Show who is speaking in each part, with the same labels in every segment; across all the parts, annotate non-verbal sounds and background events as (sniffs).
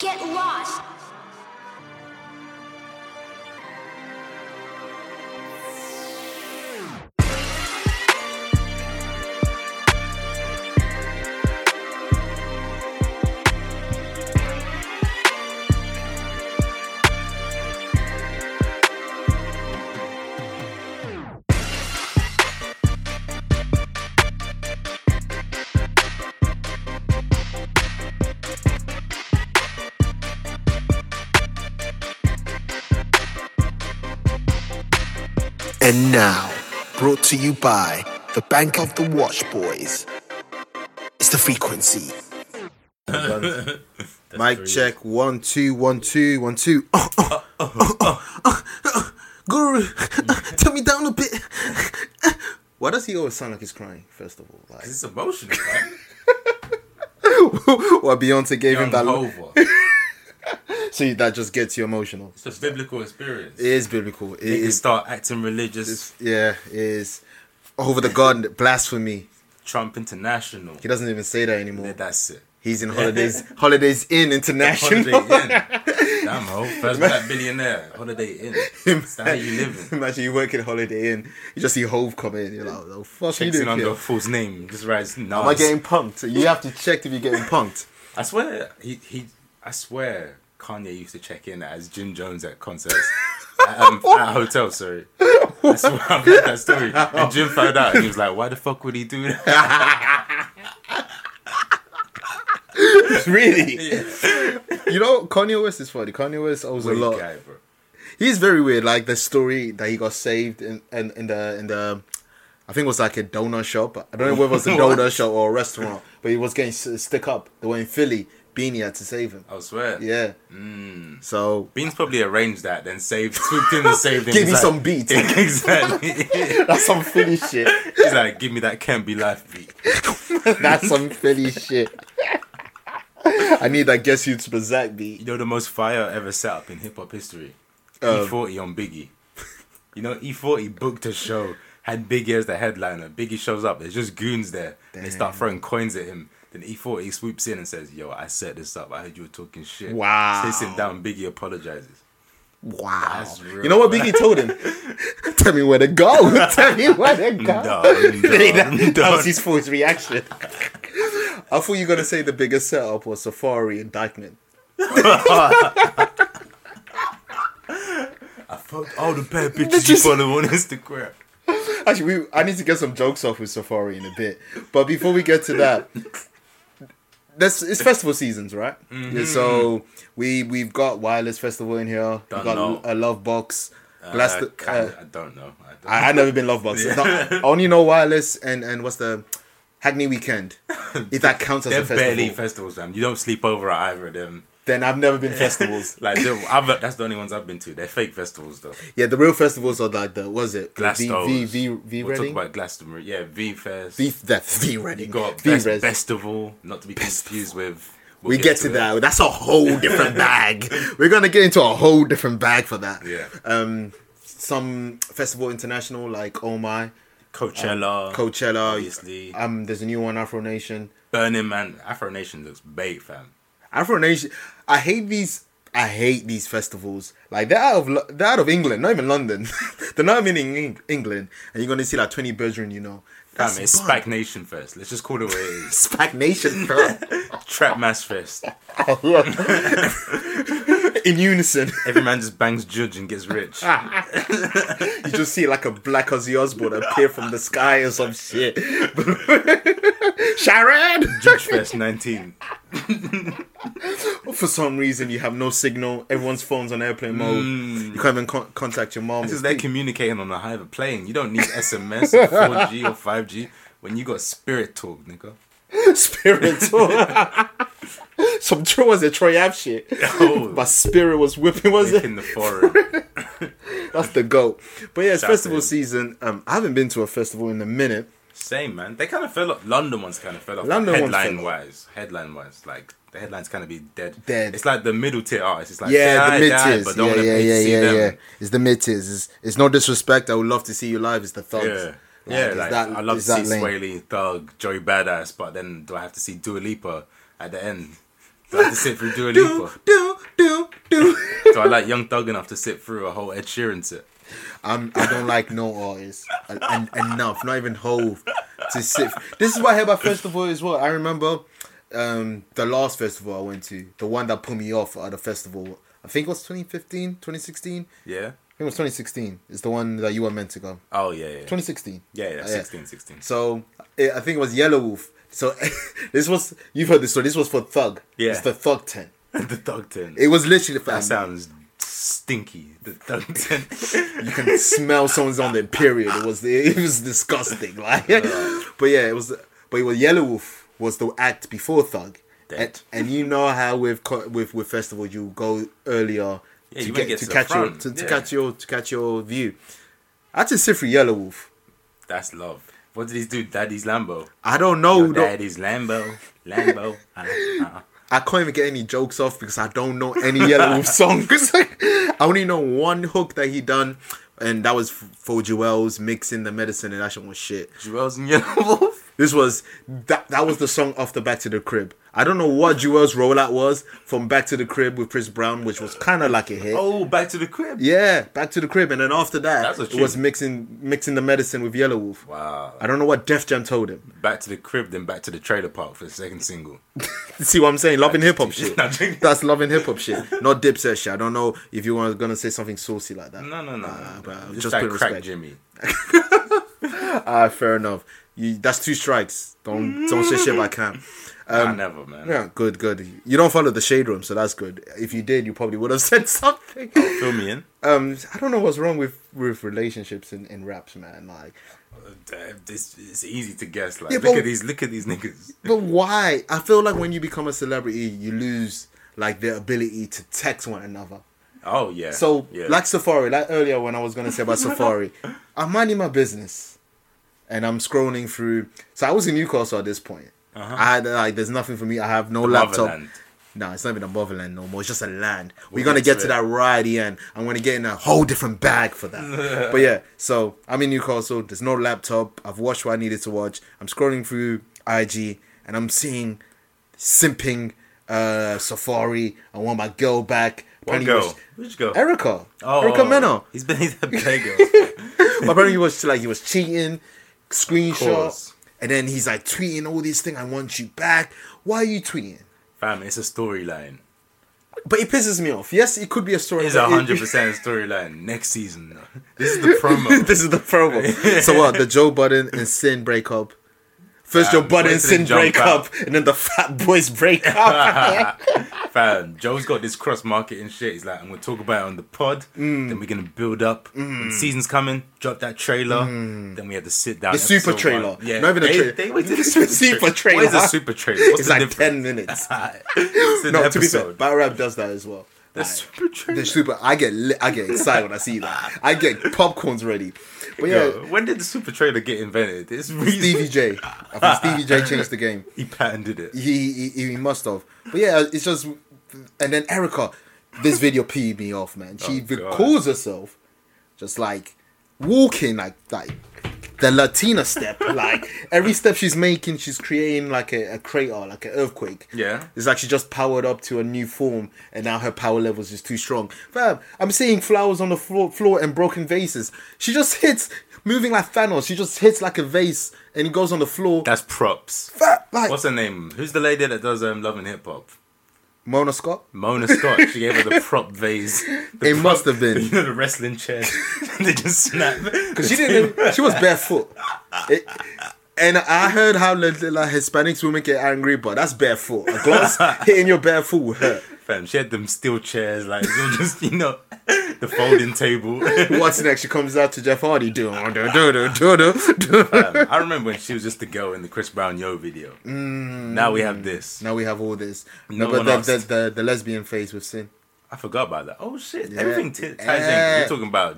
Speaker 1: Get lost!
Speaker 2: And now, brought to you by the Bank of the Watch Boys. It's the
Speaker 3: (laughs)
Speaker 2: frequency. Mic check one two one two one two. Oh, oh, oh, oh, oh, oh, oh. Guru, (laughs) turn me down a bit. (laughs) Why does he always sound like he's crying? First of all, (laughs)
Speaker 3: It's emotional, right?
Speaker 2: like, why Beyonce gave him that?
Speaker 3: Young
Speaker 2: look?
Speaker 3: Hova.
Speaker 2: See, that just gets you emotional.
Speaker 3: It's a biblical experience.
Speaker 2: It is biblical. It
Speaker 3: You
Speaker 2: is.
Speaker 3: start acting religious.
Speaker 2: Yeah, it is. Over the garden, blasphemy.
Speaker 3: Trump International.
Speaker 2: He doesn't even say that anymore.
Speaker 3: Yeah, that's it.
Speaker 2: He's
Speaker 3: (laughs)
Speaker 2: in holidays. holidays in international.
Speaker 3: Holiday
Speaker 2: (laughs)
Speaker 3: Inn. Damn, ho. First black billionaire. Holiday Inn. That's how you living.
Speaker 2: Imagine you work at Holiday Inn. You just see Hove come in. You're like, oh, fuck (laughs) you
Speaker 3: Fixing
Speaker 2: doing
Speaker 3: under
Speaker 2: here?
Speaker 3: a fool's name. Just writes Nas.
Speaker 2: Am I getting punked? You have to check if you're getting
Speaker 3: (laughs)
Speaker 2: punked.
Speaker 3: I swear, he, he, I swear, Kanye used to check in as Jim Jones at
Speaker 2: (laughs)
Speaker 3: concerts. at, um, at a hotel, sorry. I swear I've heard that story. And Jim found out and he was like, why the fuck would he do that?
Speaker 2: really? (laughs) You know, Kanye West is funny. Kanye West owes a lot.
Speaker 3: Guy, bro.
Speaker 2: He's very weird. Like the story that he got saved in, in, in the in the, I think it was like a donut shop. I don't know whether it was a
Speaker 3: (laughs) What?
Speaker 2: donut shop or a restaurant, but he was getting s- stick up. They were in Philly. Beanie had to save him.
Speaker 3: I swear.
Speaker 2: Yeah.
Speaker 3: Hmm.
Speaker 2: So
Speaker 3: Beans probably arranged that, then saved, swooped in and saved him.
Speaker 2: Give
Speaker 3: He's
Speaker 2: me
Speaker 3: like- (laughs)
Speaker 2: some beat.
Speaker 3: exactly.
Speaker 2: that's some Philly shit.
Speaker 3: He's like, give me that can be life beat.
Speaker 2: That's some Philly shit. I need that guess who's Bazak
Speaker 3: You
Speaker 2: beat.
Speaker 3: know the most fire ever set up in hip hop history?
Speaker 2: Um,
Speaker 3: E40 on Biggie. You know, E40 booked a show, had Biggie as the headliner. Biggie shows up, there's just goons there. and They start throwing coins at him. Then E40 swoops in and says, Yo, I set this up. I heard you were talking shit.
Speaker 2: Wow.
Speaker 3: Sits him down, Biggie apologizes.
Speaker 2: Wow.
Speaker 3: That's real
Speaker 2: You know what Biggie told him? Tell me where to go.
Speaker 3: (laughs)
Speaker 2: (laughs) Tell me where to go. (laughs)
Speaker 3: No,
Speaker 2: that, that was
Speaker 3: no,
Speaker 2: his first reaction. I thought you were gonna say the biggest setup was Safari and Dykeman.
Speaker 3: I fucked all the bad bitches you
Speaker 2: just-
Speaker 3: follow on Instagram.
Speaker 2: Actually, we, I need to get some jokes off with Safari in a bit. But before we get to that, that's it's festival seasons, right?
Speaker 3: Mm-hmm.
Speaker 2: Yeah, so we we've got Wireless Festival in here.
Speaker 3: Don't
Speaker 2: we got
Speaker 3: know.
Speaker 2: a Love Box.
Speaker 3: Uh,
Speaker 2: Blast the-
Speaker 3: kinda-
Speaker 2: uh,
Speaker 3: I don't know. I don't
Speaker 2: I, I've never been Love Box. It's not- I only know Wireless and and what's the Hackney Weekend. If
Speaker 3: (laughs)
Speaker 2: that counts as
Speaker 3: They're
Speaker 2: a festival,
Speaker 3: barely festivals, man. You don't sleep over at either of them.
Speaker 2: then I've never been (laughs) festivals.
Speaker 3: (laughs) Like the other, that's the only ones I've been to. They're fake festivals, though.
Speaker 2: yeah, the real festivals are like the was it the
Speaker 3: Glaston's.
Speaker 2: V V V V
Speaker 3: We'll talk
Speaker 2: Reading.
Speaker 3: about Glastonbury. Yeah, V Fest.
Speaker 2: V that's V Reading.
Speaker 3: you got
Speaker 2: V
Speaker 3: Best
Speaker 2: Res.
Speaker 3: Festival, not to be confused with. we'll
Speaker 2: we get to
Speaker 3: it.
Speaker 2: that. That's a whole different
Speaker 3: (laughs)
Speaker 2: bag. We're gonna get into a whole different bag for that.
Speaker 3: Yeah,
Speaker 2: Um, some festival international like Oh My, uh,
Speaker 3: Coachella,
Speaker 2: Coachella.
Speaker 3: obviously.
Speaker 2: Um, there's a new one Afro Nation.
Speaker 3: Burning Man, Afro Nation looks bait, fam.
Speaker 2: Afro Nation. I hate these. I hate these festivals. Like they're out of Lo- they're out of England, not even London. (laughs) they're not even in Eng- England, and you're gonna see like twenty brethren, you know.
Speaker 3: Fam, it's
Speaker 2: bun.
Speaker 3: Spac Nation Fest. Let's just call it what it is.
Speaker 2: (laughs) Spac Nation, bro.
Speaker 3: (laughs) Trap Mass Fest.
Speaker 2: in unison.
Speaker 3: Every man just bangs judge and gets rich.
Speaker 2: Ah. You just see like a black Ozzy Osbourne appear from the sky or some shit. (laughs) Sharon!
Speaker 3: Judge Fest 19.
Speaker 2: For some reason, you have no signal. Everyone's phone's on airplane mode.
Speaker 3: Hmm.
Speaker 2: You can't even con- contact your mom.
Speaker 3: Because they're communicating on a higher plane. You don't need
Speaker 2: (laughs)
Speaker 3: SMS or 4G or 5G when you got spirit talk, nigga.
Speaker 2: (laughs) Spirit. some Troy was a Troy Ave
Speaker 3: (laughs)
Speaker 2: shit.
Speaker 3: Oh,
Speaker 2: But Spirit was whipping, was
Speaker 3: dick
Speaker 2: it?
Speaker 3: in the foreign.
Speaker 2: That's the goat. But yeah, it's
Speaker 3: Shout out to
Speaker 2: festival
Speaker 3: him.
Speaker 2: season. Um, I haven't been to a festival in a minute.
Speaker 3: Same, man. They kind of fell off. London ones kind of fell off.
Speaker 2: London ones fell
Speaker 3: headline
Speaker 2: off.
Speaker 3: wise. Headline wise. Like, the headlines kind of be dead.
Speaker 2: Dead.
Speaker 3: It's like the middle tier artists. It's like,
Speaker 2: Yeah, the
Speaker 3: they
Speaker 2: mid
Speaker 3: are dead,
Speaker 2: tiers.
Speaker 3: But
Speaker 2: Yeah,
Speaker 3: don't want
Speaker 2: yeah,
Speaker 3: to
Speaker 2: yeah,
Speaker 3: see
Speaker 2: yeah,
Speaker 3: them.
Speaker 2: yeah. It's the mid tiers. It's, it's no disrespect. I would love to see you live. It's the thugs.
Speaker 3: Yeah.
Speaker 2: Like,
Speaker 3: yeah,
Speaker 2: it's
Speaker 3: like
Speaker 2: that-
Speaker 3: I love to
Speaker 2: it's
Speaker 3: see
Speaker 2: that lane.
Speaker 3: Swaley, Thug, Joey Badass, but then do I have to see Dua Lipa at the end? Do I have to sit through
Speaker 2: (laughs)
Speaker 3: Dua Lipa?
Speaker 2: do do do.
Speaker 3: Do I like Young Thug enough to sit through a whole Ed Sheeran set?
Speaker 2: I'm, I don't like no artists and, enough, not even Hove, to sit. This is what I heard about festival as well. I remember um, the last festival I went to, the one that put me off at the festival. I think it was 2015, 2016.
Speaker 3: Yeah.
Speaker 2: I think it was 2016. It's the one that you were meant to go.
Speaker 3: Oh yeah, yeah, yeah.
Speaker 2: 2016.
Speaker 3: yeah, yeah. 16, 16.
Speaker 2: So eh, I think it was Yellow Wolf. So (laughs) this was you've heard this story. This was for Thug.
Speaker 3: Yeah.
Speaker 2: It's the Thug tent.
Speaker 3: (laughs) the Thug Tent.
Speaker 2: It was literally for
Speaker 3: That sounds stinky. The Thug
Speaker 2: (laughs)
Speaker 3: Tent.
Speaker 2: you can smell someone's on their period. It was it was disgusting. Like, (laughs) but yeah, it was. But it was Yellow Wolf was the act before Thug, and,
Speaker 3: Dead.
Speaker 2: and you know how with co- with with festivals you go earlier
Speaker 3: Yeah,
Speaker 2: to
Speaker 3: you wanna
Speaker 2: get,
Speaker 3: get
Speaker 2: to,
Speaker 3: to the
Speaker 2: catch your
Speaker 3: front,
Speaker 2: to, to
Speaker 3: yeah.
Speaker 2: catch your to catch your view. I just sit through Yellow Wolf.
Speaker 3: That's love. What did he do? Daddy's Lambo.
Speaker 2: I don't know.
Speaker 3: Your
Speaker 2: though.
Speaker 3: Daddy's Lambo. Lambo. Uh, uh.
Speaker 2: I can't even get any jokes off because I don't know any Yellow
Speaker 3: (laughs)
Speaker 2: Wolf songs. (laughs) I only know one hook that he done, and that was f- for Jewel's mixing the medicine, and that shit was shit.
Speaker 3: Jewels and Yellow Wolf.
Speaker 2: This was that that was the song off the Back to the Crib. I don't know what Jewel's rollout was from Back to the Crib with Chris Brown, which was kind of like a hit.
Speaker 3: Oh, back to the crib.
Speaker 2: Yeah, Back to the Crib, and then after that,
Speaker 3: That's a
Speaker 2: it
Speaker 3: tune.
Speaker 2: was mixing mixing the medicine with Yellow Wolf.
Speaker 3: Wow.
Speaker 2: I don't know what Def Jam told him.
Speaker 3: Uh, Back to the crib, then back to the trailer park for the second single.
Speaker 2: See what I'm saying? Loving hip hop shit.
Speaker 3: No, drink-
Speaker 2: (laughs) That's loving hip hop shit, not Dipset shit. I don't know if you were gonna say something saucy like that.
Speaker 3: No, no, no.
Speaker 2: Nah,
Speaker 3: no,
Speaker 2: but
Speaker 3: no.
Speaker 2: just
Speaker 3: Just,
Speaker 2: put
Speaker 3: that crack,
Speaker 2: respect.
Speaker 3: Jimmy.
Speaker 2: Ah, fair enough. You, that's two strikes. Don't don't say shit like Cam.
Speaker 3: I never, man.
Speaker 2: Um, Yeah, good, good. You don't follow the shade room, so that's good. If you did, you probably would have (laughs) said something.
Speaker 3: Fill me in.
Speaker 2: Um, I don't know what's wrong with with relationships in, in raps, man. Like,
Speaker 3: Damn, this it's easy to guess. Like,
Speaker 2: Yeah,
Speaker 3: look
Speaker 2: but-
Speaker 3: at these, look at these niggas.
Speaker 2: but why? I feel like when you become a celebrity, you lose like the ability to text one another.
Speaker 3: Oh yeah.
Speaker 2: So,
Speaker 3: yeah.
Speaker 2: like Safari, like earlier when I was gonna say
Speaker 3: (laughs)
Speaker 2: about Safari, I'm minding my business, and I'm scrolling through. So I was in Newcastle at this point. I had like, there's nothing for me. I have no laptop.
Speaker 3: Uh-huh. motherland.
Speaker 2: No, it's not even a motherland no more. It's just a land. We're
Speaker 3: We'll
Speaker 2: gonna
Speaker 3: get
Speaker 2: get
Speaker 3: to
Speaker 2: to
Speaker 3: it.
Speaker 2: that right at the end. I'm gonna get in a whole different bag for
Speaker 3: (laughs)
Speaker 2: that. but yeah, so I'm in Newcastle. There's no laptop. I've watched what I needed to watch. I'm scrolling through IG and I'm seeing simping uh Safari. I want my girl back.
Speaker 3: One
Speaker 2: Apparently
Speaker 3: girl.
Speaker 2: it was-
Speaker 3: Which girl?
Speaker 2: Erica. Erica Meno.
Speaker 3: Oh, He's been (laughs) he's had bad
Speaker 2: (laughs)
Speaker 3: girls.
Speaker 2: But apparently he was like he was cheating, screenshot,
Speaker 3: course.
Speaker 2: and then he's like tweeting all these things. I want you back. Why are you tweeting?
Speaker 3: Fam, it's a storyline.
Speaker 2: But it pisses me off. Yes, it could be a story.
Speaker 3: It's
Speaker 2: but
Speaker 3: a
Speaker 2: it-
Speaker 3: hundred percent a storyline. Next season, this is the promo.
Speaker 2: this is (laughs) the problem. so what? The Joe Budden and Sin break up. First
Speaker 3: Yeah,
Speaker 2: Joe Budden and
Speaker 3: Winston
Speaker 2: Sin
Speaker 3: and John
Speaker 2: break
Speaker 3: Brown.
Speaker 2: up, and then the Fat Boys
Speaker 3: (laughs)
Speaker 2: break up.
Speaker 3: Fam, Joe's got this cross marketing shit. He's like, I'm gonna talk about it on the pod.
Speaker 2: Mm.
Speaker 3: Then we're gonna build up. When season's coming. Drop that trailer. Then we have to sit down.
Speaker 2: Mm. The super
Speaker 3: episode
Speaker 2: trailer.
Speaker 3: one. Yeah,
Speaker 2: Not even a
Speaker 3: they,
Speaker 2: trailer.
Speaker 3: They
Speaker 2: (laughs)
Speaker 3: waited the super,
Speaker 2: Super
Speaker 3: trailer. What
Speaker 2: trailer.
Speaker 3: is a super trailer? What's
Speaker 2: it's
Speaker 3: the
Speaker 2: like (laughs)
Speaker 3: difference?
Speaker 2: ten minutes.
Speaker 3: (laughs) it's an
Speaker 2: no, to be fair,
Speaker 3: episode.
Speaker 2: battle rap does that as well.
Speaker 3: the
Speaker 2: Like,
Speaker 3: super trailer.
Speaker 2: the super, I get lit, I get excited when I see that. I get popcorns ready. But yeah,
Speaker 3: Yo, when did the super trailer get invented? It's really
Speaker 2: Stevie J. I think Stevie J changed the game.
Speaker 3: He patented it.
Speaker 2: He, he he must have. But yeah, it's just and then Erica, this video peed me off, man. She
Speaker 3: Oh, God.
Speaker 2: records herself just like walking like like the Latina
Speaker 3: (laughs)
Speaker 2: step. like every step she's making, she's creating like a, a crater, like an earthquake.
Speaker 3: Yeah.
Speaker 2: It's like she just powered up to a new form and now her power levels is too strong. Fam, I'm seeing flowers on the floor, floor and broken vases. She just hits moving like Thanos, she just hits like a vase and it goes on the floor.
Speaker 3: That's props.
Speaker 2: Fam, like
Speaker 3: What's her name? Who's the lady that does um, Love and Hip Hop?
Speaker 2: Mona Scott?
Speaker 3: Mona Scott. She gave her the prop vase. The
Speaker 2: It
Speaker 3: prop-
Speaker 2: must
Speaker 3: (laughs)
Speaker 2: have been.
Speaker 3: You know the wrestling chair. (laughs) they just snap. Because
Speaker 2: She didn't. She was barefoot. It- and I heard how like, like Hispanics women get angry, but that's barefoot. A glass
Speaker 3: (laughs)
Speaker 2: hitting your barefoot would hurt.
Speaker 3: Fam, she had them steel chairs, like it was just you know, (laughs) the folding table. (laughs)
Speaker 2: What's next? She comes out to Jeff Hardy. Do do do do do do.
Speaker 3: Fam, I remember when she was just the girl in the Chris Brown Yo video.
Speaker 2: Mm.
Speaker 3: Now we have this.
Speaker 2: Now we have all this.
Speaker 3: No
Speaker 2: No, but
Speaker 3: one
Speaker 2: the, the,
Speaker 3: asked.
Speaker 2: the, the lesbian phase with Sin.
Speaker 3: I forgot about that. Oh shit! Everything t- ties in.
Speaker 2: Yeah.
Speaker 3: We're talking about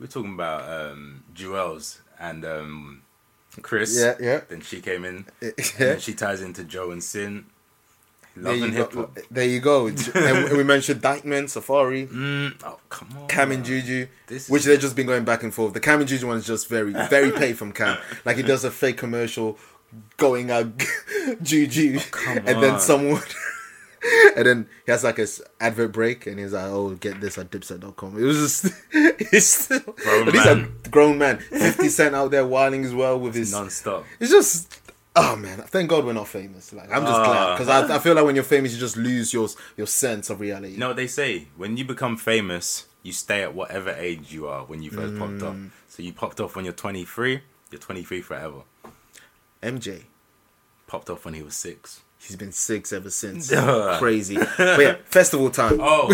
Speaker 3: we're talking about um, Jewels and um, Chris.
Speaker 2: Yeah, yeah.
Speaker 3: Then she came in.
Speaker 2: (laughs) Yeah.
Speaker 3: And then she ties into Joe and Sin.
Speaker 2: There
Speaker 3: Love
Speaker 2: you
Speaker 3: and hip
Speaker 2: go.
Speaker 3: hop.
Speaker 2: There you
Speaker 3: (laughs)
Speaker 2: go. And we mentioned Dykeman, Safari,
Speaker 3: Mm, oh come on.
Speaker 2: Cam and Juju,
Speaker 3: This is-
Speaker 2: which they've just been going back and forth. The Cam and Juju one is just very, very paid from
Speaker 3: (laughs)
Speaker 2: Cam. Like he does a fake commercial going at uh, (laughs) Juju,
Speaker 3: Oh, come
Speaker 2: and then
Speaker 3: on.
Speaker 2: someone (laughs) and then he has like his advert break, and he's like, "Oh, get this at dipset.com." It was just, (laughs) it's still,
Speaker 3: Grown
Speaker 2: but he's
Speaker 3: man.
Speaker 2: a grown
Speaker 3: (laughs)
Speaker 2: man, fifty cent out there whining as well with his.
Speaker 3: non-stop.
Speaker 2: It's just, oh man, thank God we're not famous. Like I'm just glad
Speaker 3: Ah.
Speaker 2: because I, I feel like when you're famous, you just lose your your sense of reality.
Speaker 3: You know what they say? When you become famous, you stay at whatever age you are when you first popped off.
Speaker 2: Mm.
Speaker 3: So you popped off when you're 23, you're 23 forever.
Speaker 2: MJ,
Speaker 3: Popped off when he
Speaker 2: (laughs)
Speaker 3: was six.
Speaker 2: he's been six ever since.
Speaker 3: (laughs) Duh.
Speaker 2: Crazy, but yeah, festival time.
Speaker 3: Oh,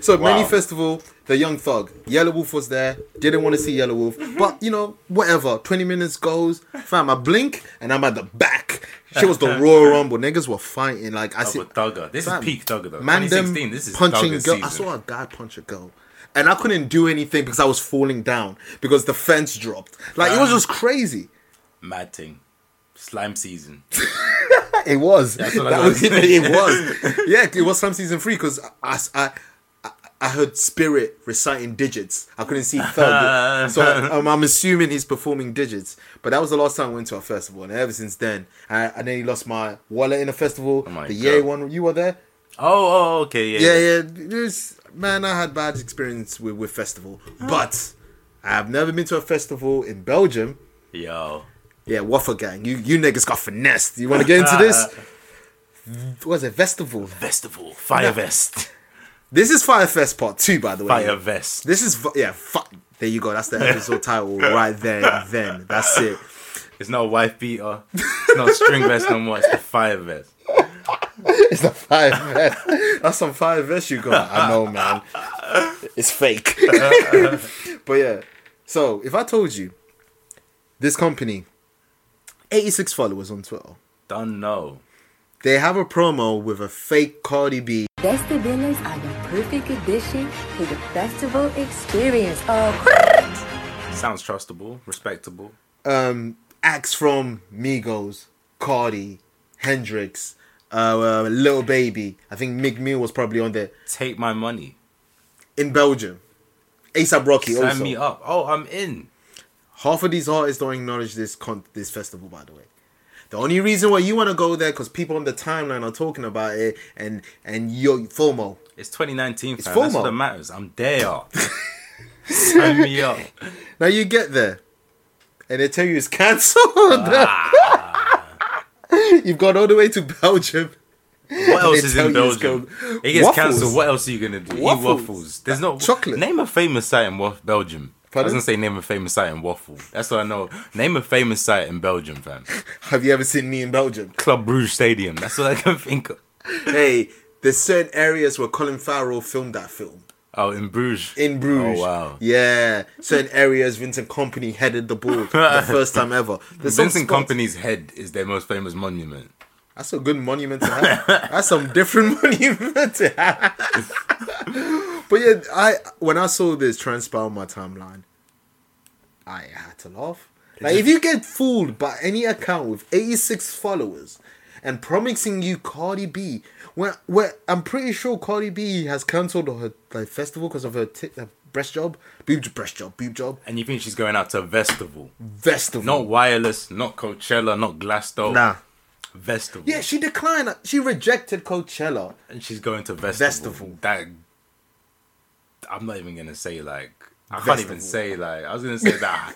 Speaker 2: So many
Speaker 3: Wow.
Speaker 2: festival, the Young Thug, Yellow Wolf was there. Didn't want to see Yellow Wolf,
Speaker 3: Mm-hmm.
Speaker 2: but you know whatever. Twenty minutes goes, fam. I blink and I'm at the back. Shit was
Speaker 3: (laughs)
Speaker 2: the Royal Rumble. Niggas were fighting like I
Speaker 3: that
Speaker 2: see.
Speaker 3: was Thugger. This
Speaker 2: fam,
Speaker 3: is peak Thugger though.
Speaker 2: Man, them
Speaker 3: 2016, this is
Speaker 2: punching
Speaker 3: Thugger
Speaker 2: girl.
Speaker 3: season.
Speaker 2: I saw a guy punch a girl, and I couldn't do anything because I was falling down because the fence dropped. Like it was
Speaker 3: Fam.
Speaker 2: just crazy.
Speaker 3: Mad thing. Slime season.
Speaker 2: It was.
Speaker 3: what I
Speaker 2: That was-
Speaker 3: was.
Speaker 2: it
Speaker 3: (laughs)
Speaker 2: was. Yeah, it was some season three because I, I, I, I heard Spirit reciting digits. I couldn't see
Speaker 3: (laughs)
Speaker 2: Thug. so I, um, I'm assuming he's performing digits. But that was the last time I went to a festival. And ever since then, I, I nearly lost my wallet in a festival.
Speaker 3: Oh my
Speaker 2: the Yay
Speaker 3: God.
Speaker 2: one, you were there?
Speaker 3: Oh, oh okay, yeah.
Speaker 2: Yeah, yeah. There's, man, I had bad experience with, with festival. But I have never been to a festival in Belgium.
Speaker 3: Yo.
Speaker 2: Yeah, Waffle Gang, you, you niggas got finessed. You want to get into this? What was it? Festival.
Speaker 3: Festival. Fire vest.
Speaker 2: This is Firefest Part Two, by the way.
Speaker 3: Fire vest.
Speaker 2: This is yeah. Fuck. There you go. That's the episode title right there. and Then that's it.
Speaker 3: It's not a wife beater. It's not a string vest no more. It's the fire vest.
Speaker 2: It's the Firefest. (laughs) That's some Firefest you got. I know, man. It's fake. (laughs) but yeah. So if I told you, this company, eighty six followers on Twitter,
Speaker 3: Don't know.
Speaker 2: they have a promo with a fake Cardi B.
Speaker 4: Vestibulas are the perfect addition to the festival experience Oh, of
Speaker 3: Sounds trustable, respectable.
Speaker 2: um, acts from Migos, Cardi, Hendrix, uh, uh, Little Baby. I think Mick Mill was probably on there
Speaker 3: Take my money.
Speaker 2: in Belgium. ASAP Rocky
Speaker 3: Sign
Speaker 2: also.
Speaker 3: me up. Oh, I'm in.
Speaker 2: Half of these artists don't acknowledge this con- this festival, by the way. The only reason why you want to go there because people on the timeline are talking about it, and and yo FOMO.
Speaker 3: It's 2019,
Speaker 2: It's
Speaker 3: fam. That's
Speaker 2: FOMO.
Speaker 3: what that matters. I'm
Speaker 2: (laughs)
Speaker 3: there. Sign me up.
Speaker 2: Now you get there, and they tell you it's cancelled. (laughs)
Speaker 3: Ah.
Speaker 2: You've gone all the way to Belgium.
Speaker 3: What else
Speaker 2: (laughs) They
Speaker 3: is
Speaker 2: tell
Speaker 3: in
Speaker 2: you it's
Speaker 3: Belgium?
Speaker 2: called
Speaker 3: It gets
Speaker 2: waffles.
Speaker 3: cancelled. What else are you gonna do?
Speaker 2: Waffles.
Speaker 3: Eat waffles. There's no
Speaker 2: Chocolate.
Speaker 3: Name a famous site in Wa- Belgium.
Speaker 2: Pardon?
Speaker 3: I was gonna say name a famous site in waffle. That's what I know. Name a famous site in Belgium, fam.
Speaker 2: Have you ever seen me in Belgium?
Speaker 3: Club Brugge Stadium. That's what I can think of.
Speaker 2: hey, there's certain areas where Colin Farrell filmed that film
Speaker 3: Oh, in Bruges.
Speaker 2: in Bruges.
Speaker 3: Oh wow.
Speaker 2: Yeah, certain areas Vincent Company headed the ball for
Speaker 3: (laughs)
Speaker 2: the first time ever. There's some spots-
Speaker 3: Vincent Company's head is their most famous monument.
Speaker 2: That's a good monument to have. That's some different (laughs) monument to have. but yeah, I when I saw this transpire on my timeline, I had to laugh. Like if you get fooled by any account with 86 followers and promising you Cardi B, where where I'm pretty sure Cardi B has cancelled her like festival because of her, t- her breast job, boob breast job, boob job,
Speaker 3: And you think she's going out to a festival?
Speaker 2: festival.
Speaker 3: Not wireless, not Coachella, not Glasgow.
Speaker 2: nah.
Speaker 3: Festival.
Speaker 2: Yeah, she declined. She rejected Coachella.
Speaker 3: and she's going to festival.
Speaker 2: Festival.
Speaker 3: That I'm not even gonna say like I can't
Speaker 2: Festival.
Speaker 3: even say like I was gonna say
Speaker 2: (laughs)
Speaker 3: that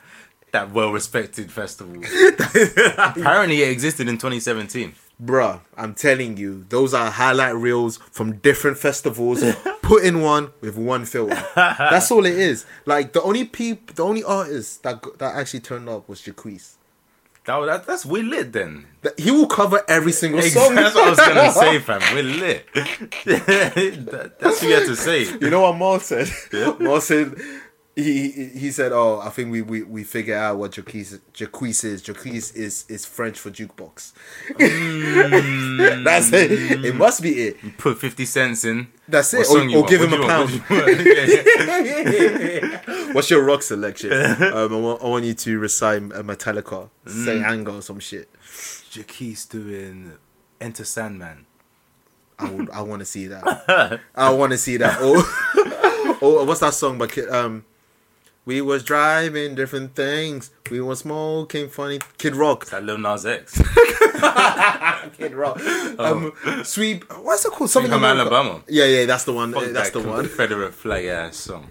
Speaker 3: that well-respected festival. Apparently, it existed in 2017.
Speaker 2: Bruh, I'm telling you, those are highlight reels from different
Speaker 3: (laughs)
Speaker 2: festivals. Put in one with one filter. That's all it is. Like the only peop, the only artist that go- that actually turned up was Jacquees.
Speaker 3: That, was- that that's we're lit then.
Speaker 2: That- He will cover every single song.
Speaker 3: Exactly. That's what I
Speaker 2: (laughs)
Speaker 3: was gonna say, fam. We're lit. That- that's what you had to say.
Speaker 2: You know what Maul said? (laughs) Maul said he, he he said, "Oh, I think we we, we figured out what Jacquees Jacquees is. Jacquees is is French for jukebox. (laughs)
Speaker 3: Mm.
Speaker 2: That's it. It must be it.
Speaker 3: Put 50 cents in.
Speaker 2: That's
Speaker 3: What
Speaker 2: it. Or,
Speaker 3: song you
Speaker 2: or
Speaker 3: want?
Speaker 2: give
Speaker 3: What
Speaker 2: him a
Speaker 3: you
Speaker 2: pound."
Speaker 3: want? What you
Speaker 2: (laughs)
Speaker 3: want? Yeah, yeah.
Speaker 2: What's your rock selection? um, I, want, I want you to recite uh, Metallica,
Speaker 3: Mm.
Speaker 2: say anger or some shit.
Speaker 3: Jackie's doing Enter Sandman.
Speaker 2: I, would, I want to see that.
Speaker 3: (laughs)
Speaker 2: I want to see that. Oh, oh, (laughs) what's that song? But Kid- um, we was driving (laughs) different things. We was smoking funny. Kid Rock.
Speaker 3: That Lil Nas X.
Speaker 2: fucking wrong. (laughs) Um, sweep. What's it called? Something
Speaker 3: Come
Speaker 2: America.
Speaker 3: Alabama.
Speaker 2: Yeah, yeah, that's the one.
Speaker 3: Fuck
Speaker 2: eh, that's
Speaker 3: that
Speaker 2: the one.
Speaker 3: Confederate flag ass song.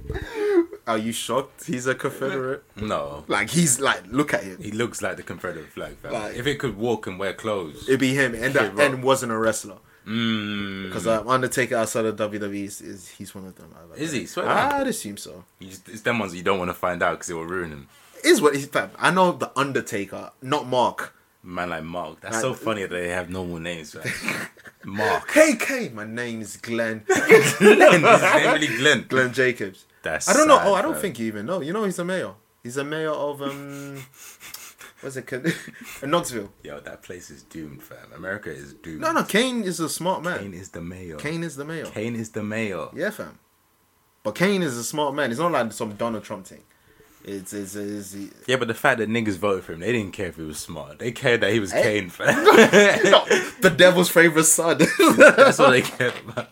Speaker 2: Are you shocked? He's a Confederate.
Speaker 3: No,
Speaker 2: Like he's like, look at him.
Speaker 3: he looks like the Confederate flag. Fam.
Speaker 2: Like-
Speaker 3: if it could walk and wear clothes,
Speaker 2: It'd be him, and that
Speaker 3: rock.
Speaker 2: and wasn't a wrestler.
Speaker 3: mm,
Speaker 2: Because um, Undertaker outside of WWE is, is he's one of them. I like
Speaker 3: Is
Speaker 2: that.
Speaker 3: he? Swear to God.
Speaker 2: I'd assume so.
Speaker 3: you just, it's them ones you don't want to find out because it will ruin him.
Speaker 2: Is what he's. fam, I know the Undertaker, not Mark.
Speaker 3: Man like Mark. That's
Speaker 2: Like-
Speaker 3: so funny that they have normal names. man.
Speaker 2: (laughs)
Speaker 3: Mark.
Speaker 2: KK. My name is Glenn.
Speaker 3: Glenn. His name really
Speaker 2: (laughs)
Speaker 3: Glenn. (laughs)
Speaker 2: Glenn Jacobs.
Speaker 3: That's
Speaker 2: I don't know.
Speaker 3: sad,
Speaker 2: Oh, I don't
Speaker 3: fam.
Speaker 2: think you even know. You know he's a mayor. He's a mayor of
Speaker 3: (laughs)
Speaker 2: um, what's it? Con- (laughs) Knoxville.
Speaker 3: Yo, that place is doomed, fam. America is doomed.
Speaker 2: No, no. Kane is a smart man.
Speaker 3: Kane
Speaker 2: Kane,
Speaker 3: is the mayor.
Speaker 2: is the mayor.
Speaker 3: Kane is the mayor.
Speaker 2: Yeah, fam. But Kane is a smart man. It's not like some Donald Trump thing. It's it's,
Speaker 3: (laughs)
Speaker 2: it's,
Speaker 3: Yeah, but the fact that niggas voted for him, they didn't care if he was smart. They cared that he was
Speaker 2: Eh?
Speaker 3: Kane, fam.
Speaker 2: (laughs) No, the devil's favorite
Speaker 3: (laughs)
Speaker 2: son.
Speaker 3: That's all they cared about.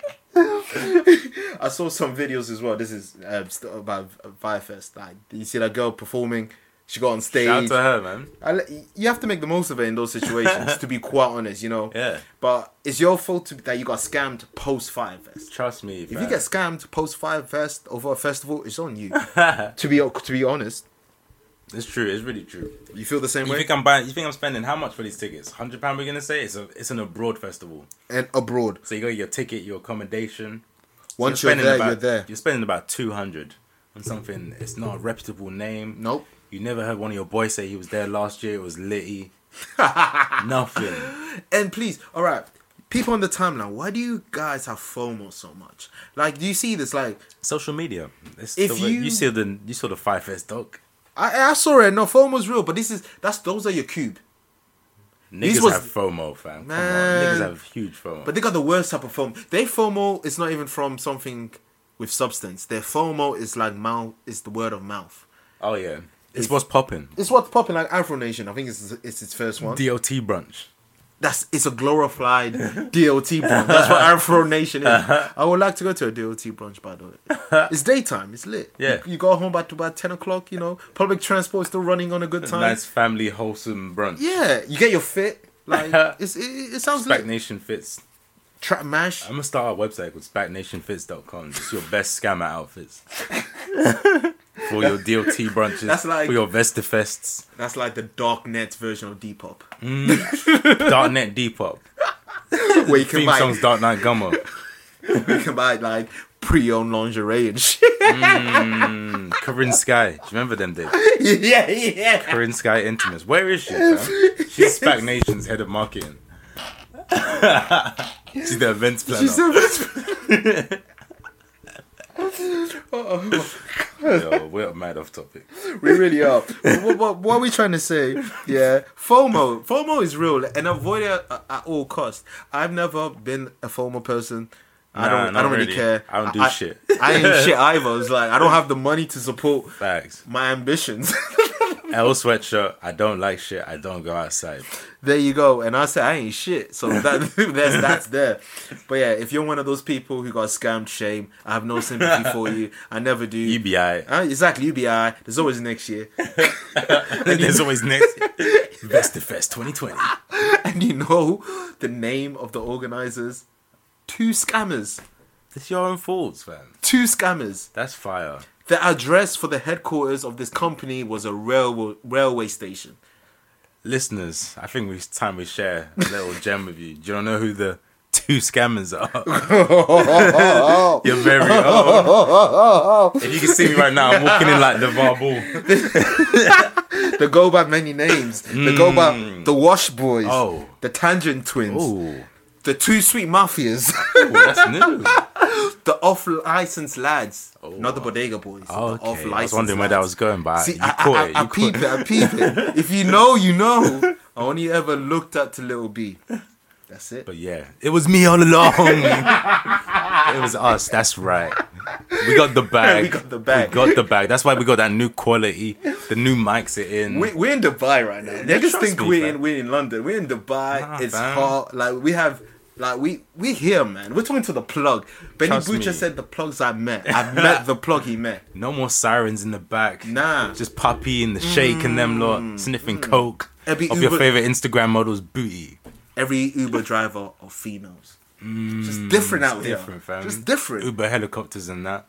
Speaker 2: I saw some videos as well. This is uh, st- about Firefest. Like you see that girl performing. She got on stage.
Speaker 3: Shout out to her, man.
Speaker 2: I le- you have to make the most of it in those situations,
Speaker 3: (laughs)
Speaker 2: to be quite honest, you know.
Speaker 3: Yeah.
Speaker 2: But it's your fault to, that you got scammed post Firefest.
Speaker 3: Trust me,
Speaker 2: If you get scammed post Firefest over a festival, it's on
Speaker 3: (laughs)
Speaker 2: you. to be to be honest,
Speaker 3: it's true. It's really true.
Speaker 2: you feel the same
Speaker 3: You
Speaker 2: way.
Speaker 3: think I'm buying? You think I'm spending how much for these tickets? Hundred pound? We're gonna say it's a it's an abroad festival.
Speaker 2: and abroad,
Speaker 3: So you got your ticket, your accommodation.
Speaker 2: once you're,
Speaker 3: spending
Speaker 2: there,
Speaker 3: about,
Speaker 2: you're there.
Speaker 3: You're spending about two hundred on something. It's not a reputable name.
Speaker 2: Nope.
Speaker 3: You never heard one of your boys say he was there last year. It was
Speaker 2: (laughs)
Speaker 3: Litty. Nothing.
Speaker 2: And please, all right, people on the timeline, why do you guys have FOMO so much? Like, do you see this? Like,
Speaker 3: Social media. It's
Speaker 2: If
Speaker 3: the way-
Speaker 2: you-
Speaker 3: you see the you saw the five fest doc.
Speaker 2: I, I saw it. No, FOMO's real, but this is that's those are your cube.
Speaker 3: Niggas
Speaker 2: was-
Speaker 3: have FOMO, fam.
Speaker 2: Man.
Speaker 3: Come on, niggas have huge FOMO.
Speaker 2: But they got the worst type of FOMO. Their FOMO is not even from something with substance. Their FOMO is like mouth is the word of mouth.
Speaker 3: oh yeah, it's what's popping.
Speaker 2: It's what's popping like Afro Nation. I think it's it's its first one.
Speaker 3: DOT brunch.
Speaker 2: That's it's a glorified
Speaker 3: (laughs)
Speaker 2: DOT brunch. That's what Afro Nation is. I would like to go to a DOT brunch by the
Speaker 3: (laughs)
Speaker 2: way. It's daytime. It's lit.
Speaker 3: Yeah.
Speaker 2: You, you go home about about ten o'clock. You know, public transport's still running on a good time.
Speaker 3: Nice family wholesome brunch.
Speaker 2: Yeah, you get your fit.
Speaker 3: (laughs)
Speaker 2: Like it's, it, it sounds
Speaker 3: Spac
Speaker 2: like
Speaker 3: Nation Fits.
Speaker 2: trap mash.
Speaker 3: I'm gonna start a website called SpacNationFits.com. It's your best
Speaker 2: (laughs)
Speaker 3: scammer outfits for your DOT brunches.
Speaker 2: That's like-
Speaker 3: for your Vesta fests.
Speaker 2: That's like the dark net version of Depop,
Speaker 3: Darknet Depop.
Speaker 2: where you
Speaker 3: (laughs) Theme
Speaker 2: can buy
Speaker 3: songs Dark Knight Gummo.
Speaker 2: you (laughs) can buy like pre-owned lingerie and shit.
Speaker 3: Corinne Sky. Do you remember them days?
Speaker 2: (laughs) yeah, yeah.
Speaker 3: Corinne Sky Intimus. Where is she? Fam? She's Spac Nation's head of marketing. (laughs) She's the events planner.
Speaker 2: She's so
Speaker 3: Yo, we're mad off topic.
Speaker 2: (laughs) we really are. what, what, what are we trying to say? Yeah, FOMO. FOMO is real and avoid it at, at all costs. I've never been a FOMO person. I
Speaker 3: Nah,
Speaker 2: don't. I
Speaker 3: not
Speaker 2: don't really,
Speaker 3: really.
Speaker 2: care.
Speaker 3: I don't do shit.
Speaker 2: I ain't
Speaker 3: (laughs)
Speaker 2: shit either. It's like I don't have the money to support
Speaker 3: Facts.
Speaker 2: my ambitions. (laughs)
Speaker 3: L sweatshirt. I don't like shit. I don't go outside.
Speaker 2: there you go. And I say I ain't shit.
Speaker 3: (laughs)
Speaker 2: So that (laughs) that's that's there. But yeah, if you're one of those people who got scammed, shame. I have no sympathy for you. I never do.
Speaker 3: E UBI.
Speaker 2: Uh, exactly, UBI. There's always next year, (laughs)
Speaker 3: (laughs) There's always next. Vesta Fest 2020.
Speaker 2: and you know the name of the organizers. Two scammers.
Speaker 3: It's your own faults, fam.
Speaker 2: Two scammers.
Speaker 3: That's fire.
Speaker 2: The address for the headquarters of this company was a railway railway station.
Speaker 3: Listeners, I think it's time we share a little gem with you. Do you know who the two
Speaker 2: (laughs)
Speaker 3: scammers are? You're very old. If you can see me right now, I'm walking in like the ball.
Speaker 2: They go by many names. They go by the Wash Boys,
Speaker 3: Hmm. Oh.
Speaker 2: the Tangent Twins,
Speaker 3: Oh,
Speaker 2: the Two Sweet Mafias, (laughs)
Speaker 3: that's new.
Speaker 2: the Off License Lads, not the
Speaker 3: Oh.
Speaker 2: Bodega Boys. the
Speaker 3: Okay,
Speaker 2: off
Speaker 3: I was wondering where that was going, but
Speaker 2: See,
Speaker 3: you
Speaker 2: I,
Speaker 3: caught
Speaker 2: I,
Speaker 3: it.
Speaker 2: I, I
Speaker 3: you
Speaker 2: peep
Speaker 3: caught
Speaker 2: it. I peep
Speaker 3: (laughs)
Speaker 2: it. If you know, you know. I only ever looked up to Little B. That's it.
Speaker 3: But yeah, it was me all along. it was us. That's right. We got the
Speaker 2: (laughs)
Speaker 3: bag.
Speaker 2: We got the bag.
Speaker 3: We got the bag. That's why we got that new quality. The new mics are in.
Speaker 2: We, we're in Dubai right now. Niggas
Speaker 3: trust
Speaker 2: think
Speaker 3: me,
Speaker 2: we're
Speaker 3: fam.
Speaker 2: in, we're in London. We're in Dubai.
Speaker 3: Nah,
Speaker 2: it's
Speaker 3: fam.
Speaker 2: hot. Like we have, like we we here, man. We're talking to the plug. Benny
Speaker 3: Trust
Speaker 2: Butcher
Speaker 3: me.
Speaker 2: said the plugs I met. (laughs) I met the plug he met.
Speaker 3: no more sirens in the back.
Speaker 2: Nah.
Speaker 3: Just Puppy and the Shake and them lot sniffing coke
Speaker 2: It'd be
Speaker 3: of your
Speaker 2: Uber-
Speaker 3: favorite Instagram model's booty.
Speaker 2: every Uber driver are females. Just Mm, different out there.
Speaker 3: Different, fam.
Speaker 2: Just different.
Speaker 3: Uber helicopters and that.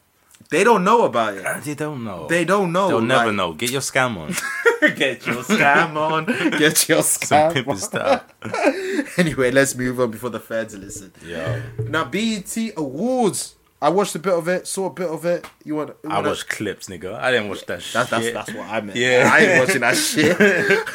Speaker 2: They don't know about (laughs) it.
Speaker 3: They don't know.
Speaker 2: They don't know,
Speaker 3: They'll never
Speaker 2: like-
Speaker 3: know. Get your scam on.
Speaker 2: (laughs) Get your scam on. (laughs) Get your
Speaker 3: Some
Speaker 2: scam
Speaker 3: pimping
Speaker 2: on. (laughs)
Speaker 3: stuff.
Speaker 2: Anyway, let's move on before the feds listen.
Speaker 3: Yeah.
Speaker 2: Now, BET Awards. I watched a bit of it, saw a bit of it. You want? You
Speaker 3: I
Speaker 2: wanna-
Speaker 3: watched clips, nigga. I didn't watch that
Speaker 2: That's, that's
Speaker 3: shit.
Speaker 2: that's what I meant.
Speaker 3: Yeah.
Speaker 2: I ain't watching that
Speaker 3: (laughs)
Speaker 2: shit.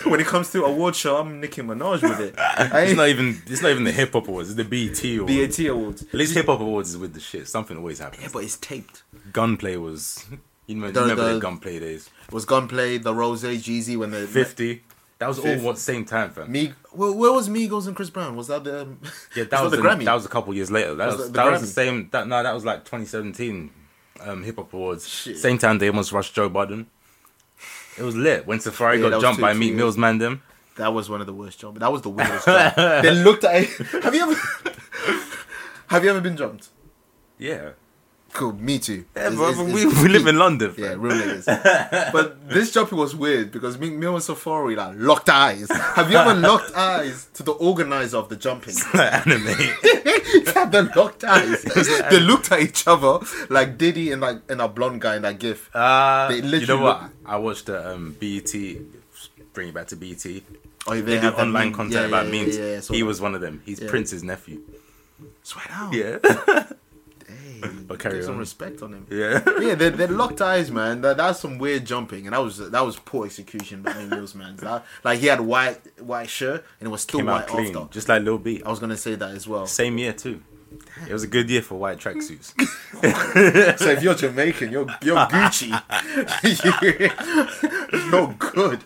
Speaker 2: when it comes to award show, I'm Nicki Minaj with it. I
Speaker 3: It's
Speaker 2: ain't
Speaker 3: not even. It's not even the hip hop awards. It's the
Speaker 2: E
Speaker 3: BT awards.
Speaker 2: BET Awards.
Speaker 3: At least hip hop awards is with the shit. Something always
Speaker 2: Yeah,
Speaker 3: happens.
Speaker 2: but it's taped.
Speaker 3: Gunplay was. You remember,
Speaker 2: The-
Speaker 3: you remember the,
Speaker 2: the-
Speaker 3: gunplay days?
Speaker 2: It was Gunplay, The Rose, Jeezy when the
Speaker 3: Fifty. That was all
Speaker 2: Fifth.
Speaker 3: what same time, fam.
Speaker 2: Me, where, where was Migos and Chris Brown? Was that the um, (laughs)
Speaker 3: Yeah, that was
Speaker 2: the
Speaker 3: a-
Speaker 2: Grammy?
Speaker 3: That was a couple years later. That
Speaker 2: Was
Speaker 3: was,
Speaker 2: that the
Speaker 3: that was the
Speaker 2: Grammy?
Speaker 3: same. That no, that was like 2017 um, hip hop awards.
Speaker 2: Shit.
Speaker 3: Same time they almost rushed Joe Biden. It was lit when Safari
Speaker 2: Yeah, that
Speaker 3: got
Speaker 2: was
Speaker 3: jumped
Speaker 2: two-
Speaker 3: by
Speaker 2: two
Speaker 3: Meek
Speaker 2: years.
Speaker 3: Mill's man. Them
Speaker 2: That was one of the worst jobs. That was the
Speaker 3: (laughs)
Speaker 2: weirdest job. they looked at it. (laughs) Have you ever? have you ever been jumped?
Speaker 3: yeah.
Speaker 2: Cool. Me too.
Speaker 3: Yeah,
Speaker 2: It's-
Speaker 3: bro,
Speaker 2: it's-
Speaker 3: we,
Speaker 2: it's
Speaker 3: we
Speaker 2: peak.
Speaker 3: live in London.
Speaker 2: Yeah,
Speaker 3: fam. (laughs)
Speaker 2: real niggas. but this job was weird because me, me and Safari like locked eyes. Have you
Speaker 3: (laughs)
Speaker 2: ever locked eyes to the organizer of the jumping? (laughs)
Speaker 3: anime.
Speaker 2: They had the locked
Speaker 3: (laughs)
Speaker 2: eyes. they looked at each other like Diddy and like and a blonde guy in that gif.
Speaker 3: Uh,
Speaker 2: They
Speaker 3: you know
Speaker 2: literally
Speaker 3: what?
Speaker 2: look-
Speaker 3: I watched the um, BT. Bring it back to E BT.
Speaker 2: oh,
Speaker 3: They do
Speaker 2: had the
Speaker 3: online
Speaker 2: meme-
Speaker 3: content
Speaker 2: yeah,
Speaker 3: about
Speaker 2: yeah, yeah,
Speaker 3: memes.
Speaker 2: yeah, yeah, so-
Speaker 3: he was one of them. He's
Speaker 2: Yeah.
Speaker 3: Prince's nephew.
Speaker 2: swear down.
Speaker 3: Yeah.
Speaker 2: Hey,
Speaker 3: But carry
Speaker 2: give some
Speaker 3: on.
Speaker 2: respect on him. (laughs)
Speaker 3: (laughs) yeah.
Speaker 2: yeah, they they locked eyes, man. That that's some weird jumping, and that was that was poor execution by Mills, man. That, like he had white white shirt, and it was still
Speaker 3: Came out
Speaker 2: white
Speaker 3: clean,
Speaker 2: after.
Speaker 3: just like Lil B. Oh,
Speaker 2: I was gonna say that as well.
Speaker 3: Same year too. It was a good year for white
Speaker 2: (laughs)
Speaker 3: tracksuits.
Speaker 2: So if you're Jamaican, you're you're Gucci. (laughs) no good.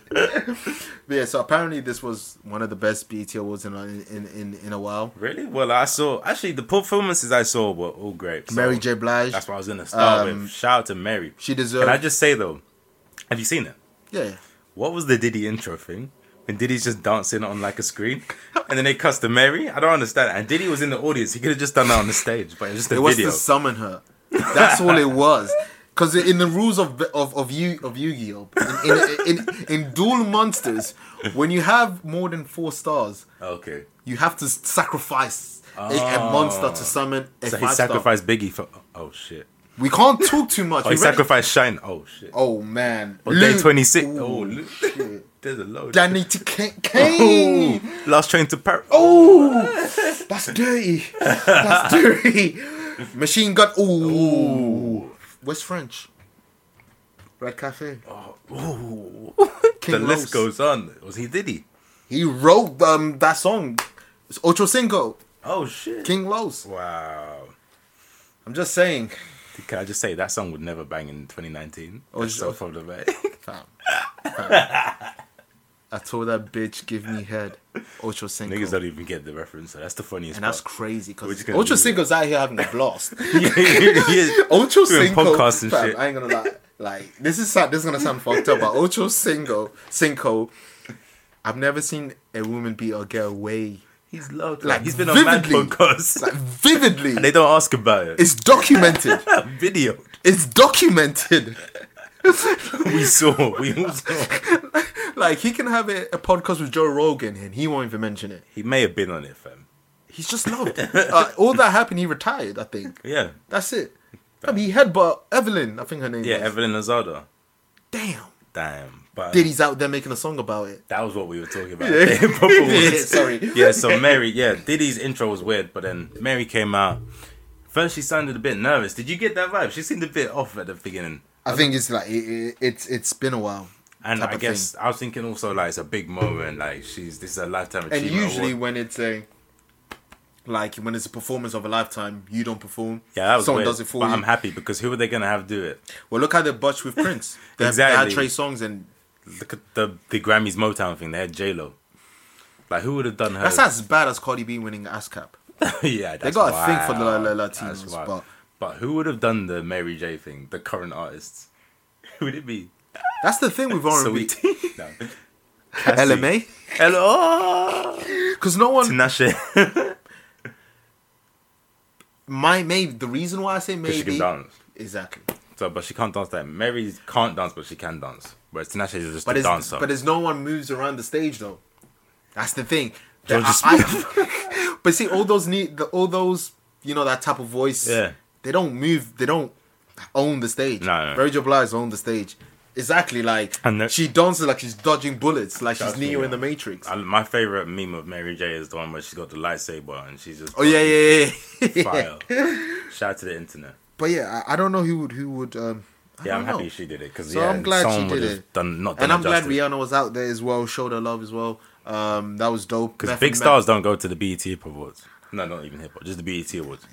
Speaker 2: But yeah, so apparently this was one of the best BT awards in in in, in a while.
Speaker 3: really? Well, I saw actually the performances I saw were all great. so
Speaker 2: Mary J. Blige.
Speaker 3: That's what I was gonna start with. Shout out to Mary.
Speaker 2: she deserved.
Speaker 3: Can I just say though, have you seen it?
Speaker 2: yeah.
Speaker 3: What was the Diddy intro thing? When Diddy's just dancing on like a screen, and then they cuss to Mary. I don't understand. And Diddy was in the audience. He could have just done that on the stage, but it was just a
Speaker 2: It was
Speaker 3: video.
Speaker 2: to summon her. That's all it was. Because in the rules of of of Yu of Yu Gi Oh, in in, in in Duel Monsters, when you have more than four stars,
Speaker 3: Oh, Okay.
Speaker 2: you have to sacrifice a, a monster to summon a
Speaker 3: Ah. So he
Speaker 2: five star.
Speaker 3: sacrificed Biggie for. Oh shit.
Speaker 2: We can't talk too much.
Speaker 3: Oh,
Speaker 2: We
Speaker 3: he
Speaker 2: read-
Speaker 3: sacrificed Shine. Oh shit.
Speaker 2: Oh man,
Speaker 3: On day
Speaker 2: Luke-
Speaker 3: twenty six.
Speaker 2: Ooh,
Speaker 3: Oh, Luke. (laughs) there's a load.
Speaker 2: Danny T- K- Kane.
Speaker 3: Ooh, last train to Paris. Oh,
Speaker 2: Oh, that's dirty.
Speaker 3: (laughs)
Speaker 2: That's dirty. Machine gun. Ooh. West French. Red Cafe. (laughs) King
Speaker 3: Oh, the list
Speaker 2: Rose.
Speaker 3: goes on. Was he Diddy?
Speaker 2: He wrote um that song. It's Ocho Cinco.
Speaker 3: Oh shit.
Speaker 2: King Los.
Speaker 3: Wow.
Speaker 2: I'm just saying.
Speaker 3: Can I just say that song would never bang in 2019?
Speaker 2: Oh,
Speaker 3: That's
Speaker 2: sh-
Speaker 3: so problematic.
Speaker 2: (laughs) Fam. Fam.
Speaker 3: (laughs)
Speaker 2: I told that bitch give me head. Ocho Cinco.
Speaker 3: Niggas don't even get the reference, so that's the funniest
Speaker 2: and that's
Speaker 3: part.
Speaker 2: crazy
Speaker 3: We're
Speaker 2: because
Speaker 3: just gonna
Speaker 2: Ocho
Speaker 3: leave it.
Speaker 2: Cinco's out here having a blast.
Speaker 3: (laughs) yeah.
Speaker 2: (laughs) Ocho
Speaker 3: Doing
Speaker 2: Cinco,
Speaker 3: podcasts and
Speaker 2: fam,
Speaker 3: shit.
Speaker 2: I ain't gonna lie. Like this is sound- this is gonna sound fucked up, but Ocho Cinco, Cinco, I've never seen a woman beat a girl way
Speaker 3: He's loved.
Speaker 2: Like,
Speaker 3: Like, he's been on mad
Speaker 2: vividly.
Speaker 3: podcasts.
Speaker 2: like vividly.
Speaker 3: and (laughs) they don't ask about it.
Speaker 2: it's documented.
Speaker 3: It's video.
Speaker 2: It's documented. (laughs)
Speaker 3: We saw. We all saw.
Speaker 2: Like he can have a, a podcast with Joe Rogan and he won't even mention it.
Speaker 3: He may have been on it, fam.
Speaker 2: He's just
Speaker 3: (laughs)
Speaker 2: loved. uh, all that happened, he retired. I think
Speaker 3: Yeah.
Speaker 2: that's it. I mean, he headbutt Evelyn. I think her name.
Speaker 3: Yeah,
Speaker 2: was.
Speaker 3: Evelyn Lozada.
Speaker 2: Damn.
Speaker 3: Damn. But
Speaker 2: Diddy's out there making a song about it.
Speaker 3: that was what we were talking about. (laughs)
Speaker 2: Yeah.
Speaker 3: Proper
Speaker 2: Yeah,
Speaker 3: words.
Speaker 2: sorry.
Speaker 3: Yeah, so Mary, yeah, Diddy's intro was weird, but then Mary came out. First, she sounded a bit nervous. Did you get that vibe? She seemed a bit off at the beginning.
Speaker 2: I think it's like it, it, it's it's been a while.
Speaker 3: And
Speaker 2: type
Speaker 3: I
Speaker 2: of
Speaker 3: guess I was thinking also like it's a big moment, like she's this is a lifetime
Speaker 2: and
Speaker 3: achievement.
Speaker 2: usually
Speaker 3: award.
Speaker 2: when it's a like when it's a performance of a lifetime, you don't perform.
Speaker 3: yeah, that was
Speaker 2: someone
Speaker 3: weird,
Speaker 2: does it for
Speaker 3: but
Speaker 2: you.
Speaker 3: I'm happy because who are they gonna have do it?
Speaker 2: well, look how they botched with
Speaker 3: (laughs)
Speaker 2: Prince. They, had- they had
Speaker 3: Exactly.
Speaker 2: Trey songs, and
Speaker 3: Look at the the Grammys Motown thing. They had J Lo. Like who would have done her?
Speaker 2: that's as bad as Cardi B winning ASCAP.
Speaker 3: (laughs) yeah, that's
Speaker 2: got a thing for the
Speaker 3: wild.
Speaker 2: La- La-
Speaker 3: That's
Speaker 2: Latinos,
Speaker 3: wild.
Speaker 2: but-
Speaker 3: but who would have done the Mary J thing? The current artists. (laughs) Who would it be?
Speaker 2: That's the
Speaker 3: (laughs)
Speaker 2: thing with R and B. (laughs)
Speaker 3: Sweet. no.
Speaker 2: LMA,
Speaker 3: Hello.
Speaker 2: because no one. (laughs)
Speaker 3: Tinashe.
Speaker 2: My maybe the reason why I say
Speaker 3: Because she
Speaker 2: maybe
Speaker 3: can dance.
Speaker 2: exactly,
Speaker 3: So, but she can't dance. That Mary can't dance, but she can dance. Whereas Tinashe is just
Speaker 2: but
Speaker 3: a
Speaker 2: it's
Speaker 3: dancer.
Speaker 2: but it's no one moves around the stage though. That's the thing. George
Speaker 3: I- (laughs)
Speaker 2: Smith. (laughs) but see, all those need the, all those you know that type of voice.
Speaker 3: Yeah.
Speaker 2: They don't move. They don't own the stage.
Speaker 3: No, no.
Speaker 2: Mary J. Blige owned the stage. Exactly like
Speaker 3: And the-
Speaker 2: she dances like she's dodging bullets, like she's
Speaker 5: That's
Speaker 2: Neo
Speaker 5: me,
Speaker 2: in the Matrix.
Speaker 3: I, my favorite meme of Mary J is the one where she's got the lightsaber and she's just
Speaker 2: oh (laughs) yeah, yeah, yeah. yeah.
Speaker 3: (laughs) fire. Shout out to the internet.
Speaker 2: (laughs) But yeah, I, I don't know who would who would. Um, I
Speaker 3: Yeah,
Speaker 2: don't
Speaker 3: I'm happy
Speaker 2: know.
Speaker 3: she did it because
Speaker 2: So
Speaker 3: yeah,
Speaker 2: I'm glad she
Speaker 3: someone
Speaker 2: did
Speaker 3: would have
Speaker 2: it.
Speaker 3: done not done
Speaker 2: and I'm
Speaker 3: it
Speaker 2: glad
Speaker 3: justice.
Speaker 2: Rihanna was out there as well, showed her love as well. Um, that was dope.
Speaker 3: Because
Speaker 2: Method
Speaker 3: big
Speaker 2: Man-
Speaker 3: stars don't go to the BET Hip Awards. No, not even hip hop, just the BET Awards.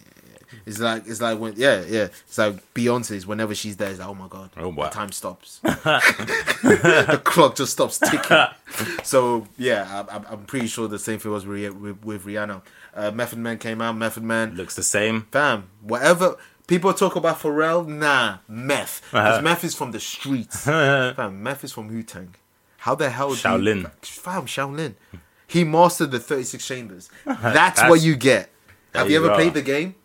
Speaker 2: It's like it's like when yeah yeah it's like Beyonce's whenever she's there it's like oh my god
Speaker 3: Oh, wow.
Speaker 2: the time stops (laughs) the clock just stops
Speaker 3: (laughs)
Speaker 2: ticking so yeah I, I'm- I'm pretty sure the same thing was with, with, with Rihanna uh, Method Man came out Method Man
Speaker 3: Looks the same.
Speaker 2: fam whatever people talk about Pharrell nah meth
Speaker 3: (laughs)
Speaker 2: because meth is from the streets fam meth is from Wu Tang how the hell do you,
Speaker 3: Shaolin.
Speaker 2: fam Shaolin he mastered the 36
Speaker 3: (laughs)
Speaker 2: chambers that's, what you get have you
Speaker 3: you
Speaker 2: ever
Speaker 3: are.
Speaker 2: played the game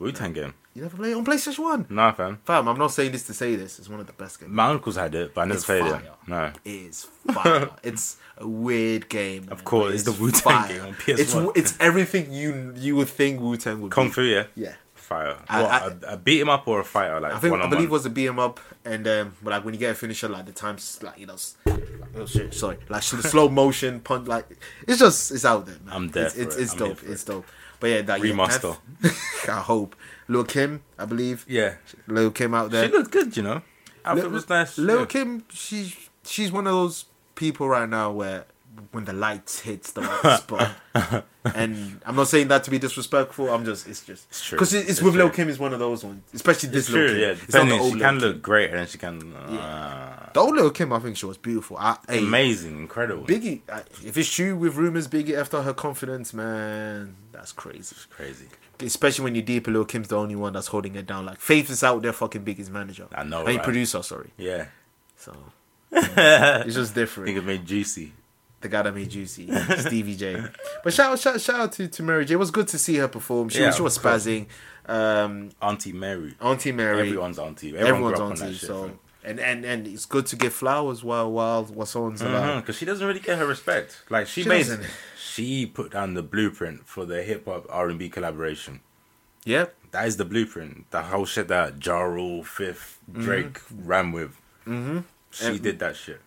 Speaker 3: Wu Tang game.
Speaker 2: you never played it on PlayStation One
Speaker 3: Nah, fam.
Speaker 2: Fam, I'm not saying this to say this. It's one of the best games.
Speaker 3: My uncles had it, but I never
Speaker 2: It's
Speaker 3: played
Speaker 2: fire.
Speaker 3: it. No.
Speaker 2: It's
Speaker 3: (laughs)
Speaker 2: fire. it's a weird game. man,
Speaker 3: course,
Speaker 2: but
Speaker 3: it's the Wu-Tang
Speaker 2: fire.
Speaker 3: game on
Speaker 2: It's
Speaker 3: PS1.
Speaker 2: it's everything you you would think Wu Tang would
Speaker 3: Kung
Speaker 2: be.
Speaker 3: Fu, yeah?
Speaker 2: Yeah.
Speaker 3: Fire. What,
Speaker 2: I- I-
Speaker 3: a, a beat him up or a fighter? Like
Speaker 2: I think
Speaker 3: one
Speaker 2: I
Speaker 3: on
Speaker 2: believe it
Speaker 3: one.
Speaker 2: was a beat 'em up, and um, but like when you get a finisher, like the times like you know, s- oh shit, sorry, like s-
Speaker 3: (laughs)
Speaker 2: slow motion punch, like it's just it's out there. Man.
Speaker 3: I'm there
Speaker 2: It's
Speaker 3: for
Speaker 2: it's,
Speaker 3: it.
Speaker 2: it's
Speaker 3: I'm here
Speaker 2: dope.
Speaker 3: for
Speaker 2: It's dope. But yeah, that
Speaker 3: Remaster.
Speaker 2: Yeah, F- (laughs) I hope Lil Kim, I believe.
Speaker 3: Yeah.
Speaker 2: Lil Kim out there.
Speaker 3: She looked good, you know? Outfit
Speaker 2: Lil,
Speaker 3: was nice.
Speaker 2: Lil
Speaker 3: yeah.
Speaker 2: Kim, she's she's one of those people right now where when the lights hits the
Speaker 3: (laughs)
Speaker 2: right spot. and I'm not saying that to be disrespectful. I'm just it's just
Speaker 3: It's true.
Speaker 2: because it's,
Speaker 3: It's
Speaker 2: with Lil
Speaker 3: true.
Speaker 2: Kim is one of those ones, especially this
Speaker 3: It's true,
Speaker 2: Lil Kim.
Speaker 3: yeah.
Speaker 2: It's not the
Speaker 3: Depending,
Speaker 2: old
Speaker 3: she
Speaker 2: Lil
Speaker 3: can
Speaker 2: Kim.
Speaker 3: look great and then she can. Uh,
Speaker 2: The old Lil Kim, I think she was beautiful. I, hey,
Speaker 3: Amazing, incredible.
Speaker 2: Biggie, I, if it's true with rumors, Biggie after her confidence, man, that's crazy.
Speaker 3: It's crazy.
Speaker 2: Especially when you're deeper, Lil Kim's the only one that's holding it down. Like Faith is out there, fucking Biggie's manager.
Speaker 3: I know,
Speaker 2: I
Speaker 3: right?
Speaker 2: producer, sorry.
Speaker 3: Yeah. (laughs)
Speaker 2: So it's just different.
Speaker 3: Nigga made Juicy.
Speaker 2: the guy that made
Speaker 3: (laughs)
Speaker 2: Juicy, Stevie J. But shout out, shout, shout out to, to Mary J. It was good to see her perform. She,
Speaker 3: Yeah,
Speaker 2: was she was
Speaker 3: of course.
Speaker 2: spazzing. Um,
Speaker 3: Auntie Mary.
Speaker 2: Auntie Mary,
Speaker 3: Everyone's auntie.
Speaker 2: everyone's
Speaker 3: Everyone grew up on
Speaker 2: auntie.
Speaker 3: that shit.
Speaker 2: so and, and and it's good to get flowers while while while someone's alive.
Speaker 3: Because Mm-hmm, she doesn't really get her respect. Like she,
Speaker 2: She
Speaker 3: made,
Speaker 2: doesn't.
Speaker 3: she put down the blueprint for the hip hop R and B collaboration.
Speaker 2: Yeah,
Speaker 3: That is the blueprint. The whole shit that Ja Rule, Fifth, Drake ran with. Mm-hmm. She
Speaker 2: And-
Speaker 3: did that shit.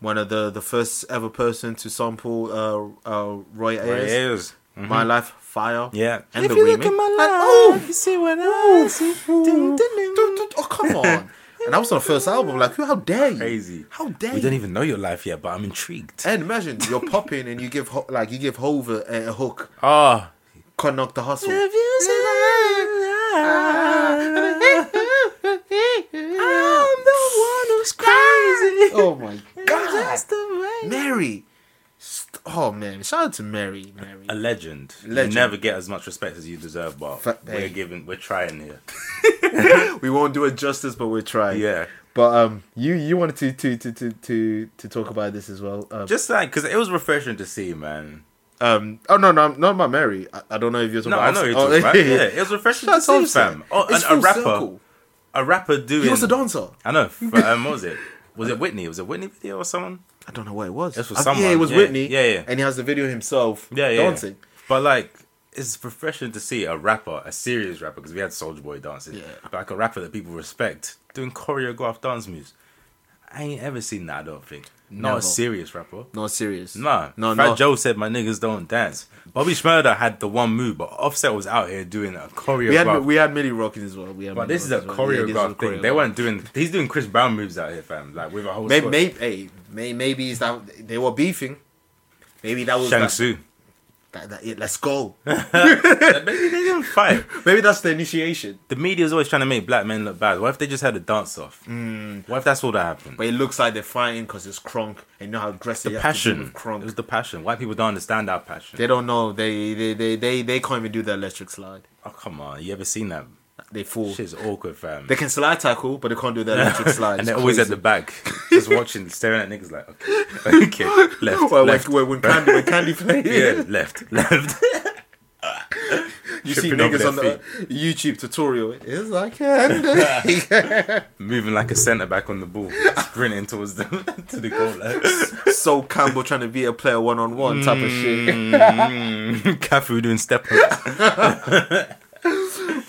Speaker 2: one of the the first ever person to sample uh, uh, Roy
Speaker 3: Right,
Speaker 2: Ayers.
Speaker 3: it is.
Speaker 2: My life, fire.
Speaker 3: Mm-hmm. Yeah.
Speaker 2: and the remake. Like, oh,
Speaker 3: you see what I see.
Speaker 2: dude, dude, oh come on! and that was on the first album. Like, how dare you?
Speaker 3: Crazy.
Speaker 2: How dare
Speaker 3: We
Speaker 2: you?
Speaker 3: don't even know your life yet, but I'm intrigued.
Speaker 2: And imagine you're popping and you give ho- like you give Hove a, a hook,
Speaker 3: Ah.
Speaker 2: conduct the hustle. (laughs) Ah. (laughs) Oh my god, Mary! St- Oh man, shout out to Mary, Mary.
Speaker 3: a legend.
Speaker 2: Legend.
Speaker 3: You never get as much respect as you deserve, but
Speaker 2: Fa- hey.
Speaker 3: we're giving, we're trying here.
Speaker 2: We won't do it justice, but we're trying.
Speaker 3: Yeah.
Speaker 2: But um, you you wanted to to to to to, to talk about this as well. Um,
Speaker 3: Just like, because it was refreshing to see, man.
Speaker 2: um, oh no, no, I'm not about Mary. I, I don't know if you're talking
Speaker 3: No, I
Speaker 2: about.
Speaker 3: know you're
Speaker 2: oh,
Speaker 3: talking
Speaker 2: (laughs)
Speaker 3: about. Yeah, it was refreshing
Speaker 2: Shout
Speaker 3: to
Speaker 2: out to
Speaker 3: see,
Speaker 2: Offset.
Speaker 3: fam. Oh,
Speaker 2: It's
Speaker 3: and a
Speaker 2: full
Speaker 3: rapper,
Speaker 2: circle.
Speaker 3: a rapper doing.
Speaker 2: He was a dancer.
Speaker 3: I
Speaker 2: (laughs)
Speaker 3: know. f- Um, what was it? Was it Whitney? Was it Whitney video or someone?
Speaker 2: I don't know what it was.
Speaker 3: This was
Speaker 2: I- Yeah, it
Speaker 3: someone,
Speaker 2: was
Speaker 3: yeah.
Speaker 2: Whitney.
Speaker 3: Yeah, yeah.
Speaker 2: And he has the video himself.
Speaker 3: Yeah, yeah.
Speaker 2: Dancing.
Speaker 3: But like, it's refreshing to see a rapper, a serious rapper, because we had Soldier Boy dancing,
Speaker 2: Yeah.
Speaker 3: but like a rapper that people respect doing choreographed dance moves. I ain't ever seen that. I don't think. Not
Speaker 2: Never.
Speaker 3: a serious rapper.
Speaker 2: Not serious.
Speaker 3: Nah,
Speaker 2: no,
Speaker 3: Fat
Speaker 2: no.
Speaker 3: Joe said my niggas don't dance. Bobby Schmurder had the one move, but Offset was out here doing a choreographed.
Speaker 2: We had we had Millie rocking as well. We had
Speaker 3: But
Speaker 2: Millie
Speaker 3: this is a
Speaker 2: Rocking as well. Yeah,
Speaker 3: choreographed
Speaker 2: this is a
Speaker 3: thing. They
Speaker 2: choreographed.
Speaker 3: weren't doing. He's doing Chris Brown moves out here, fam. Like with a whole.
Speaker 2: Maybe,
Speaker 3: squad.
Speaker 2: maybe, hey, may, maybe it's that they were beefing. Maybe that was
Speaker 3: Shang
Speaker 2: that,
Speaker 3: (laughs) Tzu.
Speaker 2: that- that- yeah, let's
Speaker 3: (laughs)
Speaker 2: go.
Speaker 3: Like, maybe they didn't fight.
Speaker 2: maybe that's the initiation.
Speaker 3: The media's always trying to make black men look bad. What if they just had a dance off? What if that's all that happened?
Speaker 2: But it looks like they're fighting because it's Kronk and you know how aggressive
Speaker 3: the
Speaker 2: you
Speaker 3: passion.
Speaker 2: have to be with
Speaker 3: It
Speaker 2: Kronk.
Speaker 3: was the passion. White people don't understand our passion.
Speaker 2: they don't know. They they, they they they can't even do the electric slide.
Speaker 3: oh come on, you ever seen that?
Speaker 2: They fall.
Speaker 3: Shit's awkward, fam.
Speaker 2: They can slide tackle, but they can't do the
Speaker 3: (laughs)
Speaker 2: electric slide.
Speaker 3: and
Speaker 2: It's
Speaker 3: they're always at
Speaker 2: crazy.
Speaker 3: the (laughs) back, just watching, staring at niggas like, okay, (laughs) okay, left,
Speaker 2: Well,
Speaker 3: (laughs) left, (laughs)
Speaker 2: when, when, when Candy when Candy played,
Speaker 3: yeah, left, left.
Speaker 2: You see
Speaker 3: Tripping over
Speaker 2: niggas on
Speaker 3: their
Speaker 2: the YouTube tutorial. Is I
Speaker 3: (laughs)
Speaker 2: can.
Speaker 3: moving like a centre back on the ball, sprinting towards the (laughs) to the goal. Like, (laughs)
Speaker 2: so Campbell trying to be a player one on one type of
Speaker 3: (laughs)
Speaker 2: shit.
Speaker 3: Cafu doing step ups.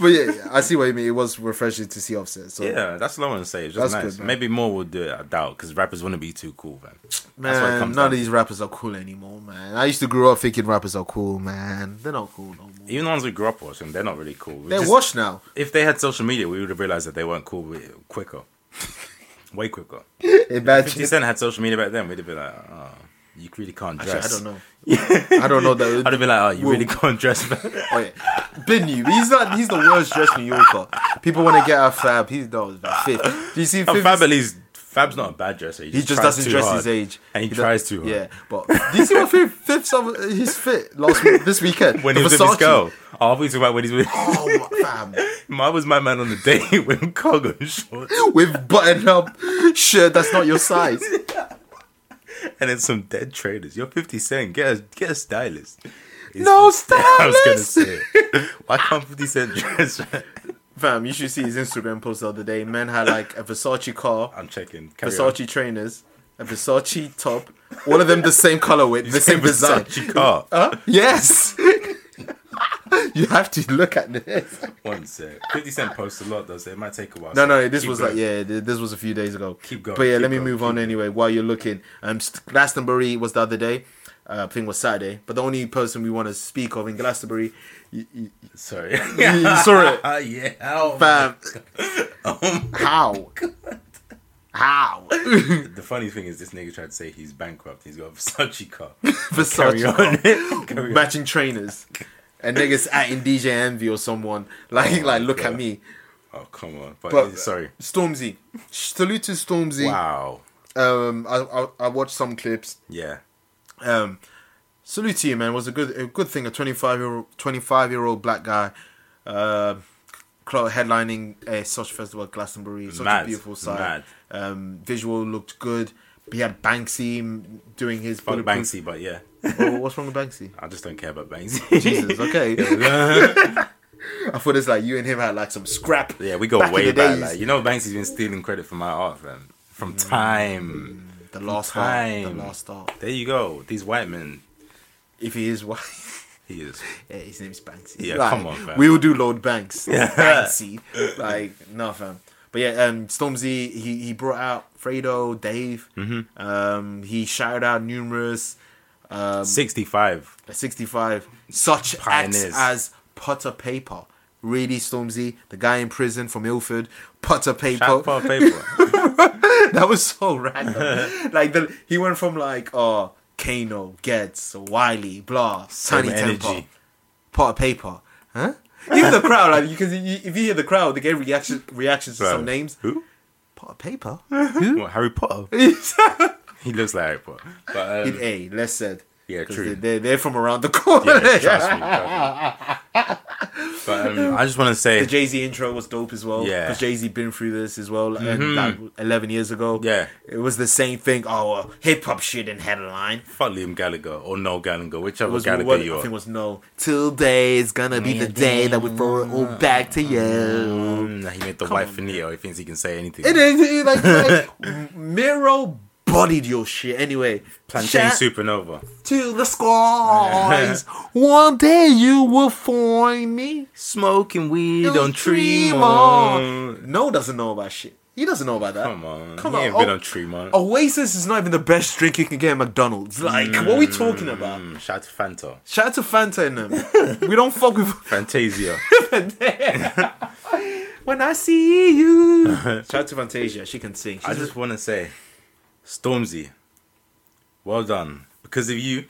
Speaker 2: But yeah, yeah, I see what you mean. It was refreshing to see Offset. So
Speaker 3: Yeah, that's what I want to say. It's just
Speaker 2: That's
Speaker 3: nice.
Speaker 2: good, man.
Speaker 3: Maybe more will do it. I doubt because rappers want to be too cool, man. that's what it
Speaker 2: man,
Speaker 3: comes
Speaker 2: none
Speaker 3: down
Speaker 2: of
Speaker 3: to.
Speaker 2: these rappers are cool anymore, man. I used to grow up thinking rappers are cool, man. They're not cool no more.
Speaker 3: Even the ones we grew up watching, they're not really cool. We
Speaker 2: They're
Speaker 3: just-
Speaker 2: washed now.
Speaker 3: If they had social media, we would have realized that they weren't cool wi- quicker, (laughs) way quicker. Fifty
Speaker 2: Imagine.
Speaker 3: Cent had social media back then. We'd have been like, oh, you really can't dress.
Speaker 2: Actually, I don't know. I don't know that.
Speaker 3: (laughs) I'd have been like, oh, you
Speaker 2: Whoa.
Speaker 3: really can't dress. man."
Speaker 2: (laughs) Oh yeah, been you. He's not. He's the worst dressed New Yorker. People want to get out Fab. He's no Fifth. Do you see?
Speaker 3: Oh,
Speaker 2: Fifth-
Speaker 3: Fab at least Fab's not a bad dresser. He
Speaker 2: He
Speaker 3: just,
Speaker 2: just
Speaker 3: tries
Speaker 2: doesn't
Speaker 3: too
Speaker 2: dress
Speaker 3: hard,
Speaker 2: his age,
Speaker 3: and he,
Speaker 2: does-
Speaker 3: tries too hard.
Speaker 2: Yeah, but do you see what Fifth? Fifth's of his fit last week, this weekend
Speaker 3: When
Speaker 2: The
Speaker 3: he was with his
Speaker 2: Versace.
Speaker 3: girl, oh, we talking about when he's with. (laughs)
Speaker 2: Oh my- fam,
Speaker 3: Mine was my man on the date (laughs) with cargo shorts
Speaker 2: with button up shirt that's not your size.
Speaker 3: and then some dead traders. You're 50 Cent. Get a, get a stylist. (laughs) It's-
Speaker 2: No
Speaker 3: (laughs) I was gonna
Speaker 2: stylist.
Speaker 3: say, it. why can't 50 Cent (laughs) dress? right?
Speaker 2: Fam, you should see his Instagram post the other day. Man had like a Versace car,
Speaker 3: I'm checking. Carry on.
Speaker 2: Versace trainers, a Versace top, all of them the same color
Speaker 3: (laughs)
Speaker 2: with the same design.
Speaker 3: Versace Oh, car.
Speaker 2: Huh? Yes. (laughs) you have to look at this.
Speaker 3: One sec. 50 Cent posts a lot though, so it might take a while.
Speaker 2: No,
Speaker 3: So
Speaker 2: no, this
Speaker 3: keep
Speaker 2: was
Speaker 3: going.
Speaker 2: like yeah, th- this was a few days ago.
Speaker 3: Keep going,
Speaker 2: But yeah,
Speaker 3: keep
Speaker 2: let me
Speaker 3: going,
Speaker 2: move
Speaker 3: keep
Speaker 2: on anyway while you're looking. Um, St- Glastonbury was the other day. Uh, I think it was Saturday. But the only person we want to speak of in Glastonbury, y- y- (laughs)
Speaker 3: Sorry. (laughs)
Speaker 2: you saw it. Um,
Speaker 3: yeah. Oh,
Speaker 2: fam. How?
Speaker 3: (laughs)
Speaker 2: How?
Speaker 3: The funny thing is, this nigga tried to say he's bankrupt. He's got a (laughs) Versace car. Carry
Speaker 2: (laughs) Versace
Speaker 3: on. (laughs) Carry on.
Speaker 2: matching trainers, and niggas acting DJ Envy or someone like like look at
Speaker 3: God.
Speaker 2: me.
Speaker 3: Oh come on. But,
Speaker 2: But
Speaker 3: sorry.
Speaker 2: Stormzy. Salute to Stormzy.
Speaker 3: Wow.
Speaker 2: Um, I, I I watched some clips.
Speaker 3: Yeah.
Speaker 2: Um, salute to you, man. It was a good a good thing. A twenty five year twenty five year old black guy, uh, cl- headlining a such festival at Glastonbury. Such a
Speaker 3: Mad,
Speaker 2: beautiful sight.
Speaker 3: mad.
Speaker 2: Um, visual looked good. He had Banksy m- doing his
Speaker 3: Fuck
Speaker 2: bulletproof-
Speaker 3: Banksy, but yeah. (laughs)
Speaker 2: Oh, what's wrong with Banksy?
Speaker 3: I just don't care about Banksy.
Speaker 2: Jesus,
Speaker 3: (laughs)
Speaker 2: okay. (laughs) I thought it's like you and him had like some scrap.
Speaker 3: yeah, we go
Speaker 2: Back in
Speaker 3: way
Speaker 2: the
Speaker 3: back.
Speaker 2: days. Mm.
Speaker 3: Like, you know, Banksy's been stealing credit for my art, man. From time.
Speaker 2: The last art. The
Speaker 3: Time.
Speaker 2: last art.
Speaker 3: There you go. These white men.
Speaker 2: If he is (laughs) white.
Speaker 3: He is.
Speaker 2: Yeah, his name's Banksy.
Speaker 3: Yeah,
Speaker 2: Like,
Speaker 3: come on, fam.
Speaker 2: We will do Lord Banks. Banksy. Like, no, fam. But yeah, um, Stormzy, he, he brought out Fredo, Dave.
Speaker 3: Mm-hmm.
Speaker 2: Um, he shouted out numerous um,
Speaker 3: 65.
Speaker 2: 65 such
Speaker 3: Pioneers.
Speaker 2: acts as Potter Paper. Really, Stormzy, the guy in prison from Ilford, Potter Paper.
Speaker 3: Shout for paper.
Speaker 2: that was so
Speaker 3: (laughs)
Speaker 2: random. like the he went from like oh Kano, Geds, Wiley, blah, Sunny
Speaker 3: energy.
Speaker 2: Temper, pot of paper, huh? Even the crowd, like because you, if you hear the crowd, they get reaction reactions to (laughs) some
Speaker 3: Bruh.
Speaker 2: names.
Speaker 3: Who?
Speaker 2: Pot of
Speaker 3: (laughs)
Speaker 2: paper. (laughs)
Speaker 3: What, Harry Potter? He looks like Harry Potter. But, um,
Speaker 2: hey, less said.
Speaker 3: Yeah,
Speaker 2: 'Cause
Speaker 3: true.
Speaker 2: they- They're, they're from around the (laughs) corner.
Speaker 3: (laughs) yeah, trust me. trust me.
Speaker 2: (laughs)
Speaker 3: But um, I just want to say,
Speaker 2: The Jay Z intro was dope as well.
Speaker 3: Yeah. Mm-hmm.
Speaker 2: Jay Z been through this as well, like, and like, eleven years ago.
Speaker 3: Yeah.
Speaker 2: it was the same thing. Oh, uh, hip hop shit and headline.
Speaker 3: fuck Liam Gallagher or Noel Gallagher, whichever
Speaker 2: It was
Speaker 3: Gallagher
Speaker 2: what, I
Speaker 3: you
Speaker 2: think
Speaker 3: are.
Speaker 2: it was no. Today is gonna be the day that we throw it all back to you.
Speaker 3: Mm, he made the wife Finito. He thinks he can say anything.
Speaker 2: It is it, like, like (laughs) Miro bodied your shit anyway.
Speaker 3: Plantain
Speaker 2: Shout
Speaker 3: Supernova.
Speaker 2: to the
Speaker 3: (laughs)
Speaker 2: skies. One day you will find me.
Speaker 3: Smoking weed on
Speaker 2: Tremont.
Speaker 3: Tremont.
Speaker 2: No doesn't know about shit. He doesn't know about that.
Speaker 3: Come
Speaker 2: Come
Speaker 3: on. Come he
Speaker 2: on.
Speaker 3: ain't been
Speaker 2: Oh.
Speaker 3: on Tremont.
Speaker 2: Oasis is not even the best drink you can get at McDonald's. Like, what are we talking about?
Speaker 3: Mm, shout out to Fanta.
Speaker 2: Shout out to Fanta and them. we don't fuck with (laughs)
Speaker 3: Fantasia.
Speaker 2: When I see
Speaker 3: (laughs)
Speaker 2: you. Shout out to Fantasia. She can sing.
Speaker 3: I just want to say, Stormzy, well done. Because of you,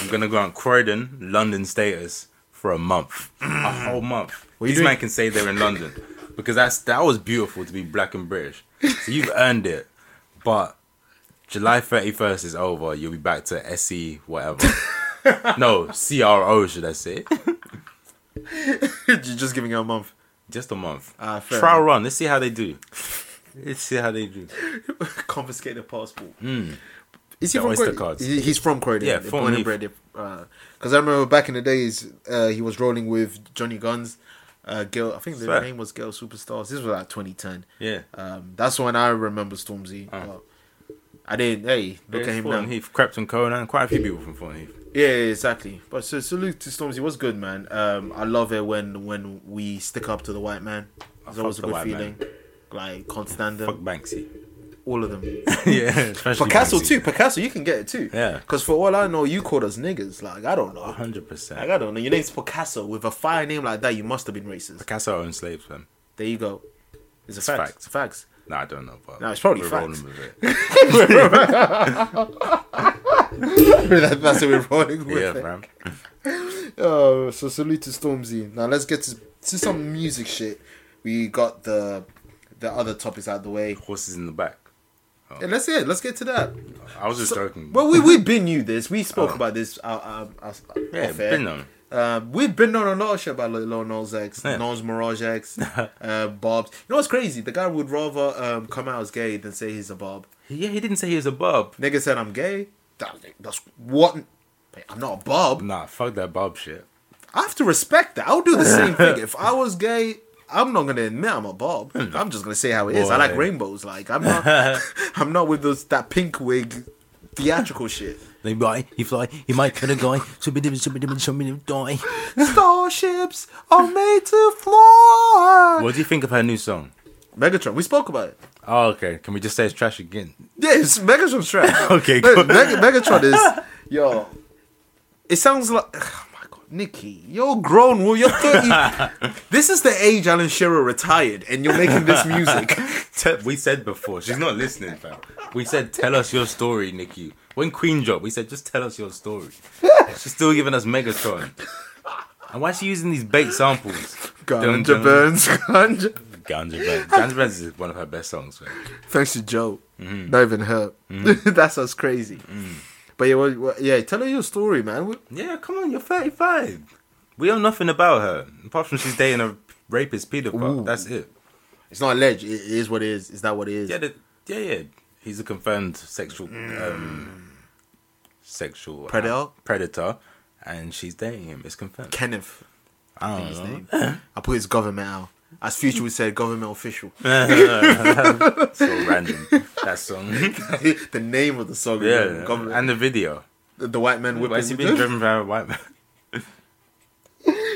Speaker 3: I'm going to go on Croydon, London status for a month. a whole month.
Speaker 2: Mm. you
Speaker 3: These
Speaker 2: doing?
Speaker 3: men can say they're in London. Because that's that was beautiful to be black and British. So you've earned it. But July 31st is over. You'll be back to SE,
Speaker 2: (laughs)
Speaker 3: whatever. no, CRO, should I say?
Speaker 2: You're (laughs) just giving her a month.
Speaker 3: Just a month.
Speaker 2: Ah, fair
Speaker 3: Trial
Speaker 2: enough.
Speaker 3: run. Let's
Speaker 2: (laughs)
Speaker 3: see how they do. Let's see how they do.
Speaker 2: Confiscate the passport. Is he
Speaker 3: Hmm. The
Speaker 2: from
Speaker 3: Oyster
Speaker 2: Croatia?
Speaker 3: cards.
Speaker 2: He- He's from Croatia.
Speaker 3: Yeah,
Speaker 2: they're
Speaker 3: from
Speaker 2: born and
Speaker 3: Leaf.
Speaker 2: bred. Because I remember back in the days, uh, he was rolling with Johnny Guns. Uh, girl, I think the
Speaker 3: Swear.
Speaker 2: name was Girl Superstars. This was like 2010.
Speaker 3: Yeah. Oh.
Speaker 2: Um, that's when I remember Stormzy. but I didn't. Hey, look at
Speaker 3: There's
Speaker 2: him now.
Speaker 3: Fulham Heath, Crepton Conan, quite a few people from Fulham Heath.
Speaker 2: Yeah, yeah, exactly. But so salute to Stormzy. What's good, man? Um, I love it when when we stick up to the white man. It's
Speaker 3: fuck
Speaker 2: always a
Speaker 3: the
Speaker 2: good
Speaker 3: white
Speaker 2: feeling.
Speaker 3: man.
Speaker 2: Like can't stand
Speaker 3: Fuck
Speaker 2: them. (laughs)
Speaker 3: Banksy.
Speaker 2: All of them.
Speaker 3: yeah, especially
Speaker 2: Picasso
Speaker 3: Banksy.
Speaker 2: too. Picasso, you can get it too.
Speaker 3: Yeah.
Speaker 2: Because for all I know, you called us niggas. Like I don't know.
Speaker 3: 100%.
Speaker 2: Like I don't know. Your name's Picasso with a fire name like that. You must have been racist.
Speaker 3: Picasso owned slaves, man.
Speaker 2: There you go. It's a
Speaker 3: It's
Speaker 2: fact.
Speaker 3: fact.
Speaker 2: It's a fact.
Speaker 3: Nah, I don't know, but
Speaker 2: Nah, it's probably
Speaker 3: we're
Speaker 2: facts.
Speaker 3: rolling with it.
Speaker 2: (laughs) That- that's what we're rolling with.
Speaker 3: yeah, fam.
Speaker 2: Uh, so salute to Stormzy. Now let's get to, to some music shit. We got the the other topics out of the way.
Speaker 3: Horses in the back. Oh.
Speaker 2: And that's it. Let's get to that.
Speaker 3: I was just joking.
Speaker 2: Well, we we've been new this. We spoke
Speaker 3: Oh.
Speaker 2: about this. Uh, um, us-
Speaker 3: yeah,
Speaker 2: off air.
Speaker 3: been on.
Speaker 2: Um, we've been on a lot of shit about Lil Lil Nas X,
Speaker 3: Yeah.
Speaker 2: Nas Mirage
Speaker 3: (laughs)
Speaker 2: X, uh, Bob's. You know what's crazy? The guy would rather um, come out as gay than say he's a Bob.
Speaker 3: Yeah, he didn't say he was a Bob.
Speaker 2: Nigga said I'm gay. That- that's what. I'm not a Bob.
Speaker 3: Nah, fuck that Bob shit.
Speaker 2: I have to respect that. I would do the same thing. If I was gay, I'm not gonna admit I'm a Bob. I'm just gonna say how it is. I like
Speaker 3: Hmm. Boy.
Speaker 2: rainbows. Like I'm
Speaker 3: (laughs)
Speaker 2: not. (laughs) I'm not with those that pink wig, theatrical shit.
Speaker 3: They fly, he fly, he might kill a guy. (laughs) die.
Speaker 2: Starships are made to fly.
Speaker 3: What do you think of her new song?
Speaker 2: Megatron. We spoke about it.
Speaker 3: Oh, okay. Can we just say it's trash again?
Speaker 2: Yeah, it's Megatron's trash.
Speaker 3: (laughs) Okay,
Speaker 2: Me-
Speaker 3: cool.
Speaker 2: Meg- Megatron
Speaker 3: (laughs)
Speaker 2: is yo. It sounds like. Oh my god, Nikki, you're grown. Well, you're
Speaker 3: (laughs)
Speaker 2: thirty. this is the age Alan Shearer retired, and you're making this music.
Speaker 3: Te- we said before, she's not listening, fam. We said, tell us your story, Nikki. When Queen dropped, we said, just tell us your story. she's still giving us Megatron. And why is she using these bait samples? (laughs) Dun,
Speaker 2: Ganja
Speaker 3: dun.
Speaker 2: burns. Ganja.
Speaker 3: Ganja Burns. Ganja Burns is one of her best songs, man.
Speaker 2: Thanks to Joe.
Speaker 3: Mm-hmm.
Speaker 2: Not even her. (laughs) That's us crazy.
Speaker 3: Mm.
Speaker 2: But yeah, well, well, yeah, tell her your story, man. We-
Speaker 3: Yeah, come on, you're 35. We know nothing about her. Apart from she's dating a rapist pedophile.
Speaker 2: Ooh.
Speaker 3: That's it.
Speaker 2: It's not alleged. It is what it is. Is that what it is?
Speaker 3: Yeah, the, yeah, yeah. He's a confirmed sexual um, sexual
Speaker 2: Mm.
Speaker 3: uh,
Speaker 2: Predator?
Speaker 3: predator, and she's dating him. It's confirmed.
Speaker 2: Kenneth.
Speaker 3: I
Speaker 2: His
Speaker 3: don't know.
Speaker 2: name. I put his government out. As Future would say, government
Speaker 3: (laughs)
Speaker 2: official.
Speaker 3: So random that song. (laughs) yeah,
Speaker 2: (laughs) the name of the song. is government.
Speaker 3: and the video.
Speaker 2: The, the white man
Speaker 3: Why
Speaker 2: whipping.
Speaker 3: is he being driven by a white man?
Speaker 2: (laughs)
Speaker 3: (laughs)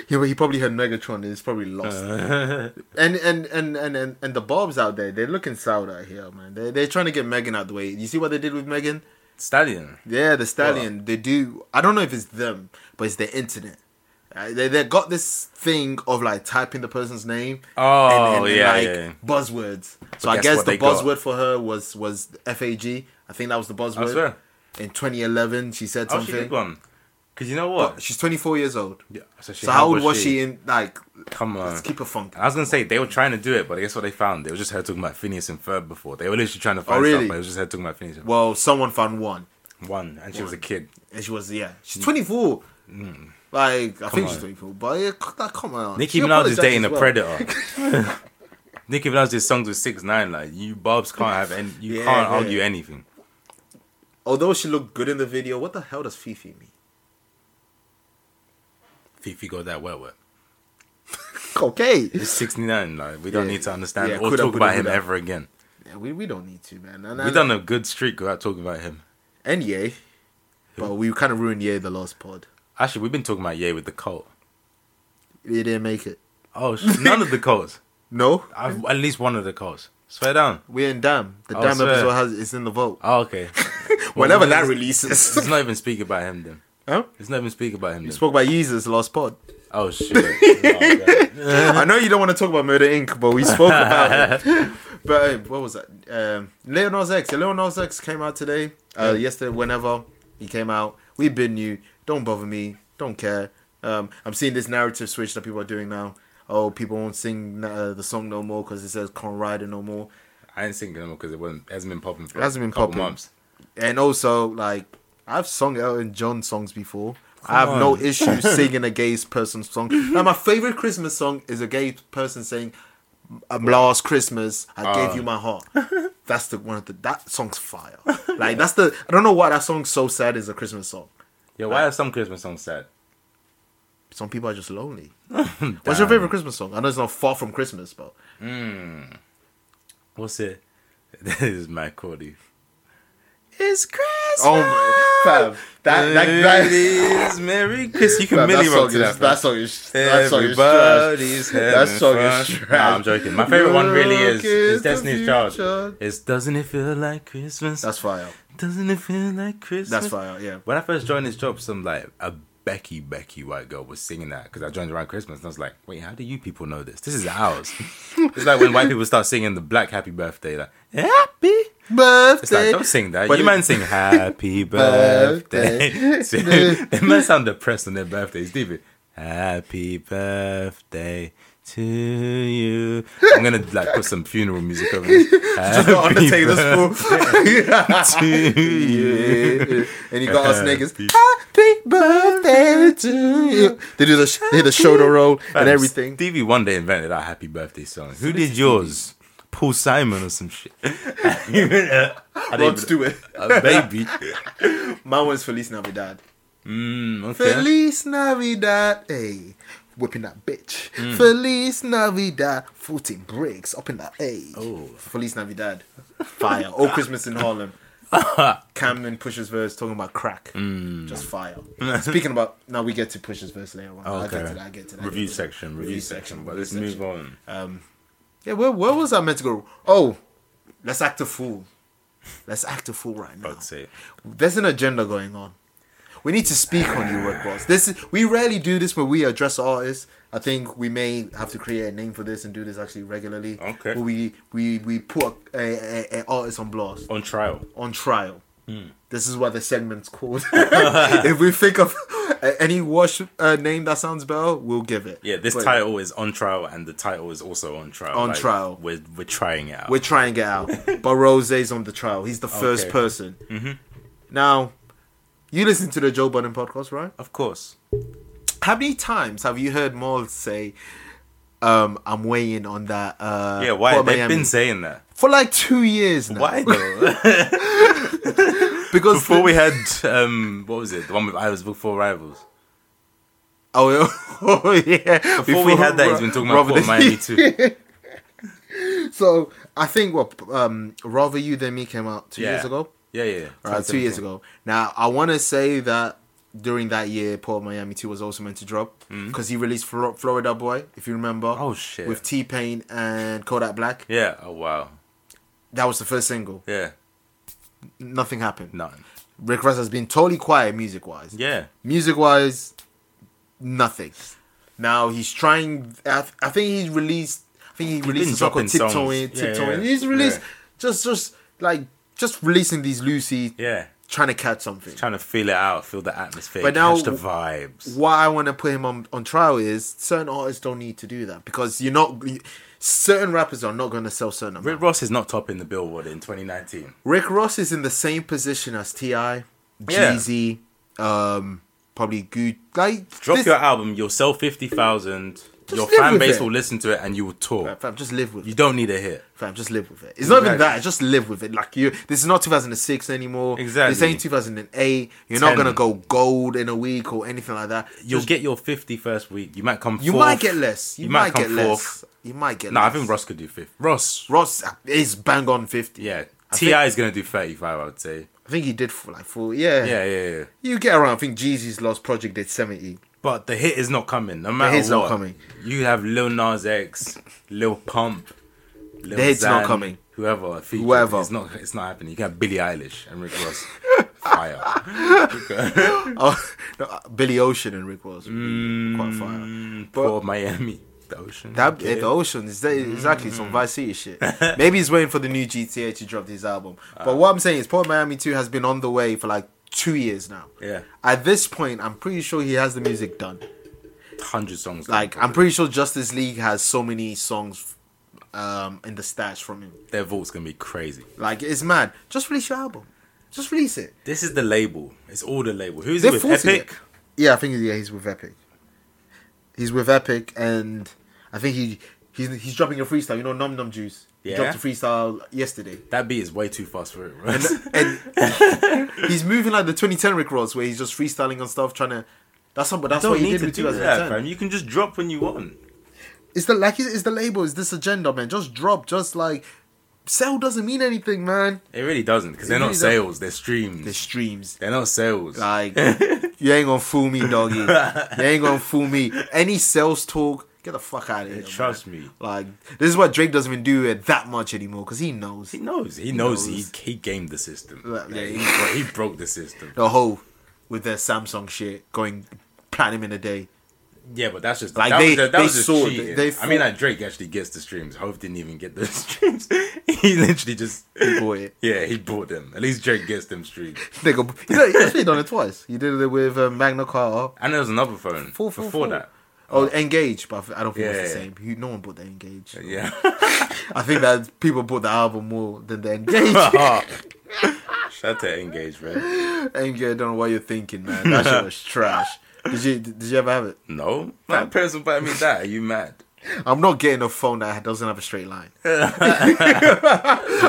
Speaker 2: Yeah, but he probably heard Megatron and he's probably lost.
Speaker 3: Uh, (laughs)
Speaker 2: and, and, and, and, and, and the Bobs out there, they're looking sour out here, man. They're, they're trying to get Megan out the way. You see what they did with Megan?
Speaker 3: Stallion.
Speaker 2: Yeah, the Stallion. They do. I don't know if it's them, but it's the internet. Uh, they, they got this thing of like typing the person's name.
Speaker 3: Oh, yeah, yeah, yeah.
Speaker 2: buzzwords. So
Speaker 3: But
Speaker 2: I
Speaker 3: guess
Speaker 2: guess
Speaker 3: what
Speaker 2: the
Speaker 3: they got?
Speaker 2: buzzword for her was was FAG. I think that was the buzzword.
Speaker 3: swear.
Speaker 2: In 2011, she said
Speaker 3: Oh, she did
Speaker 2: something.
Speaker 3: one. Cause you know what?
Speaker 2: But she's 24 years old.
Speaker 3: Yeah, she-
Speaker 2: So how old was she in like?
Speaker 3: Come on. Ah.
Speaker 2: Let's keep it funky.
Speaker 3: I was gonna say they were trying to do it, but guess what they found? It was just her talking about Phineas and Ferb before. They were literally trying to find
Speaker 2: Oh, really?
Speaker 3: stuff, but it was just her talking about Phineas and Ferb.
Speaker 2: Well, someone found one,
Speaker 3: One, and she was a kid.
Speaker 2: and she was yeah, she's 24. Like I think she's
Speaker 3: Mm. on.
Speaker 2: 24, but yeah, c- like, come on.
Speaker 3: Nicki
Speaker 2: She
Speaker 3: Minaj is
Speaker 2: apologized
Speaker 3: dating
Speaker 2: as
Speaker 3: a
Speaker 2: well.
Speaker 3: predator.
Speaker 2: (laughs)
Speaker 3: (laughs) Nicki Minaj did songs with six nine. Like you, Bob's can't have any. You
Speaker 2: Yeah,
Speaker 3: can't
Speaker 2: yeah.
Speaker 3: argue anything.
Speaker 2: Although she looked good in the video, what the hell does Fifi mean?
Speaker 3: Fifi got that wet wet.
Speaker 2: Okay.
Speaker 3: It's sixty nine. Like we don't
Speaker 2: Yeah.
Speaker 3: need to understand
Speaker 2: Yeah,
Speaker 3: or
Speaker 2: coulda,
Speaker 3: talk about
Speaker 2: woulda,
Speaker 3: him
Speaker 2: woulda.
Speaker 3: ever again.
Speaker 2: Yeah, we, we don't need to, man. And,
Speaker 3: We done a good streak without talking about him.
Speaker 2: and Ye, but we kind of ruined Ye the last pod.
Speaker 3: Actually, we've been talking about Ye with the cult.
Speaker 2: It didn't make it.
Speaker 3: Oh, sh- (laughs) none of the cults.
Speaker 2: No,
Speaker 3: I've, at least one of the cults. Swear down.
Speaker 2: we're in Dam. The
Speaker 3: Oh,
Speaker 2: Dam
Speaker 3: swear.
Speaker 2: episode has it's in the vote.
Speaker 3: Oh, okay.
Speaker 2: (laughs) Whenever (laughs) that
Speaker 3: let's-
Speaker 2: releases,
Speaker 3: (laughs) Let's not even speak about him then.
Speaker 2: huh?
Speaker 3: Let's not even speak about him
Speaker 2: You
Speaker 3: then.
Speaker 2: spoke about Yeezus last pod.
Speaker 3: oh shit. Oh, God. (laughs)
Speaker 2: I know you don't want to talk about Murder Inc., but we spoke about it. But uh, what was that? Um, Lil Nas X. Yeah, Lil Nas X came out today, uh, yesterday, whenever he came out. We've been new. Don't bother me. Don't care. Um, I'm seeing this narrative switch that people are doing now. Oh, people won't sing uh, the song no more because it says can't ride it no more.
Speaker 3: I ain't singing him because it wasn't it hasn't been popping for
Speaker 2: It hasn't been
Speaker 3: a couple
Speaker 2: popping.
Speaker 3: months.
Speaker 2: And also, like, I've sung Elton John songs before. I have no issue singing a gay person's song. Now, my favorite Christmas song is a gay person saying, Uh. (laughs) "Um, "Last Christmas, I gave you my heart." That's the one of the that song's fire. Like that's the I don't know why that song's so sad is a Christmas song.
Speaker 3: Yeah, why are some Christmas songs sad?
Speaker 2: Some people are just (laughs) lonely. What's your favorite Christmas song? I know it's not far from Christmas, but
Speaker 3: What's it? (laughs) This is Mike Cody. It's Christmas.
Speaker 2: oh my fam, that (laughs) that, that,
Speaker 3: Ladies, Merry Christmas. You
Speaker 2: fam,
Speaker 3: can
Speaker 2: that
Speaker 3: Millie
Speaker 2: song
Speaker 3: rock
Speaker 2: is
Speaker 3: to that.
Speaker 2: that song is that song is trash.
Speaker 3: Everybody's
Speaker 2: That
Speaker 3: having
Speaker 2: song
Speaker 3: fun.
Speaker 2: is trash.
Speaker 3: Nah, I'm joking. My favorite one really is,
Speaker 2: Look at
Speaker 3: is
Speaker 2: the
Speaker 3: Destiny's Child.
Speaker 2: future.
Speaker 3: It's Doesn't It Feel Like Christmas?
Speaker 2: That's fire.
Speaker 3: Doesn't it feel like Christmas?
Speaker 2: That's fire. Yeah.
Speaker 3: When I first joined this job, some like a Becky Becky white girl was singing that because I joined around Christmas and I was like, wait, how do you people know this? This is ours. (laughs) it's like when white people start singing the black happy birthday, like happy.
Speaker 2: Birthday.
Speaker 3: It's like
Speaker 2: (laughs)
Speaker 3: don't sing that.
Speaker 2: But
Speaker 3: you
Speaker 2: it-
Speaker 3: man
Speaker 2: (laughs)
Speaker 3: sing happy birthday. so, (laughs) they must sound depressed on their birthday. It's stupid. Happy birthday to you. I'm gonna like put some funeral music over.
Speaker 2: (laughs)
Speaker 3: it. Happy
Speaker 2: Undertaker, this fool. (laughs)
Speaker 3: birthday to you.
Speaker 2: and you got us niggas. Happy birthday to you. They do the sh- they the shoulder roll and
Speaker 3: Fam,
Speaker 2: everything.
Speaker 3: Stevie Wonder invented our happy birthday song. Who did yours? Paul Simon or
Speaker 2: (laughs)
Speaker 3: some shit. I
Speaker 2: Rob
Speaker 3: didn't even-
Speaker 2: Stewart.
Speaker 3: (laughs) a baby.
Speaker 2: My one's Feliz Navidad.
Speaker 3: Mm, okay.
Speaker 2: Feliz Navidad. Hey. Whipping that bitch.
Speaker 3: Mm.
Speaker 2: Feliz Navidad. 14 bricks up in that A.
Speaker 3: Oh.
Speaker 2: Feliz Navidad. Fire. All Christmas in
Speaker 3: (laughs)
Speaker 2: Harlem. Camden Pusher's verse talking about crack.
Speaker 3: Mm.
Speaker 2: Just
Speaker 3: (laughs)
Speaker 2: fire. Speaking about. Now we get to Pusher's verse later on. I get
Speaker 3: Okay.
Speaker 2: to that. I get to that. I
Speaker 3: Review
Speaker 2: get to that.
Speaker 3: section. Review section. But let's
Speaker 2: review
Speaker 3: move on.
Speaker 2: Yeah, where, where was I meant to go? Oh, let's act a fool. Let's act a fool right now.
Speaker 3: I'd say.
Speaker 2: There's an agenda going on. We need to speak on you, Red Boss. This is, we rarely do this when we address artists. I think we may have to create a name for this and do this actually regularly.
Speaker 3: Okay.
Speaker 2: Where we we we put a, a, a, a artist on blast
Speaker 3: On trial.
Speaker 2: on trial.
Speaker 3: Hmm.
Speaker 2: This is what the segment's called. (laughs) if we think of uh, any wash uh, name that sounds better, we'll give it.
Speaker 3: Yeah, this
Speaker 2: But
Speaker 3: title is on trial, and the title is also on trial.
Speaker 2: On trial.
Speaker 3: We're we're trying it out.
Speaker 2: We're trying it out.
Speaker 3: (laughs)
Speaker 2: but Rose's on the trial. He's the first
Speaker 3: Okay.
Speaker 2: person. Mm-hmm. Now, you listen to the Joe Budden podcast, right?
Speaker 3: of course.
Speaker 2: How many times have you heard Maul say, um, I'm weighing on that? Uh,
Speaker 3: Yeah. Why
Speaker 2: Port
Speaker 3: they've
Speaker 2: Miami?"
Speaker 3: been saying that?
Speaker 2: For like two years now.
Speaker 3: Why though?
Speaker 2: (laughs) Because
Speaker 3: before we had um, what was it? The one with I was before rivals.
Speaker 2: (laughs) Oh, yeah. oh, yeah. Before,
Speaker 3: Before, we had that, he's been talking about
Speaker 2: Robert-
Speaker 3: Port Miami too.
Speaker 2: (laughs) So I think what um, Rather You Than Me came out two
Speaker 3: Yeah.
Speaker 2: years ago.
Speaker 3: (laughs) Yeah, yeah.
Speaker 2: All right, two years ago. Now I want to say that during that year, Paul Miami Two was also meant to drop because he released Flo- Florida Boy, if you remember.
Speaker 3: Mm. Oh, shit.
Speaker 2: With T Pain and Kodak Black,
Speaker 3: Yeah. Oh wow.
Speaker 2: that was the first single.
Speaker 3: Yeah.
Speaker 2: Nothing happened.
Speaker 3: Nothing.
Speaker 2: Rick Ross has been totally quiet music wise.
Speaker 3: Yeah.
Speaker 2: Music wise, nothing. Now he's trying. I, th- I think he's released. I think he released
Speaker 3: been
Speaker 2: a song called
Speaker 3: dropping songs.
Speaker 2: Tiptoeing.
Speaker 3: Yeah,
Speaker 2: Tiptoeing.
Speaker 3: yeah,
Speaker 2: He's released
Speaker 3: yeah.
Speaker 2: just, just like just releasing these Lucy,
Speaker 3: Yeah.
Speaker 2: trying to catch something.
Speaker 3: Trying to feel it out, feel the atmosphere,
Speaker 2: But now-
Speaker 3: catch the vibes.
Speaker 2: why I want to put him on, on trial is certain artists don't need to do that because you're not certain rappers are not going to sell certain
Speaker 3: Rick
Speaker 2: amount.
Speaker 3: Ross is not topping the Billboard in 2019.
Speaker 2: Rick Ross is in the same position as Ti,
Speaker 3: Yeah.
Speaker 2: Jeezy, um, probably Good. Like
Speaker 3: Drop
Speaker 2: this-
Speaker 3: your album, you'll sell 50,000, your
Speaker 2: live
Speaker 3: fan
Speaker 2: with
Speaker 3: base
Speaker 2: it.
Speaker 3: will listen to it, and you will tour.
Speaker 2: fam, just live with
Speaker 3: You
Speaker 2: it.
Speaker 3: don't need a hit.
Speaker 2: Fam, just live with it. It's not even
Speaker 3: Exactly.
Speaker 2: that. Just live with it. Like you, this is not 2006 anymore. This
Speaker 3: Exactly.
Speaker 2: ain't 2008. You're not
Speaker 3: Ten.
Speaker 2: gonna go gold in a week or anything like that.
Speaker 3: You'll
Speaker 2: Just-
Speaker 3: get your 50 first week. You might come
Speaker 2: you
Speaker 3: fourth.
Speaker 2: might get less. You,
Speaker 3: You might
Speaker 2: might,
Speaker 3: come
Speaker 2: get less. You might get.
Speaker 3: No, I
Speaker 2: less.
Speaker 3: think Ross could do 50. Ross,
Speaker 2: Ross is bang on 50.
Speaker 3: yeah.
Speaker 2: I
Speaker 3: Ti
Speaker 2: think-
Speaker 3: is gonna do 35, I would say.
Speaker 2: I think he did for like four. Yeah.
Speaker 3: Yeah, yeah, yeah.
Speaker 2: You get around. I think Jeezy's last project did seventy.
Speaker 3: But the hit is not coming. No matter
Speaker 2: hit's
Speaker 3: what,
Speaker 2: not coming.
Speaker 3: You have Lil Nas X, Lil Pump, Lil
Speaker 2: The hit's not
Speaker 3: Xan,
Speaker 2: coming.
Speaker 3: Whoever, featured,
Speaker 2: Whoever.
Speaker 3: It's not. It's not happening. You can have Billie Eilish and Rick
Speaker 2: (laughs)
Speaker 3: Ross. Fire.
Speaker 2: Oh, (laughs) no, Billy Ocean and Rick Ross would be quite
Speaker 3: Mm.
Speaker 2: fire. But
Speaker 3: Or Miami. The ocean.
Speaker 2: that
Speaker 3: Okay. Mm.
Speaker 2: eh, the Ocean is that exactly some Vice City shit. Maybe he's waiting for the new GTA to drop his album.
Speaker 3: Uh.
Speaker 2: But what I'm saying is, Port Miami Two has been on the way for like two years now.
Speaker 3: Yeah.
Speaker 2: At this point, I'm pretty sure he has the music done.
Speaker 3: hundred songs.
Speaker 2: Like, I'm pretty sure Justice League has so many songs um, in the stash from him.
Speaker 3: their vault's gonna be crazy.
Speaker 2: Like, it's mad. Just release your album. Just release it.
Speaker 3: This is the label. It's all the label. Who's
Speaker 2: They're
Speaker 3: it with?
Speaker 2: forcing
Speaker 3: Epic.
Speaker 2: it. Yeah, I think yeah he's with Epic. He's with Epic, and I think he he's he's dropping a freestyle. You know, Num Num Juice. He
Speaker 3: Yeah?
Speaker 2: dropped a freestyle yesterday.
Speaker 3: That beat is way too fast for it, bro. (laughs)
Speaker 2: and he's moving like the 2010 Rick Ross, where he's just freestyling on stuff, trying to. That's not, but that's
Speaker 3: Don't
Speaker 2: what he
Speaker 3: need
Speaker 2: did
Speaker 3: to
Speaker 2: with
Speaker 3: do that,
Speaker 2: 2010.
Speaker 3: fam. You can just drop when you want.
Speaker 2: it's the like, it's the label, it's this agenda, man. Just drop, just like sell doesn't mean anything, man.
Speaker 3: It really doesn't because
Speaker 2: It
Speaker 3: they're
Speaker 2: really
Speaker 3: not
Speaker 2: doesn't.
Speaker 3: sales. They're streams.
Speaker 2: The streams,
Speaker 3: They're not sales.
Speaker 2: like you ain't gonna fool me, doggy. You ain't gonna fool me. Any sales talk, get the fuck out of here.
Speaker 3: Trust
Speaker 2: man.
Speaker 3: me.
Speaker 2: Like this is why Drake doesn't even do it that much anymore because he knows
Speaker 3: He knows. He knows. He,
Speaker 2: knows.
Speaker 3: he gamed the system.
Speaker 2: Like, yeah,
Speaker 3: Like, he,
Speaker 2: he-
Speaker 3: bro- he broke the system.
Speaker 2: the whole with their Samsung shit going platinum in a day.
Speaker 3: Yeah, but that's just
Speaker 2: Like,
Speaker 3: that
Speaker 2: they-
Speaker 3: was just, that
Speaker 2: they
Speaker 3: was just
Speaker 2: saw-
Speaker 3: cheating.
Speaker 2: they- they
Speaker 3: I mean,
Speaker 2: saw-
Speaker 3: like Drake actually gets the streams. Hope didn't even get those (laughs) streams. he literally just
Speaker 2: He bought it.
Speaker 3: yeah, he bought them. At least Drake gets them streams.
Speaker 2: Nigga, you know, he's actually done it twice. He did it with um, Magna Carta.
Speaker 3: And there was another phone
Speaker 2: Four, four,
Speaker 3: before
Speaker 2: four.
Speaker 3: that.
Speaker 2: Oh, Engage, but I f- I don't think it's the
Speaker 3: Yeah.
Speaker 2: same. You- No one bought the Engage.
Speaker 3: Yeah. (laughs)
Speaker 2: I think that people bought the album more than the
Speaker 3: (laughs)
Speaker 2: Engage.
Speaker 3: Shout out to Engage, man.
Speaker 2: Engage, I don't know what you're thinking, man. That shit was trash. Did you Did you ever have it?
Speaker 3: No, my parents will buy me that. Are you mad?
Speaker 2: I'm not getting a phone that doesn't have a straight
Speaker 3: (laughs)
Speaker 2: line.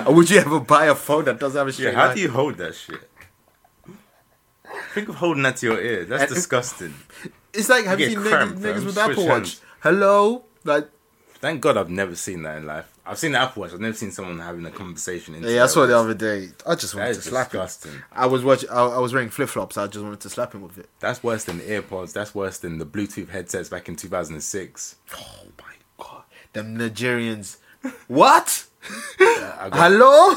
Speaker 2: Would you ever buy a phone that doesn't have a
Speaker 3: Yeah,
Speaker 2: straight
Speaker 3: how
Speaker 2: line?
Speaker 3: do you hold that shit? Think of holding that to your ear. That's
Speaker 2: And-
Speaker 3: disgusting.
Speaker 2: it's like, have you
Speaker 3: get
Speaker 2: seen
Speaker 3: cramped,
Speaker 2: niggas,
Speaker 3: fam.
Speaker 2: niggas with
Speaker 3: Switch
Speaker 2: Apple Watch?
Speaker 3: hands.
Speaker 2: Hello, like
Speaker 3: Thank God I've never seen that in life. I've seen the Apple Watch. I've never seen someone having a conversation. into
Speaker 2: yeah, I
Speaker 3: their
Speaker 2: saw it the
Speaker 3: wrist.
Speaker 2: other day. I just
Speaker 3: That
Speaker 2: wanted to
Speaker 3: is
Speaker 2: slap him.
Speaker 3: disgusting.
Speaker 2: I was watching. I, I was wearing flip flops. I just wanted to slap him with it.
Speaker 3: That's worse than AirPods. That's worse than the Bluetooth headsets back in 2006.
Speaker 2: Oh my god, them Nigerians. What?
Speaker 3: I got,
Speaker 2: Hello?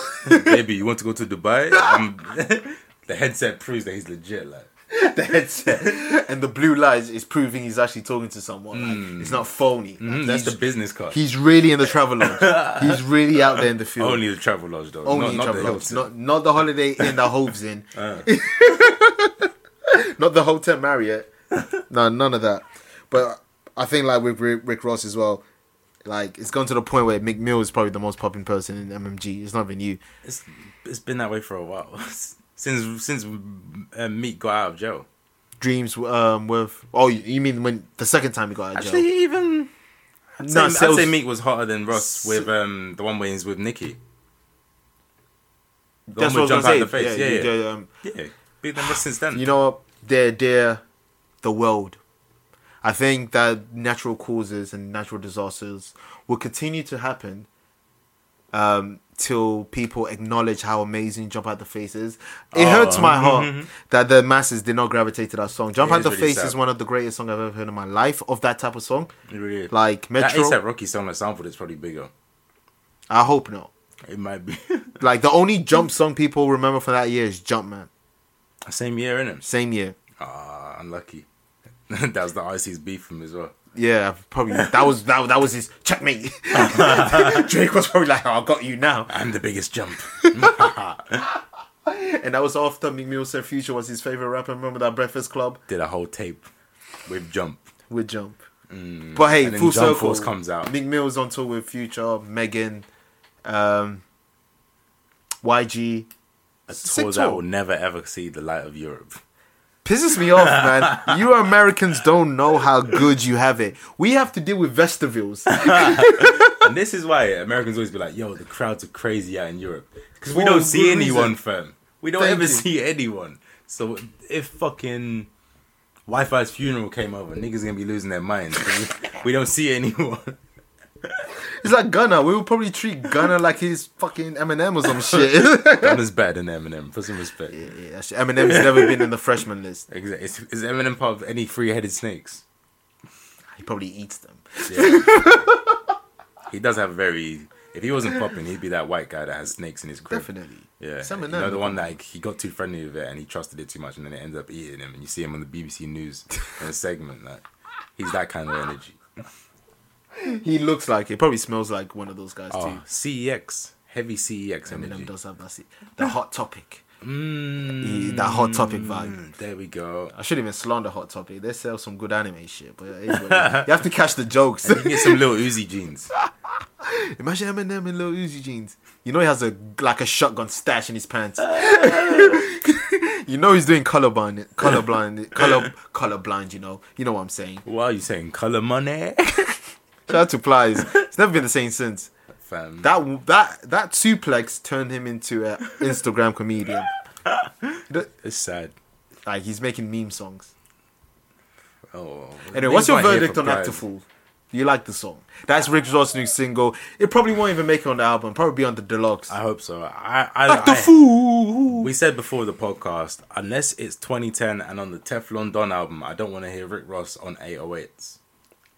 Speaker 2: (laughs)
Speaker 3: (laughs) baby, you want to go to Dubai? Um, (laughs) the headset proves that he's legit. Like,
Speaker 2: the headset and the blue lights is proving he's actually talking to someone. Like, It's not phony. Like,
Speaker 3: mm, that's
Speaker 2: he's,
Speaker 3: the business card.
Speaker 2: he's really in the travel lodge. he's really out there in the field.
Speaker 3: Only the travel lodge though.
Speaker 2: Only
Speaker 3: Only
Speaker 2: in
Speaker 3: not, not
Speaker 2: travel
Speaker 3: the Uh.
Speaker 2: lodge.
Speaker 3: Hilton.
Speaker 2: Not not the Holiday Inn that Hove's
Speaker 3: (laughs)
Speaker 2: in. (laughs) not the Hotel Marriott. No, none of that. But I think like with Rick Rick Ross as well. Like it's gone to the point where Mick Mill is probably the most popping person in MMG. It's not even you.
Speaker 3: It's it's been that way for a while (laughs) since since uh, Meek got out of jail.
Speaker 2: dreams um with oh you- you mean when the second time he got out of
Speaker 3: Actually,
Speaker 2: jail
Speaker 3: he even I'd say,
Speaker 2: No,
Speaker 3: I'd
Speaker 2: sales-
Speaker 3: say Meek was hotter than Ross with um the one where he's with Nicki. The
Speaker 2: that's
Speaker 3: one
Speaker 2: what
Speaker 3: with
Speaker 2: I was
Speaker 3: jump
Speaker 2: gonna
Speaker 3: out
Speaker 2: say
Speaker 3: the face. Yeah, yeah,
Speaker 2: you
Speaker 3: yeah.
Speaker 2: did, um,
Speaker 3: Big than Ross since then.
Speaker 2: you know what? they're they're the world I think that natural causes and natural disasters will continue to happen um till people acknowledge how amazing Jump Out the Face is. It
Speaker 3: Oh.
Speaker 2: hurts my heart that the masses did not gravitate to that song. Jump
Speaker 3: It
Speaker 2: Out
Speaker 3: is
Speaker 2: the
Speaker 3: really
Speaker 2: Face
Speaker 3: sad.
Speaker 2: is one of the greatest songs I've ever heard in my life of that type of song.
Speaker 3: It really is.
Speaker 2: Like
Speaker 3: that
Speaker 2: Metro.
Speaker 3: ASAP Rocky song that sampled is probably bigger.
Speaker 2: I hope not.
Speaker 3: It might
Speaker 2: (laughs)
Speaker 3: be
Speaker 2: Like the only jump song people remember from that year is Jumpman.
Speaker 3: same year, innit?
Speaker 2: Same year.
Speaker 3: Ah, unlucky. (laughs) that was the IC's beef from as well.
Speaker 2: Yeah, probably that was that, that was his
Speaker 3: (laughs)
Speaker 2: checkmate. Drake was probably like, oh, "I got you now,"
Speaker 3: I'm the
Speaker 2: (laughs)
Speaker 3: biggest jump.
Speaker 2: and that was after Meek Mill said Future was his favorite rapper. Remember that Breakfast Club
Speaker 3: Did a whole tape with jump.
Speaker 2: with Jump. but hey,
Speaker 3: Mm. And then
Speaker 2: full
Speaker 3: Jump
Speaker 2: circle
Speaker 3: Force comes out.
Speaker 2: Meek Mill's on tour with Future, Megan, um, YG.
Speaker 3: A
Speaker 2: Sick
Speaker 3: tour that
Speaker 2: tour.
Speaker 3: will never ever see the light of Europe.
Speaker 2: Pisses me off,
Speaker 3: (laughs)
Speaker 2: man. You Americans don't know how good you have it. We have to deal with Vestivules.
Speaker 3: And this is why Americans always be like, yo, the crowds are crazy out in Europe. Because we
Speaker 2: For
Speaker 3: don't
Speaker 2: good
Speaker 3: see anyone,
Speaker 2: reason.
Speaker 3: fam. We don't
Speaker 2: Thank
Speaker 3: ever
Speaker 2: you.
Speaker 3: see anyone. So if fucking Wi Fi's funeral came over, niggas gonna be losing their minds. 'cause we- we don't see anyone. (laughs)
Speaker 2: It's like Gunna. We would probably treat Gunna like he's fucking Eminem or some
Speaker 3: (laughs)
Speaker 2: shit.
Speaker 3: None is better than Eminem, for some respect.
Speaker 2: Yeah, yeah, that's- Eminem's never been in the freshman list.
Speaker 3: Exa- Is, is Eminem part of any three headed snakes?
Speaker 2: He probably eats them.
Speaker 3: Yeah. he does have very. If he wasn't popping, he'd be that white guy that has snakes in his
Speaker 2: (laughs)
Speaker 3: crib.
Speaker 2: Definitely.
Speaker 3: Yeah,
Speaker 2: Some
Speaker 3: you
Speaker 2: of
Speaker 3: know
Speaker 2: them.
Speaker 3: the one like he got too friendly with it and he trusted it too much, and then it ended up eating him. And you see him on the
Speaker 2: (laughs)
Speaker 3: BBC News in a segment like he's that kind of energy.
Speaker 2: He looks like it. Probably smells like one of those guys
Speaker 3: Oh,
Speaker 2: too.
Speaker 3: CEX, heavy CEX energy.
Speaker 2: Eminem does have that. se- The hot topic. He- that hot topic vibe.
Speaker 3: Mm, There
Speaker 2: (laughs)
Speaker 3: we go.
Speaker 2: I shouldn't even slander Hot Topic. They sell some good anime shit, but it is what it
Speaker 3: (laughs)
Speaker 2: is. you have to catch the jokes.
Speaker 3: You can get some little Uzi jeans.
Speaker 2: Imagine Eminem in little Uzi jeans. You know he has a like a shotgun stash in his
Speaker 3: (laughs)
Speaker 2: pants. you know he's doing colorblind, colorblind, color colorblind. You know, you know what I'm saying.
Speaker 3: What are you saying? Color money? (laughs)
Speaker 2: Shout out to Plies. It's never been the same since.
Speaker 3: fam.
Speaker 2: That that that suplex turned him into an Instagram comedian.
Speaker 3: it's sad.
Speaker 2: Like he's making meme songs.
Speaker 3: Oh,
Speaker 2: Anyway, what's your
Speaker 3: Niggas aren't here
Speaker 2: verdict
Speaker 3: for
Speaker 2: on Act
Speaker 3: pride.
Speaker 2: to Fool? You like the song? That's Rick Ross's new single. It probably won't even make it on the album. Probably be on the deluxe.
Speaker 3: I hope so. I, I,
Speaker 2: Act to
Speaker 3: I-
Speaker 2: Fool.
Speaker 3: We said before the podcast, unless it's 2010 and on the Teflon Don album, I don't want to hear Rick Ross on 808s.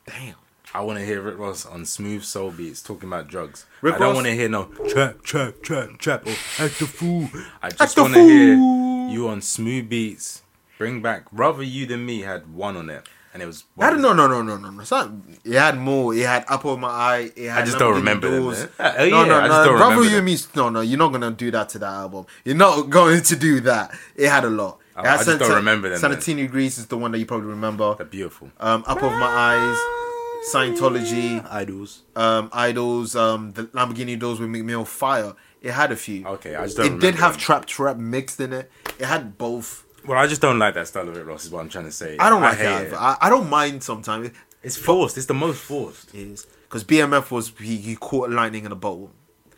Speaker 2: Damn.
Speaker 3: I want to hear Rick Ross on smooth soul beats talking about drugs.
Speaker 2: Rick
Speaker 3: I don't
Speaker 2: Ross-
Speaker 3: want to hear no trap, trap, trap, trap or act the fool. I just
Speaker 2: the
Speaker 3: want to hear
Speaker 2: fool.
Speaker 3: you on smooth beats. Bring back rather you than me had one on it, and it was.
Speaker 2: I don't know. No, no, no, no, no. It's not, it had more. It had up on my eye. It had
Speaker 3: I
Speaker 2: Number
Speaker 3: just don't
Speaker 2: Than
Speaker 3: remember them,
Speaker 2: Doors.
Speaker 3: man. Uh, oh,
Speaker 2: no,
Speaker 3: yeah,
Speaker 2: no,
Speaker 3: I just
Speaker 2: no.
Speaker 3: don't
Speaker 2: Brother,
Speaker 3: remember
Speaker 2: you
Speaker 3: them.
Speaker 2: mean no, no. You're not gonna do that to that album. You're not (laughs) going to do that. It had a lot.
Speaker 3: I-
Speaker 2: It had
Speaker 3: I just don't
Speaker 2: Sant-
Speaker 3: remember them, man.
Speaker 2: Sanatini Grease is the one that you probably remember.
Speaker 3: They're beautiful.
Speaker 2: Um, up of my eyes. Scientology,
Speaker 3: Idols.
Speaker 2: um, idols, um, the Lamborghini doors with McMill, fire. It had a few.
Speaker 3: Okay, I just don't.
Speaker 2: It did
Speaker 3: remember
Speaker 2: have
Speaker 3: them.
Speaker 2: trap trap mixed in it. It had both.
Speaker 3: well, I just don't like that style of Rick Ross. Is what I'm trying to say.
Speaker 2: I don't like
Speaker 3: hate
Speaker 2: that. I, I don't mind sometimes.
Speaker 3: It's forced. It's the most forced.
Speaker 2: because BMF was he, he caught lightning in a bottle.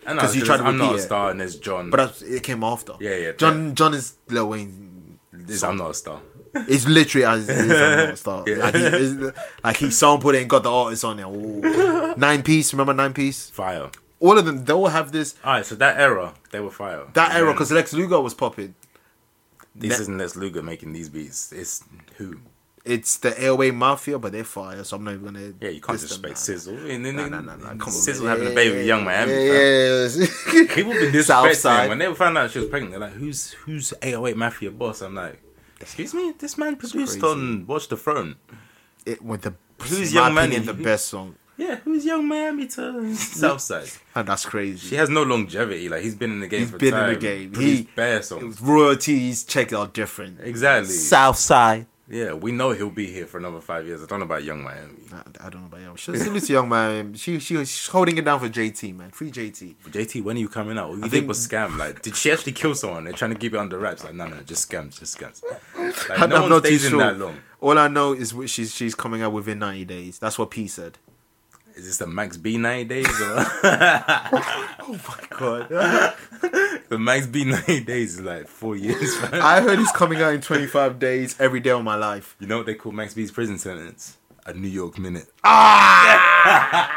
Speaker 3: I know,
Speaker 2: 'Cause you tried to
Speaker 3: I'm not a
Speaker 2: repeat it.
Speaker 3: star, and there's John.
Speaker 2: But that's, it came after.
Speaker 3: Yeah, yeah,
Speaker 2: John John is Lil Wayne.
Speaker 3: This I'm not a star.
Speaker 2: (laughs) It's literally as it is on Star.
Speaker 3: (laughs) Yeah.
Speaker 2: Like, he, it's- like he sampled it and got the artist on there.
Speaker 3: (laughs)
Speaker 2: Ooh. Nine Piece, remember Nine Piece?
Speaker 3: Fire.
Speaker 2: All of them, they all have this
Speaker 3: All right, so that era, they were fire.
Speaker 2: that
Speaker 3: And
Speaker 2: era
Speaker 3: then
Speaker 2: because Lex Luger was popping.
Speaker 3: this
Speaker 2: ne-
Speaker 3: isn't Les Luger making these beats. It's who?
Speaker 2: It's the Airway Mafia, but they're fire, so I'm not even gonna.
Speaker 3: Yeah, you can't
Speaker 2: diss
Speaker 3: just
Speaker 2: them
Speaker 3: expect
Speaker 2: now.
Speaker 3: Sizzle and then
Speaker 2: Nah, nah, nah, nah,
Speaker 3: and
Speaker 2: come on,
Speaker 3: Sizzle
Speaker 2: man.
Speaker 3: having a baby with Young Miami. fam.
Speaker 2: Yeah, (laughs) yeah,
Speaker 3: People been disrespecting her. when they found out she was pregnant. They're like, "Who's who's 808 Mafia boss?" I'm like, "Excuse me, this man
Speaker 2: crazy.
Speaker 3: produced on Watch the Throne."
Speaker 2: it with the
Speaker 3: Who's
Speaker 2: in my
Speaker 3: Young Money?
Speaker 2: opinion, the best song.
Speaker 3: Yeah, who's Young Miami
Speaker 2: (laughs)
Speaker 3: to Southside?
Speaker 2: And that's crazy.
Speaker 3: She has no longevity. Like he's been in the game.
Speaker 2: He's
Speaker 3: for
Speaker 2: been in
Speaker 3: time,
Speaker 2: the game.
Speaker 3: Produced
Speaker 2: He-
Speaker 3: bare songs.
Speaker 2: Royalties check out different.
Speaker 3: Exactly.
Speaker 2: Southside.
Speaker 3: yeah, we know he'll be here for another five years. I don't know about Young Miami.
Speaker 2: I, I don't know about young. She's salute to young man. She she was holding it down for JT man. Free JT.
Speaker 3: JT, when are you coming out? All you did
Speaker 2: think-
Speaker 3: was scam. Like, did she actually kill someone? They're trying to keep it under wraps. Like, no, no, just scams, just scams. Like, no one stays in that long.
Speaker 2: All I know is wh- she's she's coming out within ninety days. That's what P said. (laughs)
Speaker 3: Is this the Max B ninety days or (laughs)
Speaker 2: God,
Speaker 3: the Max B ninety days is like four years? (laughs) fam.
Speaker 2: I heard he's coming out in twenty five days every day of my life.
Speaker 3: You know what they call Max B's prison sentence? A New York minute.
Speaker 2: Ah!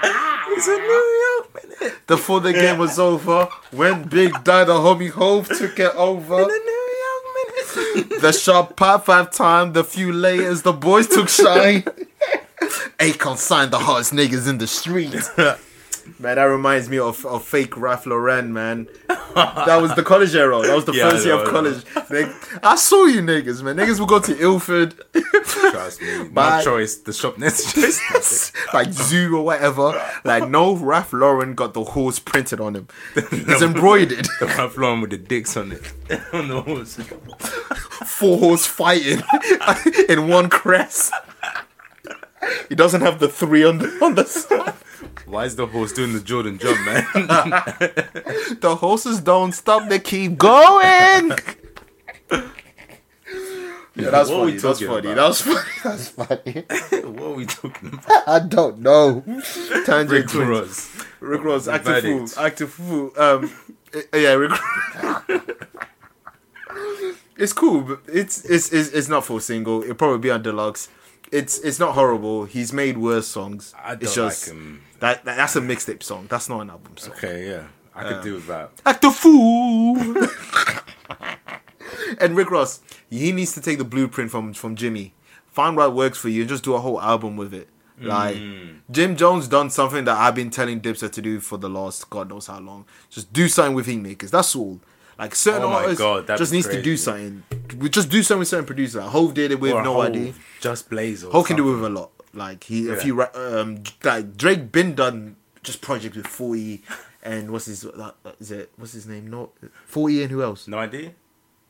Speaker 3: (laughs) it's a New York minute.
Speaker 2: The full the game was over when Big died. The homie Hove took it over.
Speaker 3: A New York minute.
Speaker 2: The sharp pop five time, the few layers, the boys took shine. Akon signed the hottest niggas in the street. Man, that reminds me of, of fake Ralph Lauren, man. That was the college era. That was the
Speaker 3: Yeah,
Speaker 2: first
Speaker 3: I
Speaker 2: year
Speaker 3: know,
Speaker 2: of
Speaker 3: I know.
Speaker 2: college. They- I saw you niggas, man. Niggas would go to Ilford,
Speaker 3: Trust me.
Speaker 2: Bye.
Speaker 3: My choice. The shop next to us.
Speaker 2: like zoo or whatever. Like, no, Ralph Lauren got the horse printed on him. (laughs) It's embroidered.
Speaker 3: (laughs) The one flowing with the dicks on it. (laughs) on the horse.
Speaker 2: four horse fighting (laughs) in one crest. He doesn't have the three on the on the side.
Speaker 3: Why is the horse doing the Jordan jump, man? (laughs)
Speaker 2: The horses don't stop; they keep going. (laughs) Yeah, that's
Speaker 3: What are we
Speaker 2: funny. That's
Speaker 3: talking
Speaker 2: funny.
Speaker 3: about?
Speaker 2: That's funny. (laughs) That's funny.
Speaker 3: what are we talking about?
Speaker 2: I don't know. Tangent
Speaker 3: Rick
Speaker 2: twins.
Speaker 3: Ross.
Speaker 2: Rick Ross, active fool,
Speaker 3: Verdict.
Speaker 2: active fool.
Speaker 3: (laughs)
Speaker 2: Um, eh, yeah, Rick. it's cool, but it's it's it's, it's not full single. It'll probably be on deluxe. It's it's not horrible. He's made worse songs.
Speaker 3: I don't
Speaker 2: it's just
Speaker 3: like him.
Speaker 2: That, that that's a mixtape song. That's not an album song.
Speaker 3: Okay, yeah. I could do with that.
Speaker 2: Active fool. (laughs) and Rick Ross, he needs to take the blueprint from from Jimmy. Find what works for you and just do a whole album with it. Like
Speaker 3: Mm.
Speaker 2: Jim Jones done something that I've been telling Dipset to do for the last God knows how long. Just do something with Heatmakers. That's all. Like certain
Speaker 3: Oh my
Speaker 2: artists
Speaker 3: God, that'd
Speaker 2: just
Speaker 3: be
Speaker 2: needs to do
Speaker 3: crazy.
Speaker 2: something. We just do something with certain producers. Like Hove did it with
Speaker 3: Or a
Speaker 2: No
Speaker 3: whole
Speaker 2: Idea.
Speaker 3: Just Blaze or
Speaker 2: Hove can do
Speaker 3: something.
Speaker 2: it with a lot. Like he a
Speaker 3: Yeah.
Speaker 2: few ra- um like Drake been done just projects with 40 and what's his that, that- is it what's his name? Not 40 and who else?
Speaker 3: No idea?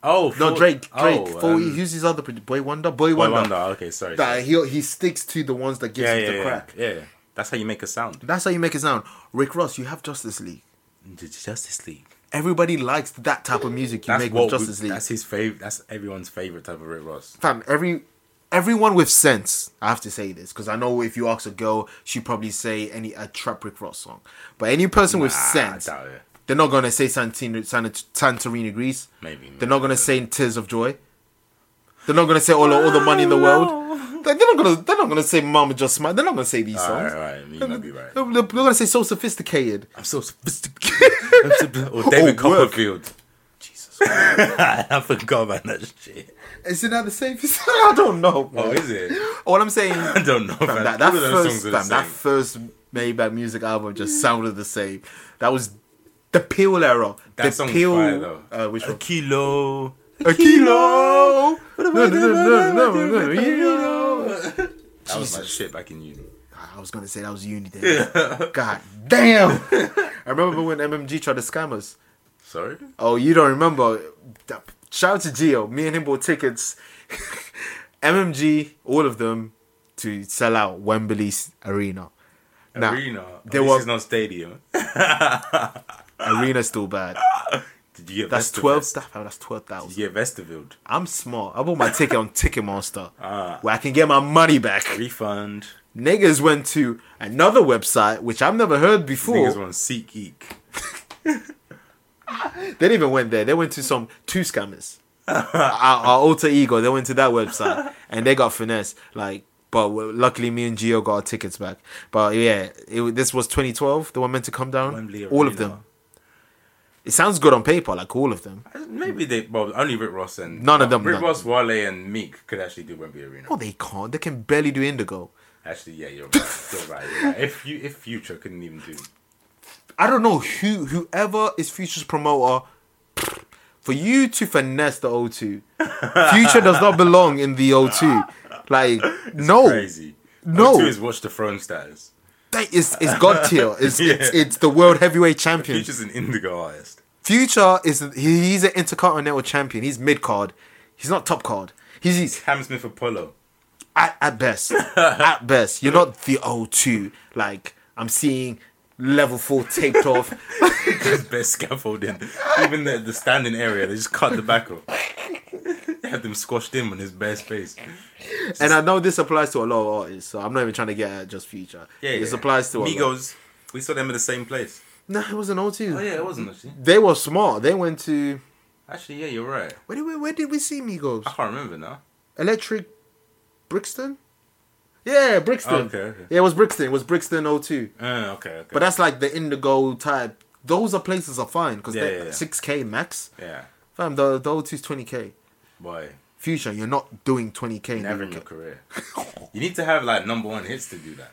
Speaker 3: Oh,
Speaker 2: No,
Speaker 3: for-
Speaker 2: Drake. Drake.
Speaker 3: oh,
Speaker 2: Four,
Speaker 3: um,
Speaker 2: who's his other produ- Boy Wonder? Boy,
Speaker 3: Boy
Speaker 2: Wonder.
Speaker 3: Wonder. Okay, sorry.
Speaker 2: That
Speaker 3: sorry.
Speaker 2: he he sticks to the ones that gives
Speaker 3: Yeah,
Speaker 2: him
Speaker 3: yeah,
Speaker 2: the
Speaker 3: yeah,
Speaker 2: crack.
Speaker 3: yeah. That's how you make a sound.
Speaker 2: That's how you make it sound. Rick Ross, you have Justice League.
Speaker 3: The Justice League. Everybody.
Speaker 2: Everybody likes that type of music you
Speaker 3: That's
Speaker 2: make
Speaker 3: what
Speaker 2: with Justice
Speaker 3: we,
Speaker 2: League.
Speaker 3: That's his favorite. That's everyone's favorite type of Rick Ross.
Speaker 2: Fam, every everyone with sense. I have to say this because I know if you ask a girl, she'd probably say any a trap Rick Ross song. But any person with sense,
Speaker 3: Ah, doubt it.
Speaker 2: they're not gonna say Santino, San, Santorini Greece.
Speaker 3: Maybe,
Speaker 2: they're not gonna say Tears of Joy. They're not gonna say all all the money in the world. They- They're not gonna. They're not gonna say Mama Just Smile. They're not gonna say these songs.
Speaker 3: Alright, alright, you might be
Speaker 2: (laughs)
Speaker 3: right.
Speaker 2: They're, they're gonna say so sophisticated.
Speaker 3: I'm
Speaker 2: (laughs)
Speaker 3: so sophisticated. I'm so- or David
Speaker 2: Oh, work.
Speaker 3: Copperfield. (laughs) Jesus. I forgot about that shit.
Speaker 2: Is it not the same? (laughs) I don't know. man.
Speaker 3: Oh, is it?
Speaker 2: All I'm saying
Speaker 3: I don't know.
Speaker 2: Fam,
Speaker 3: man.
Speaker 2: that, that
Speaker 3: All of those
Speaker 2: first
Speaker 3: songs are the
Speaker 2: fam, that
Speaker 3: same.
Speaker 2: first Maybach music album just sounded the same. That was the Peel era.
Speaker 3: That
Speaker 2: the
Speaker 3: song's
Speaker 2: Peel,
Speaker 3: fire, though.
Speaker 2: uh, which
Speaker 3: A
Speaker 2: one?
Speaker 3: kilo.
Speaker 2: A kilo. No, no, no, no, no, no, no, kilo.
Speaker 3: That was my shit back in uni.
Speaker 2: I was gonna say that was uni days. God
Speaker 3: (laughs)
Speaker 2: damn! I remember when MMG tried to scam us.
Speaker 3: Sorry?
Speaker 2: Oh, you don't remember? Shout out to Gio. Me and him bought tickets. (laughs) MMG, all of them, to sell out Wembley Arena. Now,
Speaker 3: Arena. Oh,
Speaker 2: They
Speaker 3: this
Speaker 2: were-
Speaker 3: is not stadium.
Speaker 2: Arena's still bad.
Speaker 3: Ah, Did you get
Speaker 2: That's
Speaker 3: Vesterveld?
Speaker 2: twelve. That, that's twelve
Speaker 3: Did
Speaker 2: thousand.
Speaker 3: you get Vesterveld?
Speaker 2: I'm smart. I bought my ticket on Ticketmaster,
Speaker 3: Ah.
Speaker 2: where I can get my money back.
Speaker 3: Refund.
Speaker 2: Niggas went to another website which I've never heard
Speaker 3: Niggas
Speaker 2: before.
Speaker 3: want Seek Eek.
Speaker 2: They didn't even went there. They went to some two
Speaker 3: (laughs)
Speaker 2: scammers. our, our alter ego. They went to that website and they got finesse. Like, but luckily me and Gio got our tickets back. But yeah, it, wa- this was 2012. They were meant to come down.
Speaker 3: Wembley
Speaker 2: All of
Speaker 3: Arena.
Speaker 2: them. It sounds good on paper, like all of them.
Speaker 3: Uh, Maybe they well only Rick Ross and
Speaker 2: None of them, Oh.
Speaker 3: Rick
Speaker 2: none.
Speaker 3: Ross, Wale, and Meek could actually do Wembley Arena.
Speaker 2: No, they can't. They can barely do Indigo.
Speaker 3: Actually, yeah, you're right. You're right. You're right. If you if Future couldn't even do,
Speaker 2: I don't know who whoever is Future's promoter. For you to finesse the O2, Future does not belong in the
Speaker 3: (laughs)
Speaker 2: O2. Like no,
Speaker 3: crazy.
Speaker 2: No.
Speaker 3: All two is watch the throne status.
Speaker 2: that is it's god
Speaker 3: (laughs)
Speaker 2: tier. It's,
Speaker 3: Yeah.
Speaker 2: it's it's the world heavyweight champion.
Speaker 3: Future's an indigo artist.
Speaker 2: Future is he, he's an intercontinental champion. He's mid card. He's not top card. He's, he's
Speaker 3: Cam Smith Apollo.
Speaker 2: at, at
Speaker 3: (laughs)
Speaker 2: best, at best. You're not the O2. Like I'm seeing level four taped off.
Speaker 3: There's best scaffolding. Even the, the standing area, they just cut the back off. They (laughs) had them squashed in on his bare space.
Speaker 2: And I know this applies to a lot of artists, so I'm not even trying to get at just Future.
Speaker 3: Yeah,
Speaker 2: this
Speaker 3: yeah.
Speaker 2: applies to a lot.
Speaker 3: Migos. We saw them in the same place.
Speaker 2: No, it was an O2.
Speaker 3: Oh yeah, it wasn't actually.
Speaker 2: They were smart. They went to
Speaker 3: Actually, yeah, you're right.
Speaker 2: where did we, where did we see Migos?
Speaker 3: I can't remember now.
Speaker 2: Electric Brixton. Yeah, Brixton.
Speaker 3: Okay, okay.
Speaker 2: Yeah, it was Brixton. It was Brixton O2.
Speaker 3: Uh, okay, okay.
Speaker 2: But that's like the Indigo type. Those are places are fine because
Speaker 3: Yeah, yeah,
Speaker 2: they're
Speaker 3: yeah.
Speaker 2: six k max.
Speaker 3: yeah,
Speaker 2: Fam, the the O2's twenty k.
Speaker 3: boy,
Speaker 2: Future, you're not doing twenty k.
Speaker 3: never in
Speaker 2: (laughs)
Speaker 3: your career. You need to have like number one hits to do that.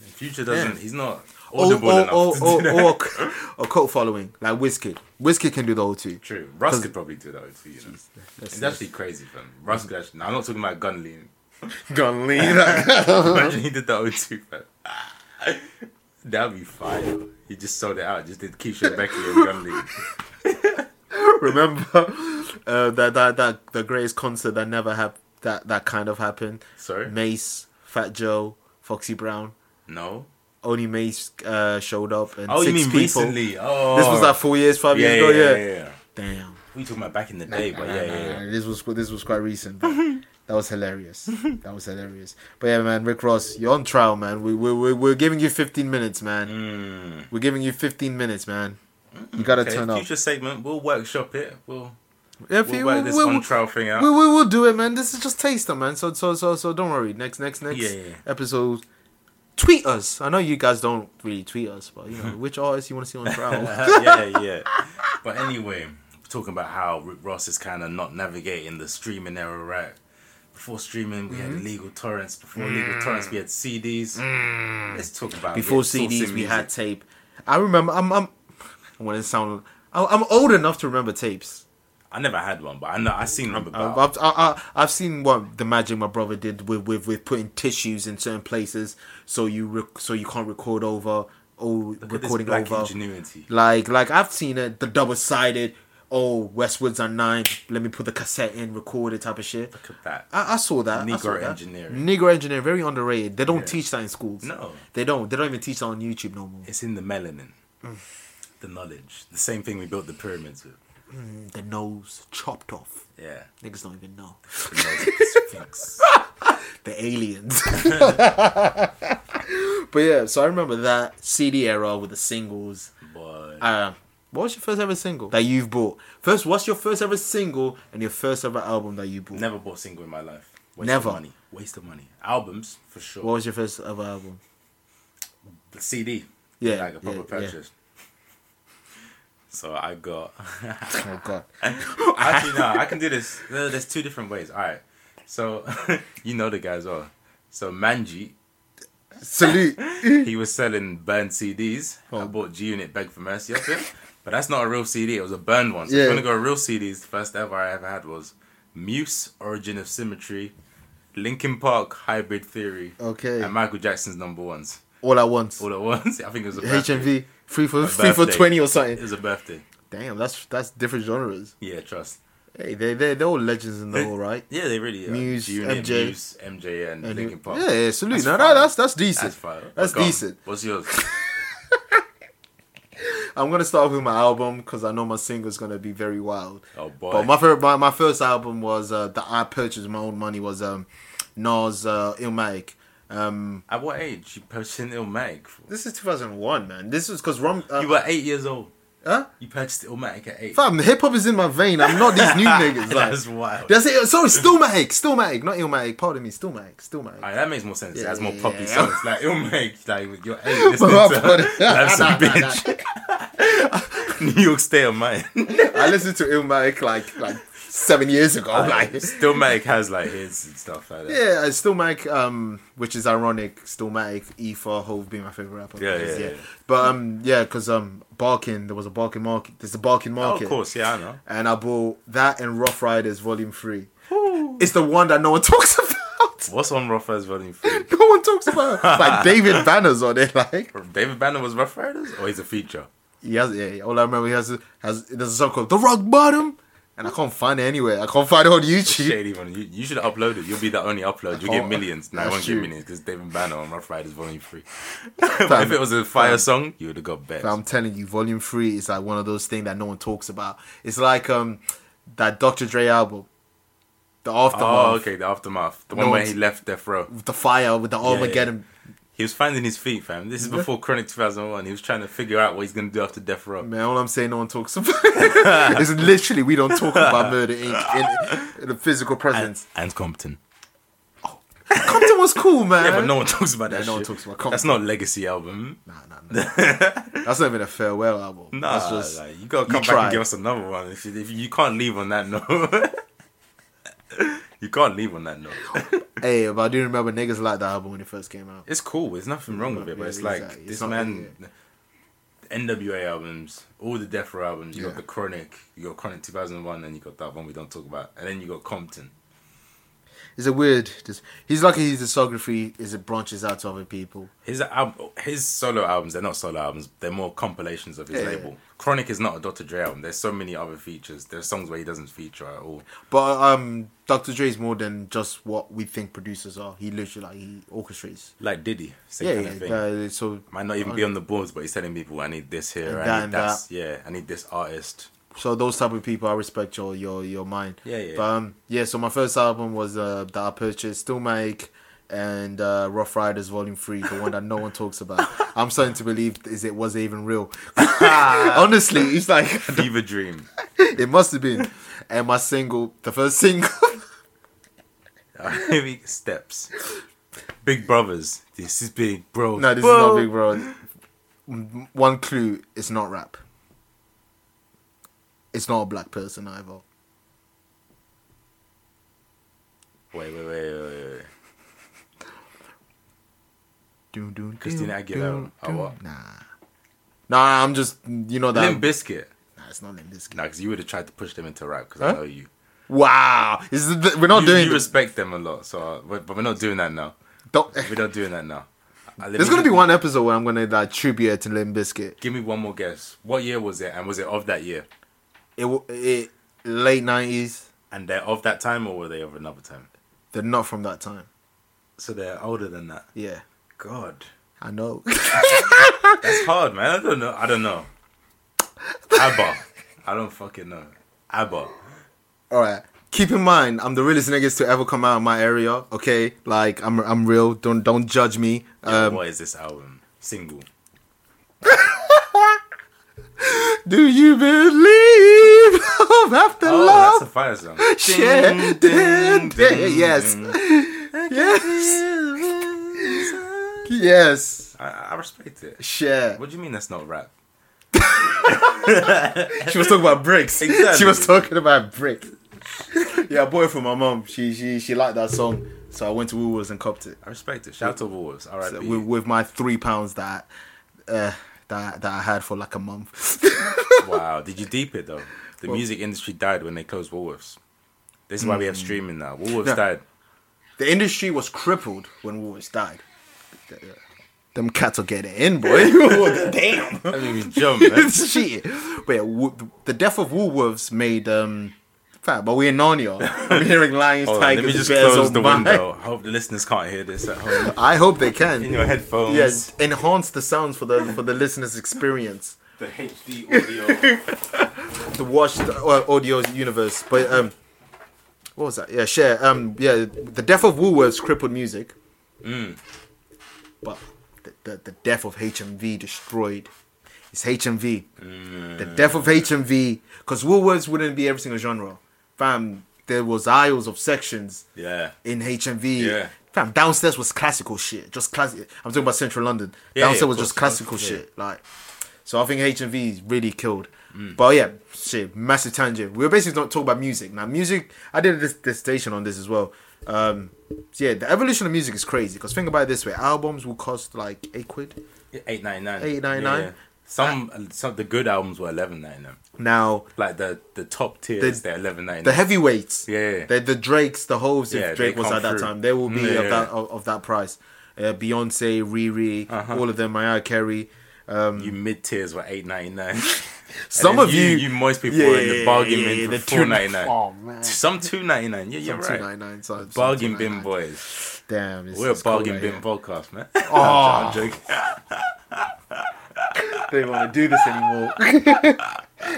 Speaker 3: And Future doesn't.
Speaker 2: Yeah.
Speaker 3: He's not
Speaker 2: Oh,
Speaker 3: audible
Speaker 2: oh,
Speaker 3: enough
Speaker 2: oh,
Speaker 3: to do that.
Speaker 2: oh, oh,
Speaker 3: (laughs)
Speaker 2: a cult following like Wizkid. Wizkid can do the O2.
Speaker 3: True. Russ
Speaker 2: 'Cause-
Speaker 3: could probably do that too. You know,
Speaker 2: that's-
Speaker 3: it's actually crazy, fam. Russ could actually. Now, I'm not talking about gun lean.
Speaker 2: Gonna leave that.
Speaker 3: Imagine he did that with two, fam. (laughs) That'd be fire. He just sold it out. Just did Keisha Becky and gun lean.
Speaker 2: (laughs) Remember uh, that that that the greatest concert that never happened. That that kind of happened.
Speaker 3: Sorry?
Speaker 2: Mace, Fat Joe, Foxy Brown.
Speaker 3: No.
Speaker 2: Only Mace uh, showed up and
Speaker 3: Oh,
Speaker 2: six
Speaker 3: you mean
Speaker 2: people.
Speaker 3: recently? Oh,
Speaker 2: This was like four years, five
Speaker 3: yeah,
Speaker 2: years ago.
Speaker 3: yeah,
Speaker 2: Yeah.
Speaker 3: yeah, yeah, yeah.
Speaker 2: Damn.
Speaker 3: We talking about back in the day, but yeah, yeah, yeah.
Speaker 2: Nah, This was this was quite recent. But that was hilarious. that was hilarious. But yeah, man, Rick Ross, you're on trial, man. We we we we're giving you 15 minutes, man.
Speaker 3: Mm.
Speaker 2: We're giving you 15 minutes, man. You gotta
Speaker 3: Hmm. Okay,
Speaker 2: turn up.
Speaker 3: future segment. We'll workshop it. We'll
Speaker 2: Yeah,
Speaker 3: we'll
Speaker 2: you-
Speaker 3: work this
Speaker 2: we-
Speaker 3: on trial thing out.
Speaker 2: we, we will do it, man. This is just taster, man. So so so so don't worry. Next next next
Speaker 3: Yeah, yeah.
Speaker 2: episode, tweet us. I know you guys don't really tweet us, but
Speaker 3: (laughs)
Speaker 2: you know which artists you want to see on trial.
Speaker 3: yeah, yeah. But anyway, talking about how Rick Ross is kind of not navigating the streaming era, right? Before streaming, we had illegal torrents. Before illegal torrents, we had CDs. Let's talk about
Speaker 2: Before
Speaker 3: it. Sourcing
Speaker 2: CDs, we
Speaker 3: music.
Speaker 2: had tape. I remember. I'm I'm. I want to sound. I- I'm old enough to remember tapes.
Speaker 3: I never had one, but I know I seen them
Speaker 2: I've, I've,
Speaker 3: about.
Speaker 2: I- I- I've seen what the magic my brother did with, with, with putting tissues in certain places so you rec- so you can't record over or
Speaker 3: Look at this
Speaker 2: recording
Speaker 3: black
Speaker 2: over.
Speaker 3: ingenuity.
Speaker 2: Like like I've seen it the double sided. Oh, Westwood's on nine. Let me put the cassette in, record it, type of shit.
Speaker 3: Look at that.
Speaker 2: I, I saw that. I
Speaker 3: Negro
Speaker 2: saw that.
Speaker 3: engineering.
Speaker 2: Negro engineering, very underrated. They don't teach that in schools.
Speaker 3: No.
Speaker 2: they don't. They don't even teach that on YouTube no more. Mm.
Speaker 3: It's in the melanin, the knowledge, the same thing we built the pyramids with.
Speaker 6: mm, the nose chopped off.
Speaker 2: (laughs)
Speaker 3: Yeah.
Speaker 6: Niggas don't even know.
Speaker 3: Sphinx.
Speaker 6: The aliens.
Speaker 2: (laughs) But yeah, so
Speaker 6: so I remember that CD era with the singles.
Speaker 3: Boy.
Speaker 2: Um,
Speaker 6: Uh, what was your first ever single that you've bought? First, what's your first ever single and your first ever album that you bought?
Speaker 3: Never bought a single in my life. Waste
Speaker 6: Never.
Speaker 3: Of money. Waste of money. Albums for sure.
Speaker 6: What was your first ever album?
Speaker 3: The CD.
Speaker 6: Yeah,
Speaker 3: Like a proper
Speaker 6: yeah, yeah.
Speaker 3: purchase. So I got.
Speaker 2: (laughs) oh god,
Speaker 3: (laughs) Actually, no, I can do (laughs) this. No, There's two different ways. All right. So (laughs) you know the guy as well. So Manji,
Speaker 2: salute. (laughs)
Speaker 3: he was selling burned CDs. I bought G Unit Beg for Mercy off him. But that's not a real CD. It was a burned one. So
Speaker 2: Yeah.
Speaker 3: if you want to go real CDs, the first ever I ever had was Muse, Origin of Symmetry, Linkin Park, Hybrid Theory,
Speaker 2: Okay.
Speaker 3: and Michael Jackson's number ones.
Speaker 2: All at once.
Speaker 3: All at (laughs) once. I think it was a birthday.
Speaker 2: HMV free for
Speaker 3: A
Speaker 2: free for
Speaker 3: birthday.
Speaker 2: twenty or
Speaker 3: It
Speaker 2: something.
Speaker 3: was a birthday.
Speaker 2: Damn, that's that's different genres.
Speaker 3: Yeah, trust.
Speaker 2: Hey, they they they're all legends in the whole
Speaker 3: (laughs)
Speaker 2: right.
Speaker 3: Yeah, they really are.
Speaker 2: Muse,
Speaker 3: G-Unit,
Speaker 2: MJ.
Speaker 3: Muse, MJ, and,
Speaker 2: And
Speaker 3: Linkin
Speaker 2: you-
Speaker 3: Park.
Speaker 2: Yeah, yeah, salute.
Speaker 3: That's
Speaker 2: No, no,
Speaker 3: fire.
Speaker 2: that's that's decent.
Speaker 3: That's fire.
Speaker 2: That's
Speaker 3: Go on.
Speaker 2: decent. (laughs)
Speaker 3: What's yours?
Speaker 2: I'm gonna start with my album because I know my single's gonna be very wild.
Speaker 3: Oh, boy.
Speaker 2: But my first my, my first album was uh, that I purchased with my own money was um Nas uh, Illmatic. Um,
Speaker 3: At what age you purchased an Illmatic? For?
Speaker 2: this is 2001, man. This was because Rom. Uh,
Speaker 3: You were eight years old.
Speaker 2: huh?
Speaker 3: You purchased Illmatic at eight.
Speaker 2: Fam, hip hop is in my vein. I'm not these new niggas. Like,
Speaker 3: (laughs) That's wild.
Speaker 2: that's it. Sorry, Stillmatic, Stillmatic, not Illmatic. Pardon me, Stillmatic, Stillmatic.
Speaker 3: Alright, that makes more sense. That's more
Speaker 2: Yeah.
Speaker 3: poppy songs. Like Illmatic, like with your
Speaker 2: (laughs)
Speaker 3: eight listening
Speaker 2: But-
Speaker 3: to (laughs)
Speaker 2: but- (laughs)
Speaker 3: Life's a Bitch. (laughs) New York State of Mind. (laughs)
Speaker 2: I listened to Illmatic like like seven years ago. Like,
Speaker 3: Like, Stillmatic has like hits and stuff like that.
Speaker 2: Uh, Yeah, uh, Stillmatic, um, which is ironic. Stillmatic, E4, Hove being my favorite rapper.
Speaker 3: Yeah, yeah, yeah.
Speaker 2: But um, yeah, because um, Barking, there was a Barking market. There's a Barking
Speaker 3: Oh,
Speaker 2: market.
Speaker 3: of course, yeah, I know.
Speaker 2: And I bought that and Rough Riders Volume Three. It's the one that no one (laughs) talks about.
Speaker 3: What's on Rough Riders
Speaker 2: (laughs)
Speaker 3: Volume 3?
Speaker 2: No one talks about. It's (laughs) like David Banner's on it. Like
Speaker 3: David Banner was Rough Riders? Or he's a feature?
Speaker 2: he has. Yeah, yeah, all I remember he has has there's a song called The Rock Bottom, and I can't find it anywhere. I can't find it on YouTube.
Speaker 3: Shady one. You, you should upload it. You'll be the only upload. You'll
Speaker 2: Oh,
Speaker 3: get millions. No, I
Speaker 2: that's
Speaker 3: won't
Speaker 2: true.
Speaker 3: get millions because David Banner on Rough Riders Volume
Speaker 2: (laughs)
Speaker 3: 3. but if it was a fire song, you would have got bet.
Speaker 2: But I'm telling you, Volume Three is like one of those things that no one talks about. It's like um that Dr. Dre album, the aftermath,
Speaker 3: Oh, okay, the aftermath. The
Speaker 2: No
Speaker 3: one where
Speaker 2: one's-
Speaker 3: he left Death Row.
Speaker 2: with the fire, with the Armageddon.
Speaker 3: He was finding his feet, fam. This is before Chronic 2001. He was trying to figure out what he's going to do after Death Row.
Speaker 2: Man, all I'm saying, no one talks about. (laughs) it's literally we don't talk
Speaker 3: (laughs)
Speaker 2: about Murder Inc. in, in the physical
Speaker 3: And,
Speaker 2: presence.
Speaker 3: and Compton.
Speaker 2: Compton was cool, man.
Speaker 3: Yeah, but no one talks about that
Speaker 2: Yeah, no one
Speaker 3: shit.
Speaker 2: talks about Compton.
Speaker 3: That's not legacy album.
Speaker 2: Nah, nah, nah. That's not even a farewell album.
Speaker 3: (laughs) Nah,
Speaker 2: That's just
Speaker 3: like, you gotta come back
Speaker 2: tried.
Speaker 3: and give us another one. If you, if you can't leave on that note, (laughs) you can't leave on that note.
Speaker 2: hey, but I do remember niggas liked that album when it first came out.
Speaker 3: It's cool. There's nothing wrong with it, but it's like
Speaker 2: Exactly. It's
Speaker 3: this
Speaker 2: not-
Speaker 3: man. NWA albums, all the Death Row albums. You
Speaker 2: Yeah.
Speaker 3: got the Chronic, you got Chronic 2001, and you got that one we don't talk about, and then you got Compton.
Speaker 2: It's a weird. Just, he's lucky his discography is it branches out to other people.
Speaker 3: His al- his solo albums, they're not solo albums. They're more compilations of his
Speaker 2: Yeah.
Speaker 3: label. Chronic is not a Dr. Dre album. There's so many other features. There's songs where he doesn't feature at all.
Speaker 2: But um, Dr. Dre is more than just what we think producers are. He literally like he orchestrates.
Speaker 3: Like Diddy, same
Speaker 2: Yeah,
Speaker 3: kind
Speaker 2: yeah.
Speaker 3: of thing.
Speaker 2: uh, so
Speaker 3: Might not even be on the boards, but he's telling people, I need this here,
Speaker 2: And
Speaker 3: I
Speaker 2: that
Speaker 3: need
Speaker 2: and
Speaker 3: that. Yeah, I need this artist.
Speaker 2: so those type of people, I respect your your your mind.
Speaker 3: Yeah, yeah.
Speaker 2: But um, yeah. So my first album was uh that I purchased, still make, and uh, Rough Riders Volume Three, the one that no one talks
Speaker 3: (laughs)
Speaker 2: about. I'm starting to believe is it was even real. Honestly, it's like (laughs)
Speaker 3: Fever Dream.
Speaker 2: it must have been. And my single, the first single.
Speaker 3: (laughs) Maybe Steps. Big Brothers. This is Big Bro.
Speaker 2: no, this
Speaker 3: Bro.
Speaker 2: is not big, bro. One clue: it's not rap. It's not a black person either.
Speaker 3: Wait, wait, wait, wait, wait, wait.
Speaker 2: Doom, doom,
Speaker 3: Christina
Speaker 2: doom,
Speaker 3: Aguilera.
Speaker 2: doom,
Speaker 3: Oh,
Speaker 2: doom.
Speaker 3: what?
Speaker 2: Nah. Nah, I'm just you know that.
Speaker 3: Limp Bizkit.
Speaker 2: nah, it's not Limp Bizkit.
Speaker 3: Nah, because you would have tried to push them into rap, because
Speaker 2: Huh?
Speaker 3: I know you.
Speaker 2: Wow, this is the, we're not
Speaker 3: you,
Speaker 2: doing.
Speaker 3: you
Speaker 2: this.
Speaker 3: respect them a lot, so uh, but but we're not doing that now.
Speaker 2: Don't-
Speaker 3: We're not doing that now. Uh, let
Speaker 2: there's
Speaker 3: me
Speaker 2: gonna
Speaker 3: just-
Speaker 2: be one episode where I'm gonna like tribute to Limp Bizkit.
Speaker 3: Give me one more guess. What year was it, and was it of that year?
Speaker 2: It w- it late nineties.
Speaker 3: And they're of that time, or were they of another time?
Speaker 2: They're not from that time.
Speaker 3: So they're older than that.
Speaker 2: Yeah,
Speaker 3: God,
Speaker 2: I know. (laughs)
Speaker 3: that's hard, man. I don't know. I don't know. ABBA. I don't fucking know. ABBA.
Speaker 2: All right. Keep in mind, I'm the realest niggas to ever come out of my area. Okay, like I'm, I'm real. Don't, don't judge me. Uh,
Speaker 3: Yo, what is this album? Single.
Speaker 2: Do you believe (laughs) love after
Speaker 3: Oh,
Speaker 2: love?
Speaker 3: that's a
Speaker 2: (laughs)
Speaker 3: fire song.
Speaker 2: Shit. (laughs)
Speaker 3: Ding, ding, ding,
Speaker 2: Yes. Yes. Yes.
Speaker 3: I, I respect it.
Speaker 2: Shit.
Speaker 3: What do you mean that's not rap?
Speaker 2: She was talking
Speaker 3: (laughs)
Speaker 2: about bricks. She
Speaker 3: Exactly.
Speaker 2: was talking about brick. (laughs) yeah, I bought it from my mom. She she she liked that song, so I went to Woolworths and copped it
Speaker 3: I respect it. Shout out to Wolves. All right.
Speaker 2: So with, with my three pounds that uh, that that I had for like a month. (laughs)
Speaker 3: Wow. Did you deep it though? The music industry died when they closed Woolworths. This is why we have streaming now. Woolworths
Speaker 2: Mm. Yeah. (laughs)
Speaker 3: died.
Speaker 2: the industry was crippled when Woolworths died. Them cats will get it in, boy. (laughs) Damn.
Speaker 3: I mean, we jump, man.
Speaker 2: Shit. But yeah, Wo- the death of Woolworths made um. Fact, but we're in Narnia. I'm hearing lions,
Speaker 3: Hold on,
Speaker 2: tigers,
Speaker 3: let me just
Speaker 2: bears.
Speaker 3: close
Speaker 2: oh
Speaker 3: the
Speaker 2: my. (laughs)
Speaker 3: window. I hope the listeners can't hear this at home.
Speaker 2: I hope they
Speaker 3: (laughs)
Speaker 2: can.
Speaker 3: In your headphones.
Speaker 2: Yes, enhance the sounds for the for the listeners' experience.
Speaker 3: The HD audio.
Speaker 2: The watch the uh, audio universe, but um, what was that? Yeah, share. Um, yeah, the death of Woolworths crippled music,
Speaker 3: Mm.
Speaker 2: but the, the the death of HMV destroyed. It's HMV. The
Speaker 3: Mm.
Speaker 2: death of HMV, because Woolworths wouldn't be every single genre. Fam, there was aisles of sections
Speaker 3: yeah.
Speaker 2: in HMV.
Speaker 3: Yeah.
Speaker 2: Fam, downstairs was classical shit. Just classic. I'm talking about Central London.
Speaker 3: Yeah,
Speaker 2: downstairs
Speaker 3: yeah, of
Speaker 2: was just
Speaker 3: course.
Speaker 2: classical shit. Like, so I think HMV is really killed.
Speaker 3: Mm.
Speaker 2: But yeah, shit, massive tangent. We were basically not talking about music. Now, music, I did a dis- dissertation on this as well. Um, so yeah, the evolution of music is crazy. Because think about it this way: albums will cost like eight quid.
Speaker 3: Eight ninety nine.
Speaker 2: $8.99?
Speaker 3: Some some the good albums were eleven ninety nine.
Speaker 2: Now,
Speaker 3: Like the the top
Speaker 2: The-
Speaker 3: tiers, they're eleven ninety
Speaker 2: the
Speaker 3: nine.
Speaker 2: heavyweights,
Speaker 3: Yeah.
Speaker 2: the the Drakes, the Hoes, if
Speaker 3: Yeah, they
Speaker 2: Drake was
Speaker 3: come
Speaker 2: at that
Speaker 3: through.
Speaker 2: time, they will be
Speaker 3: Yeah. Uh-huh.
Speaker 2: of that of, of that price. Uh, Beyonce, Riri, all of them, Mariah Carey.
Speaker 3: You mid tiers were eight
Speaker 2: (laughs)
Speaker 3: ninety nine.
Speaker 2: Some of you,
Speaker 3: you moist people
Speaker 2: Yeah,
Speaker 3: were in
Speaker 2: yeah,
Speaker 3: the bargain
Speaker 2: yeah, yeah,
Speaker 3: bin
Speaker 2: the
Speaker 3: for
Speaker 2: two-
Speaker 3: four ninety nine.
Speaker 7: Oh
Speaker 2: (laughs)
Speaker 7: man.
Speaker 3: Some two ninety nine. Yeah, you're
Speaker 2: Some
Speaker 3: right.
Speaker 2: 299, some- some
Speaker 3: Bargain bin
Speaker 2: 299.
Speaker 3: boys.
Speaker 2: Damn, this
Speaker 3: We're a
Speaker 2: is cool
Speaker 3: bargain
Speaker 2: right Oh,
Speaker 3: bin
Speaker 2: here. (laughs)
Speaker 3: podcast, man. I'm joking.
Speaker 7: They want to do this
Speaker 2: (laughs)
Speaker 7: anymore.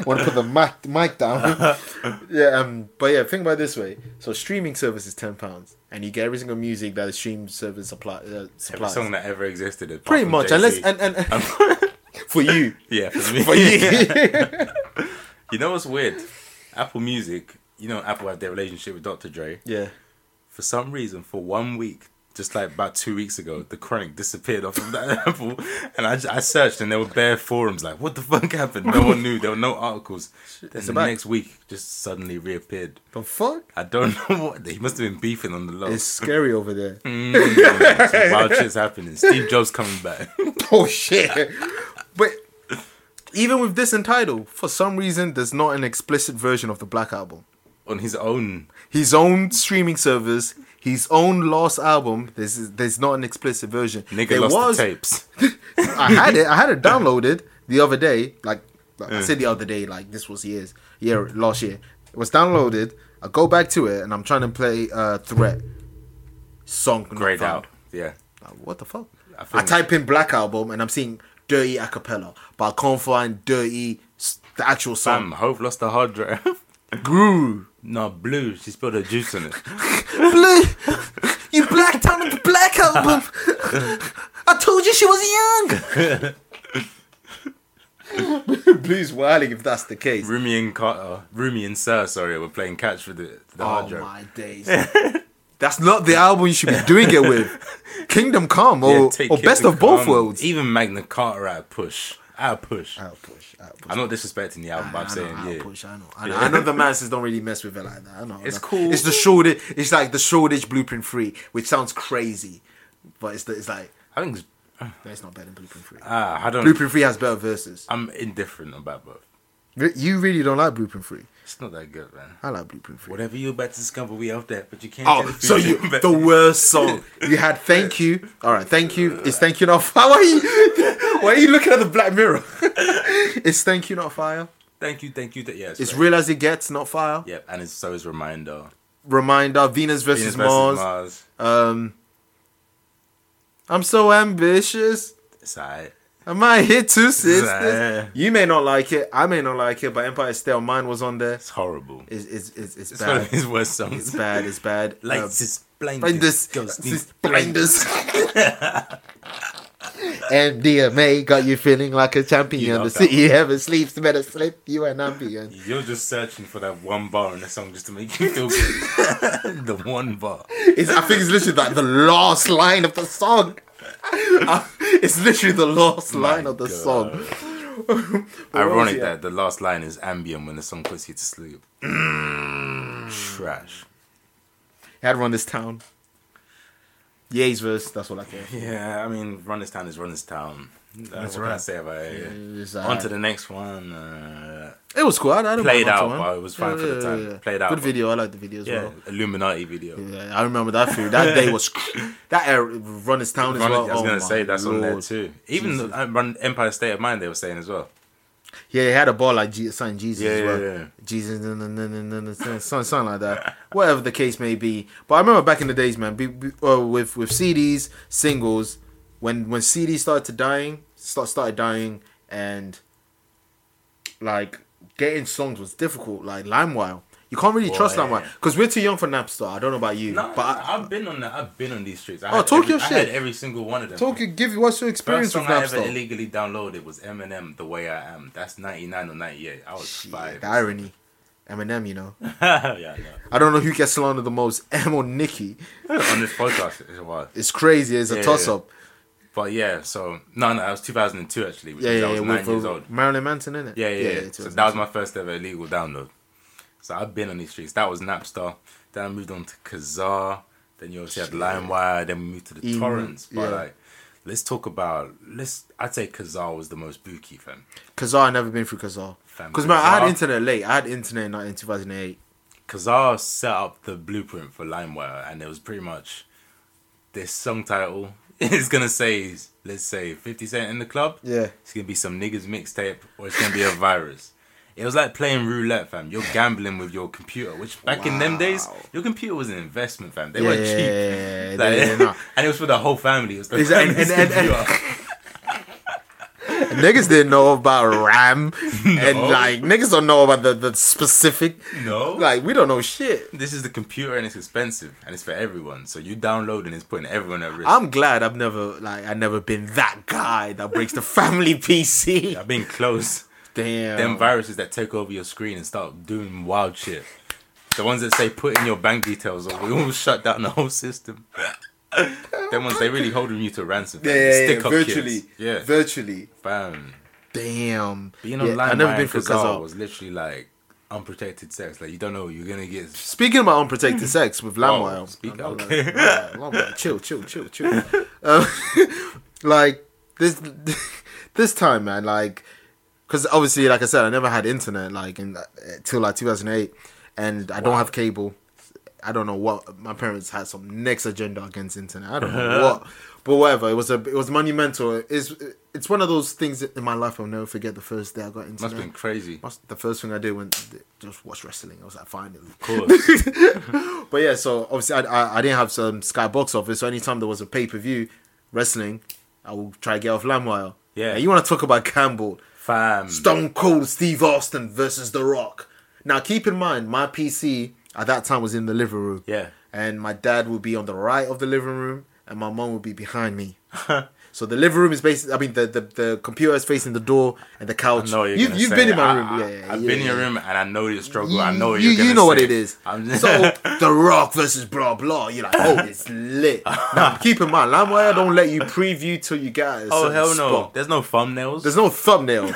Speaker 2: want to put the mic, mic down. (laughs) yeah, um, but yeah, think about it this way. So streaming service is ten pounds, and you get every single music that the stream service supply, uh,
Speaker 3: Every
Speaker 2: supplies.
Speaker 3: song that ever existed. apart
Speaker 2: Pretty
Speaker 3: from
Speaker 2: much,
Speaker 3: Jay-Z.
Speaker 2: unless and, and, and (laughs) for you,
Speaker 3: yeah,
Speaker 2: (laughs)
Speaker 3: for me.
Speaker 2: for
Speaker 3: (laughs)
Speaker 2: you.
Speaker 3: You know what's weird? Apple Music. You know, Apple had their relationship with Dr. Dre.
Speaker 2: yeah.
Speaker 3: for some reason, for one week, just like about two weeks ago, the chronic disappeared off of that (laughs) Apple, and I, I searched and there were bare forums like, what the (laughs) fuck happened? No one knew. There were no articles. Then the
Speaker 2: about-
Speaker 3: next week, just suddenly reappeared.
Speaker 2: The fuck?
Speaker 3: I don't (laughs) know what. They must have been beefing on the low.
Speaker 2: It's scary over
Speaker 3: (laughs)
Speaker 2: there.
Speaker 3: Mm. Some wild shit's happening. Steve Jobs coming back.
Speaker 2: (laughs)
Speaker 3: (laughs)
Speaker 2: Oh shit! but even with this entitled, for some reason, there's not an explicit version of the Black Album.
Speaker 3: on his own.
Speaker 2: His own streaming service, his own last album. There's there's not an explicit version.
Speaker 3: Nigga
Speaker 2: there
Speaker 3: lost
Speaker 2: was.
Speaker 3: the tapes.
Speaker 2: (laughs) I had it. I had it downloaded the other day. Like, like I said the other day, like this was years, year last year. It was downloaded. I go back to it and I'm trying to play uh Threat song. not
Speaker 3: Grayed
Speaker 2: found.
Speaker 3: out. Yeah.
Speaker 2: Like, what the fuck?
Speaker 3: I
Speaker 2: I,
Speaker 3: think-
Speaker 2: type in Black Album and I'm seeing Dirty Acapella, but I can't find Dirty, s- the actual
Speaker 3: Bam.
Speaker 2: song.
Speaker 3: Hope lost the hard drive. (laughs)
Speaker 2: Grew.
Speaker 3: no, blue. She spilled her
Speaker 2: (laughs)
Speaker 3: juice on it.
Speaker 2: Blue! You blacked out on the Black Album! I told you she was young! (laughs)
Speaker 7: Blue's wilding if that's the case.
Speaker 3: Rumi and Carter. Rumi and Sir, sorry, were playing catch with the, the hard
Speaker 2: Oh
Speaker 3: drive.
Speaker 2: my days. (laughs) That's not the album you should be doing it with. Kingdom Come or,
Speaker 3: Yeah, take
Speaker 2: or
Speaker 3: it
Speaker 2: Best
Speaker 3: and
Speaker 2: of Both
Speaker 3: come.
Speaker 2: Worlds.
Speaker 3: Even Magna Carta at push. At push.
Speaker 2: I'll push. I'll push.
Speaker 3: I'm not disrespecting the album, but I'm
Speaker 2: I
Speaker 3: saying
Speaker 2: know, I'll
Speaker 3: yeah.
Speaker 2: push. I know. I know, I know the masses don't really mess with it like that. I know. I
Speaker 3: It's
Speaker 2: know.
Speaker 3: cool.
Speaker 2: It's the shortage. It's like the shortage blueprint free, which sounds crazy, but it's the, it's like
Speaker 3: I think it's,
Speaker 2: no, it's not better than blueprint free.
Speaker 3: ah, I don't.
Speaker 2: blueprint free has better verses.
Speaker 3: I'm indifferent about both.
Speaker 2: Re- You really don't like blueprint free.
Speaker 3: It's not that good, man.
Speaker 2: I like blueprint free.
Speaker 3: Whatever you're about to discover, we out there, but you can't.
Speaker 2: Oh,
Speaker 3: tell the
Speaker 2: so you
Speaker 3: (laughs) future, but-
Speaker 2: the worst song (laughs) you had? Thank you. All right, thank you. It's thank you not fire. (laughs) Why are you, why are you looking at the black mirror? (laughs) it's thank you not fire.
Speaker 3: Thank you, thank you. Th- yes.
Speaker 2: It's
Speaker 3: right.
Speaker 2: real as it gets, not fire.
Speaker 3: Yep, and it's so is reminder.
Speaker 2: Reminder: Venus versus,
Speaker 3: Venus
Speaker 2: Mars.
Speaker 3: versus Mars.
Speaker 2: Um, I'm so ambitious.
Speaker 3: It's alright.
Speaker 2: Am I here too, sis?
Speaker 3: Yeah.
Speaker 2: You may not like it. I may not like it, but Empire Stale, mine was on there.
Speaker 3: It's horrible.
Speaker 2: It's, it's, it's, it's
Speaker 3: It's one of
Speaker 2: bad.
Speaker 3: his worst songs.
Speaker 2: It's bad. It's (laughs) bad. Uh,
Speaker 3: Lights is blinded.
Speaker 2: Blinders.
Speaker 3: Ghost
Speaker 2: This
Speaker 3: is
Speaker 2: is blinders.
Speaker 8: (laughs) MDMA got you feeling like a champion.
Speaker 3: You love
Speaker 8: the
Speaker 3: that
Speaker 8: city heaven sleeps, better slip you an ambient.
Speaker 2: (laughs)
Speaker 3: You're just searching for that one bar in the song just to make you feel
Speaker 2: (laughs)
Speaker 3: good. (laughs) the one bar.
Speaker 8: It's, I think it's literally like the last line of the
Speaker 2: (laughs)
Speaker 8: song.
Speaker 2: Uh, it's literally the last line of the
Speaker 3: God.
Speaker 2: song.
Speaker 3: Ironic
Speaker 2: yeah.
Speaker 3: that the last line is ambient when the song puts you to sleep. Mm. Trash.
Speaker 2: Had run this town. Ye's verse. That's all I care.
Speaker 3: Yeah, I mean, Run This Town is Run This Town. That's what can I
Speaker 9: right.
Speaker 3: say about it.
Speaker 2: It's
Speaker 8: uh,
Speaker 3: On to
Speaker 2: alright.
Speaker 3: the next one. Uh,
Speaker 2: It was cool. I, I didn't
Speaker 3: Played
Speaker 2: mind Onto One.
Speaker 3: out, but it was fine for the time. Played out,
Speaker 2: Good
Speaker 3: but-
Speaker 2: video. I like the video as
Speaker 3: yeah,
Speaker 2: well.
Speaker 3: Illuminati video.
Speaker 2: Yeah, I remember that few. That day was that era, run is town as
Speaker 3: Run-
Speaker 2: well.
Speaker 3: I was
Speaker 2: Oh
Speaker 3: gonna
Speaker 2: my
Speaker 3: say that's on there
Speaker 2: lord.
Speaker 3: too. Even the, uh, Run Empire State of Mind, they were saying as well.
Speaker 2: Yeah, they had a ball like Je- son Jesus
Speaker 3: Yeah,
Speaker 2: as
Speaker 3: yeah,
Speaker 2: well.
Speaker 3: yeah.
Speaker 2: Jesus, no, no, no, no, no, no, something, something like that. Whatever the case may be. But I remember back in the days, man, be, be, uh, with with CDs, singles, when when CDs started to dying, start started dying, and like getting songs was difficult. Like LimeWire, you can't really trust
Speaker 3: Boy.
Speaker 2: LimeWire because we're too young for Napster. I don't know about you,
Speaker 3: No,
Speaker 2: but I,
Speaker 3: I, have been on that. I've been on these streets. I
Speaker 2: Oh,
Speaker 3: had
Speaker 2: talk
Speaker 3: every,
Speaker 2: your
Speaker 3: I
Speaker 2: shit.
Speaker 3: had every single one of them.
Speaker 2: talk. You give what's your
Speaker 3: First
Speaker 2: experience with
Speaker 3: song I ever
Speaker 2: Napster?
Speaker 3: illegally downloaded was Eminem, "The Way I Am." That's ninety nine or ninety eight. I was
Speaker 2: Shit,
Speaker 3: five.
Speaker 2: the
Speaker 3: (laughs)
Speaker 2: irony. Eminem, you know.
Speaker 3: yeah, I know.
Speaker 2: I don't know who gets slandered the most, (laughs) M or Nicki.
Speaker 3: (laughs) on this podcast it's a while.
Speaker 2: It's crazy. It's a
Speaker 3: Yeah,
Speaker 2: toss up.
Speaker 3: But yeah, so no, no, that was two thousand and two actually. Which
Speaker 2: Yeah, yeah,
Speaker 3: I was
Speaker 2: yeah.
Speaker 3: nine
Speaker 2: With
Speaker 3: years
Speaker 2: uh,
Speaker 3: old.
Speaker 2: Marilyn Manson in it.
Speaker 3: Yeah, yeah. yeah.
Speaker 2: it's-
Speaker 3: So that was my first ever illegal download. So I've been on these streets. That was Napster. Then I moved on to Kazaa. Then you obviously had LimeWire. Then we moved to the
Speaker 2: Emu,
Speaker 3: torrents. But
Speaker 2: Mm-hmm. yeah.
Speaker 3: like, let's talk about let's. I'd say Kazaa was the most bookie fam.
Speaker 2: Kazaa. I never been through Kazaa.
Speaker 3: Fam,
Speaker 2: Because man, I had
Speaker 3: Kazaa.
Speaker 2: internet late. I had internet in, in 2008.
Speaker 3: Kazaa set up the blueprint for LimeWire, and it was pretty much this song title (laughs) is gonna say, let's say, Fifty Cent in the club.
Speaker 2: Yeah.
Speaker 3: it's gonna be some niggas mixtape, or it's gonna be a virus. It was like playing roulette, fam. You're gambling with your computer, which back in them days, your computer was an investment, fam. They
Speaker 2: Yeah,
Speaker 3: were
Speaker 2: yeah,
Speaker 3: cheap, (laughs)
Speaker 2: yeah, yeah,
Speaker 3: Like,
Speaker 2: yeah, yeah, nah.
Speaker 3: and it was for the whole family. It was the
Speaker 2: Is that- and-
Speaker 3: family's
Speaker 2: and- and-
Speaker 3: computer.
Speaker 2: niggas didn't know about
Speaker 3: (laughs)
Speaker 2: RAM, and
Speaker 3: No.
Speaker 2: like niggas don't know about the, the specific.
Speaker 3: (laughs) no,
Speaker 2: Like we don't know shit.
Speaker 3: this is the computer, and it's expensive, and it's for everyone. So you downloading is putting everyone at risk.
Speaker 2: I'm glad I've never like I never been that guy that breaks the family
Speaker 3: (laughs)
Speaker 2: PC.
Speaker 3: I've been close.
Speaker 2: Damn.
Speaker 3: them viruses that take over your screen and start doing wild shit. The ones that say put in your bank details or we will shut down the whole system. them ones they really holding you to ransom.
Speaker 8: Yeah,
Speaker 3: fam.
Speaker 8: yeah, yeah,
Speaker 3: Stick up kids.
Speaker 8: virtually.
Speaker 3: Yeah.
Speaker 8: Virtually.
Speaker 3: Fam.
Speaker 2: Damn.
Speaker 3: Being on
Speaker 2: Yeah,
Speaker 3: line
Speaker 2: I've never been through Kazaa.
Speaker 3: was literally like unprotected sex. Like you don't know you're gonna get
Speaker 2: Speaking about unprotected sex with
Speaker 3: oh,
Speaker 2: LimeWire,
Speaker 3: speak (laughs) okay.
Speaker 2: Alright, alright, chill, chill, chill, chill. Uh, (laughs) like this, (laughs) this time, man. Like, because obviously, like I said, I never had internet like in, uh, till like 2008, and I don't have cable. I don't know what my parents had some next agenda against internet. I don't know
Speaker 3: (laughs)
Speaker 2: what, but whatever. It was a, it was monumental. It's, it's one of those things in my life I'll never forget. The first day I got internet.
Speaker 3: Must have been crazy.
Speaker 2: Must- the first thing I did when just watch wrestling. I was like, finally.
Speaker 3: Of
Speaker 2: (laughs)
Speaker 3: course.
Speaker 2: But yeah, so obviously I, I, I didn't have some Sky box office, so anytime there was a pay per view wrestling, I will try to get off LimeWire.
Speaker 3: Yeah.
Speaker 2: Now, you want to talk about Campbell,
Speaker 3: Fam.
Speaker 2: Stone Cold Steve Austin versus The Rock. Now keep in mind, my PC at that time was in the living room.
Speaker 3: Yeah.
Speaker 2: And my dad would be on the right of the living room, and my mom would be behind
Speaker 3: (laughs)
Speaker 2: me. so the living room is basically, I mean, the, the, the computer is facing the door, and the couch.
Speaker 3: I know what you're
Speaker 2: you've
Speaker 3: gonna
Speaker 2: you've
Speaker 3: say.
Speaker 2: been in my
Speaker 3: I-
Speaker 2: room.
Speaker 3: I-
Speaker 2: yeah, yeah,
Speaker 3: I've
Speaker 2: yeah,
Speaker 3: been in your
Speaker 2: yeah.
Speaker 3: room and I know your struggle.
Speaker 2: You,
Speaker 3: I know what
Speaker 2: you,
Speaker 3: you're gonna
Speaker 2: you know what
Speaker 3: say.
Speaker 2: it is.
Speaker 3: I'm just, (laughs)
Speaker 2: so oh, The Rock versus blah blah. You're like, oh, it's
Speaker 3: (laughs)
Speaker 2: lit. Now, keep in mind, LimeWire don't let you preview till you get.
Speaker 3: oh hell no.
Speaker 2: Spot.
Speaker 3: There's no thumbnails.
Speaker 2: There's no thumbnail.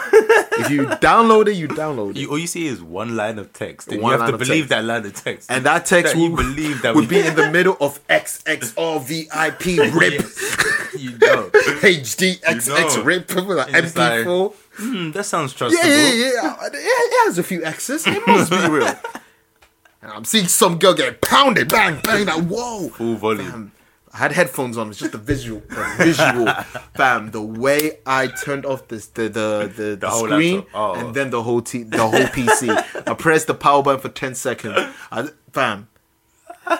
Speaker 2: if
Speaker 3: (laughs)
Speaker 2: you download it, you download it.
Speaker 3: You, all you see is one line of text. and
Speaker 2: One
Speaker 3: you have
Speaker 2: line
Speaker 3: to
Speaker 2: of
Speaker 3: believe
Speaker 2: text.
Speaker 3: that line of text.
Speaker 2: and that text
Speaker 3: that you
Speaker 2: will,
Speaker 3: believe that
Speaker 2: would be
Speaker 3: we-
Speaker 2: in the middle of XXR
Speaker 3: (laughs)
Speaker 2: VIP rip
Speaker 3: you know. You know.
Speaker 2: HDXX rip (laughs) with an
Speaker 3: It's just like-
Speaker 2: MP4.
Speaker 3: Hmm, that sounds
Speaker 2: Yeah,
Speaker 3: trustable.
Speaker 2: yeah, yeah. It it has a few X's. It must be
Speaker 3: (laughs)
Speaker 2: real. And I'm seeing some girl get pounded, bang, bang. Like whoa.
Speaker 3: Full volume.
Speaker 2: Fam, I had headphones on. It's just the visual, the
Speaker 3: (laughs)
Speaker 2: visual, fam. The way I turned off this, the the the, the,
Speaker 3: whole
Speaker 2: screen,
Speaker 3: laptop. Oh.
Speaker 2: and then the whole t- the whole PC. I pressed the power button for ten seconds. I, fam,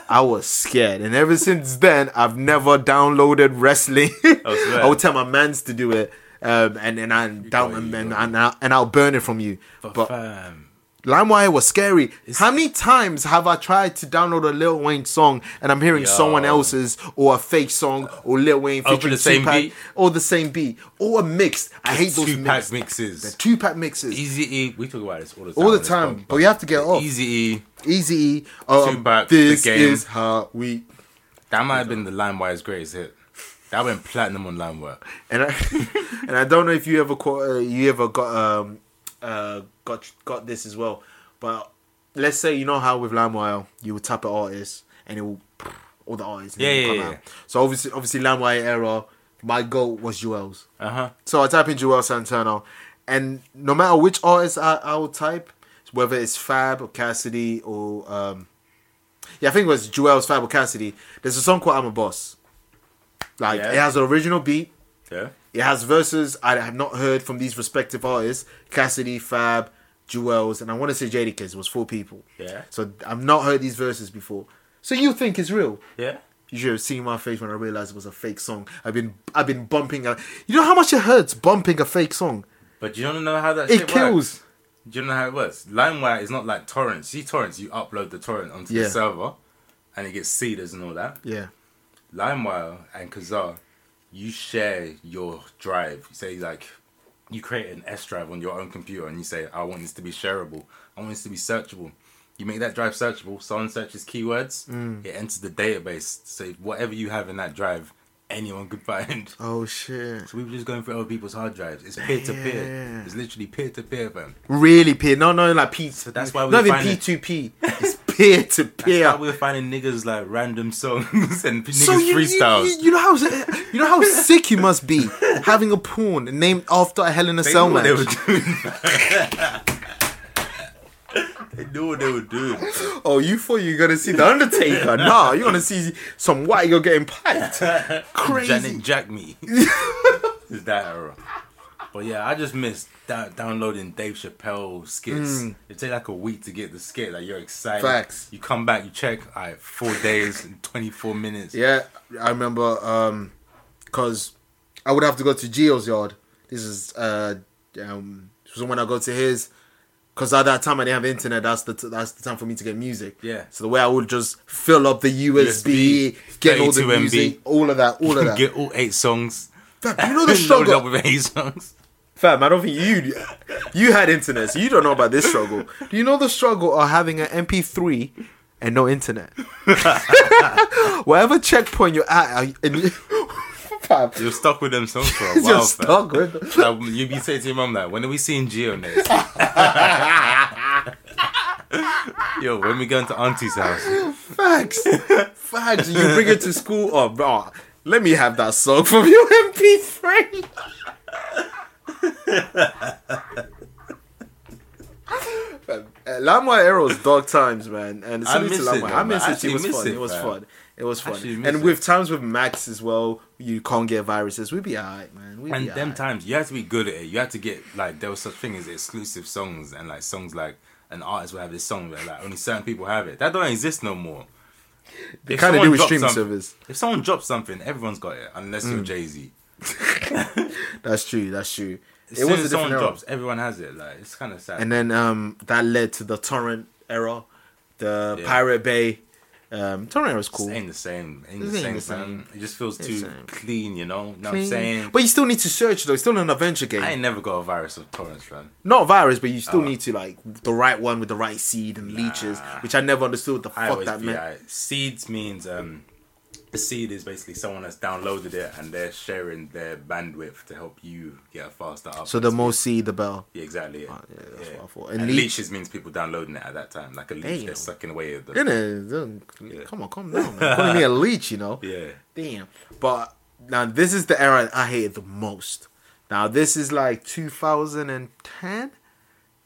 Speaker 2: I was scared, and ever since then, I've never downloaded wrestling. (laughs) I,
Speaker 3: swear.
Speaker 2: would tell my mans to do it. um, and and and down
Speaker 3: got it,
Speaker 2: and
Speaker 3: you
Speaker 2: and,
Speaker 3: got it.
Speaker 2: and, I'll, and I'll burn it from you.
Speaker 3: But
Speaker 2: But
Speaker 3: fam,
Speaker 2: LimeWire was scary. How many times have I tried to download a Lil Wayne song and I'm hearing someone else's or a fake song or Lil Wayne
Speaker 3: Over
Speaker 2: featuring
Speaker 3: the same
Speaker 2: Tupac,
Speaker 3: beat?
Speaker 2: or the same beat or a mix? I hate those
Speaker 3: two
Speaker 2: mix.
Speaker 3: pack
Speaker 2: The
Speaker 3: mixes.
Speaker 2: two pack mixes
Speaker 3: Easy E, we talk about this all the time.
Speaker 2: all the
Speaker 3: on this
Speaker 2: time, Oh.
Speaker 3: pod,
Speaker 2: but we have to get
Speaker 3: but
Speaker 2: off.
Speaker 3: Easy E,
Speaker 2: Easy, um,
Speaker 3: Tupac, The
Speaker 2: this
Speaker 3: Game.
Speaker 2: is how we
Speaker 3: that might have been the LimeWire's greatest hit. That went platinum on LimeWire.
Speaker 2: and I, (laughs) and I don't know if you ever caught, uh, you ever got um uh got got this as well, but let's say you know how with LimeWire you would tap an artist and it will (sniffs) all the artists and
Speaker 3: Yeah,
Speaker 2: it will
Speaker 3: yeah, yeah.
Speaker 2: So obviously, obviously LimeWire era, my goal was Joel's.
Speaker 3: Uh huh.
Speaker 2: So I type in Joel Santana, and no matter which artist I, I will type, whether it's Fab or Cassidy or um, yeah, I think it was Joel's Fab or Cassidy. There's a song called "I'm a Boss." Like
Speaker 3: Yeah.
Speaker 2: it has an original beat.
Speaker 3: Yeah.
Speaker 2: It has verses I have not heard from these respective artists: Cassidy, Fab, Jewels, and I want to say Jadakiss. It was four people.
Speaker 3: Yeah.
Speaker 2: So I've not heard these verses before. So you think it's real?
Speaker 3: Yeah.
Speaker 2: You should have seen my face when I realized it was a fake song. I've been I've been bumping. A, you know how much it hurts bumping a fake song.
Speaker 3: But you don't know how that
Speaker 2: It
Speaker 3: shit
Speaker 2: kills.
Speaker 3: Works. Do you know how it works? LimeWire is not like torrents. See torrents, you upload the torrent onto
Speaker 2: Yeah.
Speaker 3: the server, and it gets seeders and all that.
Speaker 2: Yeah.
Speaker 3: LimeWire and Kazaa, you share your drive. You say like you create an S drive on your own computer and you say, I want this to be shareable. I want this to be searchable. You make that drive searchable, someone searches keywords,
Speaker 2: Mm.
Speaker 3: it enters the database. So whatever you have in that drive, anyone could (laughs) find.
Speaker 2: Oh shit.
Speaker 3: So we were just going through other people's hard drives. It's peer to peer.
Speaker 2: Damn.
Speaker 3: It's literally peer to peer, man.
Speaker 2: Really peer? No, no, like P.
Speaker 3: that's why we
Speaker 2: not even
Speaker 3: find
Speaker 2: P
Speaker 3: it-
Speaker 2: two P. It's peer to
Speaker 3: Yeah.
Speaker 2: peer.
Speaker 3: we were finding niggas like random (laughs) songs and niggas
Speaker 2: So you, you,
Speaker 3: freestyles.
Speaker 2: you- you know how you know how sick you must
Speaker 3: (laughs)
Speaker 2: be having a pawn named after a Hell in a
Speaker 3: They
Speaker 2: Cell
Speaker 3: knew what
Speaker 2: match.
Speaker 3: they were doing. (laughs) they knew what they were doing.
Speaker 2: Oh, you thought you were gonna see the
Speaker 3: (laughs)
Speaker 2: Undertaker? nah, you wanna see some white girl getting piped? Crazy.
Speaker 3: Janet
Speaker 2: (laughs)
Speaker 3: Jack me. Is that era? But yeah, I just missed da- downloading Dave Chappelle skits. It take like a week to get the skit. Like you're excited.
Speaker 2: Mm. Facts.
Speaker 3: You come back, you check. All right, four days and twenty four minutes.
Speaker 2: Yeah, I remember um because I would have to go to Geo's yard. This is uh um so when I go to his because at that time I didn't have internet. That's the t- that's the time for me to get music.
Speaker 3: Yeah.
Speaker 2: So the way I would just fill up the USB, get all the
Speaker 3: 32 MB.
Speaker 2: music, all of that, all of that.
Speaker 3: (laughs) get all eight songs.
Speaker 2: Fam, you
Speaker 3: (laughs)
Speaker 2: know the
Speaker 3: Load up
Speaker 2: struggle,
Speaker 3: with eight songs.
Speaker 2: fam. I don't think you you had internet, so you don't know about this struggle. Do you know the struggle of having an MP3 and no internet? Whatever checkpoint you're at, are you- and you, (laughs) fam,
Speaker 3: You're stuck with them
Speaker 2: (laughs)
Speaker 3: songs for a
Speaker 2: It's
Speaker 3: while.
Speaker 2: just
Speaker 3: fam.
Speaker 2: stuck with.
Speaker 3: Like, you be saying to your mum that when are we seeing Geo next? (laughs) Yo, when we going to Auntie's house? (laughs)
Speaker 2: Facts. Facts. You bring it to school. Oh, bro. Let me have that song from (laughs) your MP3. (laughs) Lamar Arrow was dark times, man. And
Speaker 3: I
Speaker 2: salute to
Speaker 3: miss
Speaker 2: Lamar.
Speaker 3: it,
Speaker 2: I
Speaker 3: man.
Speaker 2: miss
Speaker 3: I
Speaker 2: it. It
Speaker 3: actually
Speaker 2: was
Speaker 3: miss
Speaker 2: fun. It,
Speaker 3: it,
Speaker 2: was
Speaker 3: fam.
Speaker 2: fun. It was fun.
Speaker 3: Actually miss
Speaker 2: And
Speaker 3: it.
Speaker 2: with times with Max as well, you can't get viruses. We'd be alright, man. We'd
Speaker 3: And
Speaker 2: be
Speaker 3: them
Speaker 2: alright.
Speaker 3: times, you had to be good at it. You had to get like there was such thing as exclusive songs and like songs like an artist would have this song that like only certain people have it. That don't exist no more. They
Speaker 2: kinda do with streaming service. Mm.
Speaker 3: If someone drops something, everyone's got it, unless you're Jay Z.
Speaker 2: That's true. That's true.
Speaker 3: As
Speaker 2: it
Speaker 3: soon
Speaker 2: was a different
Speaker 3: as someone
Speaker 2: era.
Speaker 3: drops, everyone has it. Like it's kind of sad.
Speaker 2: and then um, that led to the torrent era, the
Speaker 3: Yeah.
Speaker 2: Pirate Bay. Um, torrent era is cool,
Speaker 3: It ain't the same. Ain't
Speaker 2: It
Speaker 3: the
Speaker 2: ain't
Speaker 3: same,
Speaker 2: the same.
Speaker 3: man. It just feels
Speaker 2: It's
Speaker 3: too
Speaker 2: same.
Speaker 3: clean, you know. Know what I'm saying?
Speaker 2: but you still need to search though. It's still an adventure game,
Speaker 3: I Oh. ain't never got a virus of torrents, man.
Speaker 2: not a virus, but you still need to like the right one with the right seed and leeches, which I never understood what the
Speaker 3: I
Speaker 2: fuck
Speaker 3: always
Speaker 2: that
Speaker 3: be
Speaker 2: meant.
Speaker 3: like, seeds means um, a seed is basically someone that's downloaded it and they're sharing their bandwidth to help you get a faster up.
Speaker 2: So the more seed, the bell.
Speaker 3: yeah, exactly. Yeah,
Speaker 2: yeah, that's
Speaker 3: Yeah.
Speaker 2: what I thought. And
Speaker 3: And,
Speaker 2: leech-
Speaker 3: leeches means people downloading it at that time, like a leech.
Speaker 2: Damn.
Speaker 3: They're sucking away at the.
Speaker 2: Innit? Then- Come on, come down.
Speaker 3: (laughs)
Speaker 2: Man. Calling me a leech, you know.
Speaker 3: Yeah.
Speaker 2: Damn. But now this is the era I hated the most. Now this is like 2010.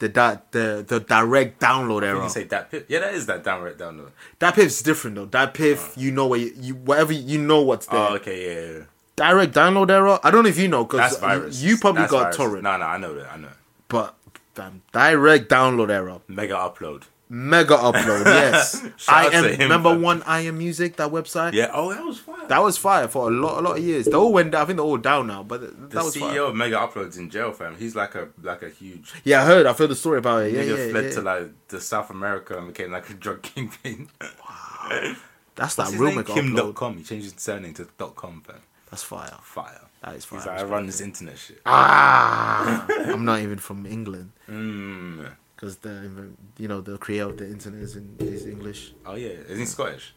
Speaker 2: The di- the the direct download
Speaker 3: You
Speaker 2: era.
Speaker 3: can say that pip. Yeah, that is that downright download.
Speaker 2: That piff's different though. That piff, you know where you, you whatever you know what's there.
Speaker 3: Oh, okay, yeah, yeah.
Speaker 2: Direct download error. I don't know if you know
Speaker 3: That's
Speaker 2: because
Speaker 3: virus.
Speaker 2: you probably
Speaker 3: That's
Speaker 2: got
Speaker 3: virus.
Speaker 2: torrent,
Speaker 3: No, no, I know that. I know.
Speaker 2: but damn, direct download error.
Speaker 3: Mega upload.
Speaker 2: Mega
Speaker 3: (laughs)
Speaker 2: upload, yes. I
Speaker 3: out
Speaker 2: am
Speaker 3: to him,
Speaker 2: remember
Speaker 3: fam.
Speaker 2: one I am music that website.
Speaker 3: Yeah. Oh, that was fire.
Speaker 2: that was fire for a lot, a lot of years. They all went. down- I think they're all down now, but th- that
Speaker 3: the E
Speaker 2: was
Speaker 3: CEO
Speaker 2: fire.
Speaker 3: of Mega Uploads in jail, fam. He's like a like a huge.
Speaker 2: Yeah, I heard. I've heard the story about it. Yeah,
Speaker 3: nigga
Speaker 2: yeah,
Speaker 3: fled
Speaker 2: yeah.
Speaker 3: to like the South America and became like a (laughs) drug kingpin.
Speaker 2: That's
Speaker 3: What's
Speaker 2: that
Speaker 3: his
Speaker 2: real
Speaker 3: name?
Speaker 2: mega
Speaker 3: Kim dot
Speaker 2: upload.
Speaker 3: com. He changed his surname to dot com, fam.
Speaker 2: That's fire.
Speaker 3: Fire.
Speaker 2: That is fire.
Speaker 3: He's like, I run this internet shit. (laughs)
Speaker 2: ah, I'm not even from England
Speaker 3: Mm.
Speaker 2: because the you know the creator of the internet is, in, is English.
Speaker 3: Oh yeah, is he Scottish?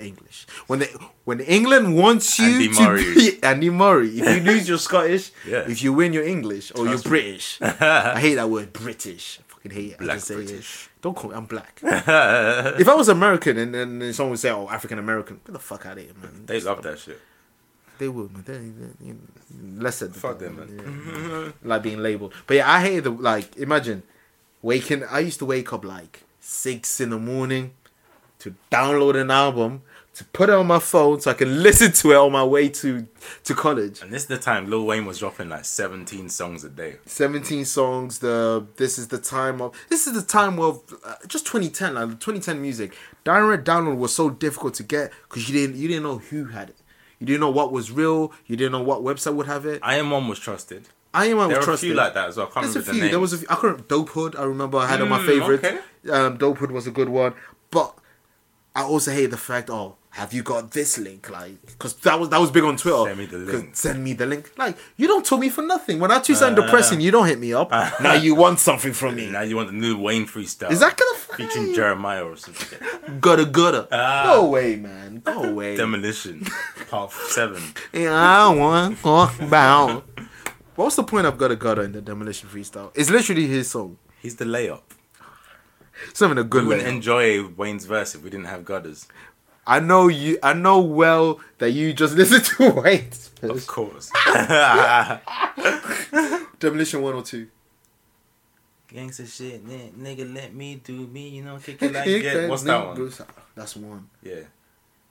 Speaker 2: English. When they when England wants you
Speaker 3: Andy
Speaker 2: to
Speaker 3: Murray.
Speaker 2: be (laughs) Andy Murray. If you lose you're Scottish.
Speaker 3: Yeah.
Speaker 2: If you win you're English or you're
Speaker 3: (laughs)
Speaker 2: British. I hate that word British. I fucking hate it. I
Speaker 3: Black
Speaker 2: just say it.
Speaker 3: British.
Speaker 2: Don't call me I'm
Speaker 3: (laughs)
Speaker 2: black. if I was American and then and someone would say, Oh African American, get the fuck out of here, man.
Speaker 3: They love that shit.
Speaker 2: They will, man. They, they, you know, less said the
Speaker 3: Fuck
Speaker 2: better,
Speaker 3: them,
Speaker 2: Yeah. like being labeled. But yeah, I hated the like. Imagine waking. I used to wake up like six in the morning to download an album to put it on my phone so I can (laughs) listen to it on my way to to college.
Speaker 3: And this is the time Lil Wayne was dropping like 17 songs a day.
Speaker 2: Seventeen songs. The this is the time of this is the time of uh, just 2010. Like 2010 music. Direct download was so difficult to get because you didn't you didn't know who had it. You didn't know what was real. You didn't know what website would have it.
Speaker 3: Iron One was trusted.
Speaker 2: Iron Man was
Speaker 3: There were a
Speaker 2: trusted.
Speaker 3: few like that as well. I can't
Speaker 2: There's a
Speaker 3: remember
Speaker 2: few.
Speaker 3: the name.
Speaker 2: There was a few. I couldn't. Dope Hood. I remember I had on my
Speaker 3: Mm,
Speaker 2: favorite.
Speaker 3: okay.
Speaker 2: Um, Dope Hood was a good one, but I also hate the fact. Oh, have you got this link? Like, because that was that was big on Twitter.
Speaker 3: Send me the
Speaker 2: 'Cause
Speaker 3: link.
Speaker 2: Send me the link. Like, you don't tell me for nothing. When I choose something
Speaker 3: Uh.
Speaker 2: depressing, you don't hit me
Speaker 3: (laughs)
Speaker 2: up. now you want something from me.
Speaker 3: now you want the new Wayne freestyle.
Speaker 2: Is that gonna
Speaker 3: (laughs) featuring Ah.
Speaker 2: fucking
Speaker 3: Jeremiah
Speaker 2: (laughs)
Speaker 3: or something?
Speaker 2: gutter gutter? Go away, man.
Speaker 3: (laughs)
Speaker 2: Go away.
Speaker 3: Demolition, part seven.
Speaker 2: Yeah, I want to talk about. (laughs) What's the point of gutter gutter in the demolition freestyle? It's literally his song.
Speaker 3: He's the layup.
Speaker 2: It's not even a good
Speaker 3: We
Speaker 2: one.
Speaker 3: wouldn't enjoy Wayne's verse if we didn't have gutters.
Speaker 2: I know you. I know well that you just (laughs) listen to Wait.
Speaker 3: Of course.
Speaker 2: Demolition one or two.
Speaker 3: Gangster shit, n- nigga, let me do me, you know,
Speaker 2: (laughs)
Speaker 3: kick it like yeah. What's that one?
Speaker 2: That's one.
Speaker 3: Yeah,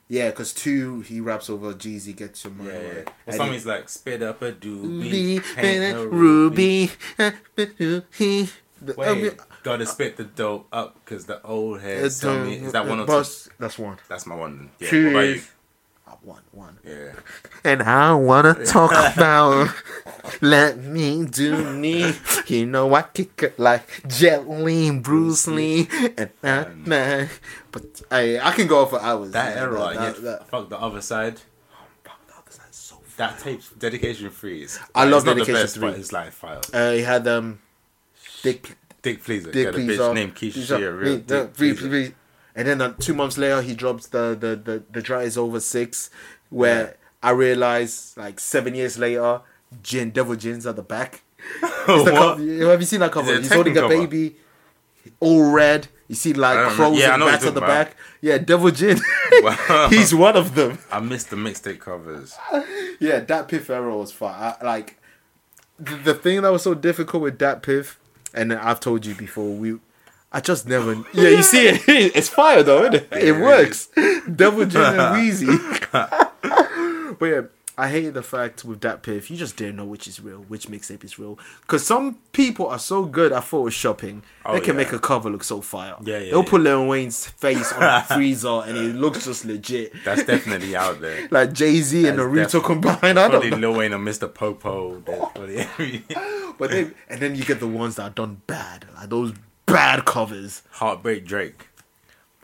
Speaker 2: Yeah, because two he raps over Jeezy gets your money.
Speaker 3: yeah, yeah.
Speaker 2: right?
Speaker 3: Well,
Speaker 2: And
Speaker 3: something's
Speaker 2: then-
Speaker 3: like spit up a doobie,
Speaker 2: Ruby,
Speaker 3: paint a ruby.
Speaker 2: Ruby, uh, Ruby. The- uh,
Speaker 3: Wait, gotta spit the dope up because the old head tell me. Is that one or two?
Speaker 2: Bus- That's one.
Speaker 3: That's my one. then. Yeah. What about you?
Speaker 2: Cheers. Uh, One, one.
Speaker 3: Yeah.
Speaker 2: And I wanna talk about let me do me. You know I kick it like Jet Li, and Bruce Lee, and nah, nah. But I I can go on for hours.
Speaker 3: That
Speaker 2: man.
Speaker 3: era, yeah,
Speaker 2: That, that,
Speaker 3: fuck the other side.
Speaker 2: that.
Speaker 3: That tape's dedication free. is-
Speaker 2: I
Speaker 3: like,
Speaker 2: love
Speaker 3: it's not the
Speaker 2: Dedication
Speaker 3: best, but
Speaker 2: Free.
Speaker 3: It's like fire.
Speaker 2: Uh, he had um, Dick
Speaker 3: Dick Pleaser.
Speaker 2: Dick
Speaker 3: got a
Speaker 2: Pleaser,
Speaker 3: bitch named Keisha
Speaker 2: Pleaser,
Speaker 3: Shea, real
Speaker 2: me- the- Pleaser,
Speaker 3: Dick Pleaser.
Speaker 2: Pleaser. And then uh, two months later, he drops the the the the dry is over six, where I realized like seven years later, Jin Devil Jin's at the back. It's the
Speaker 3: What?
Speaker 2: cover-
Speaker 3: (laughs)
Speaker 2: have you seen that cover?
Speaker 3: it a
Speaker 2: He's holding a
Speaker 3: Tekken cover?
Speaker 2: baby, all red. You see
Speaker 3: I
Speaker 2: like
Speaker 3: don't
Speaker 2: crows
Speaker 3: remember. Yeah, I
Speaker 2: and
Speaker 3: know what
Speaker 2: bats
Speaker 3: you're
Speaker 2: at the
Speaker 3: talking
Speaker 2: back. Yeah, Devil Jin.
Speaker 3: (laughs) Wow.
Speaker 2: (laughs) He's one of them.
Speaker 3: I missed the mixtape covers.
Speaker 2: Yeah, Dat Piff era was fun. I, like the, the thing that was so difficult with Dat Piff, and I've told you before, we I just never. yeah, you see it. (laughs) It's fire though. Isn't it? it works. (laughs) Double Jin and
Speaker 3: (laughs)
Speaker 2: Wheezy. (laughs) but yeah, I hated the fact with Dat Piff, you just didn't know which is real, which mixtape is real. Because some people are so good at photoshopping, they
Speaker 3: Oh,
Speaker 2: can
Speaker 3: yeah.
Speaker 2: make a cover look so fire.
Speaker 3: Yeah, yeah,
Speaker 2: They'll
Speaker 3: yeah.
Speaker 2: put Lil Wayne's face on
Speaker 3: (laughs)
Speaker 2: a freezer, and it looks just legit.
Speaker 3: That's definitely out there.
Speaker 2: like Jay Z and
Speaker 3: That's
Speaker 2: Naruto
Speaker 3: definitely-
Speaker 2: combined. I
Speaker 3: Probably
Speaker 2: don't know.
Speaker 3: Lil Wayne and Mr. Popo. There's probably every-
Speaker 2: But then, and then you get the ones that are done bad, like those bad covers.
Speaker 3: (laughs) Heartbreak Drake.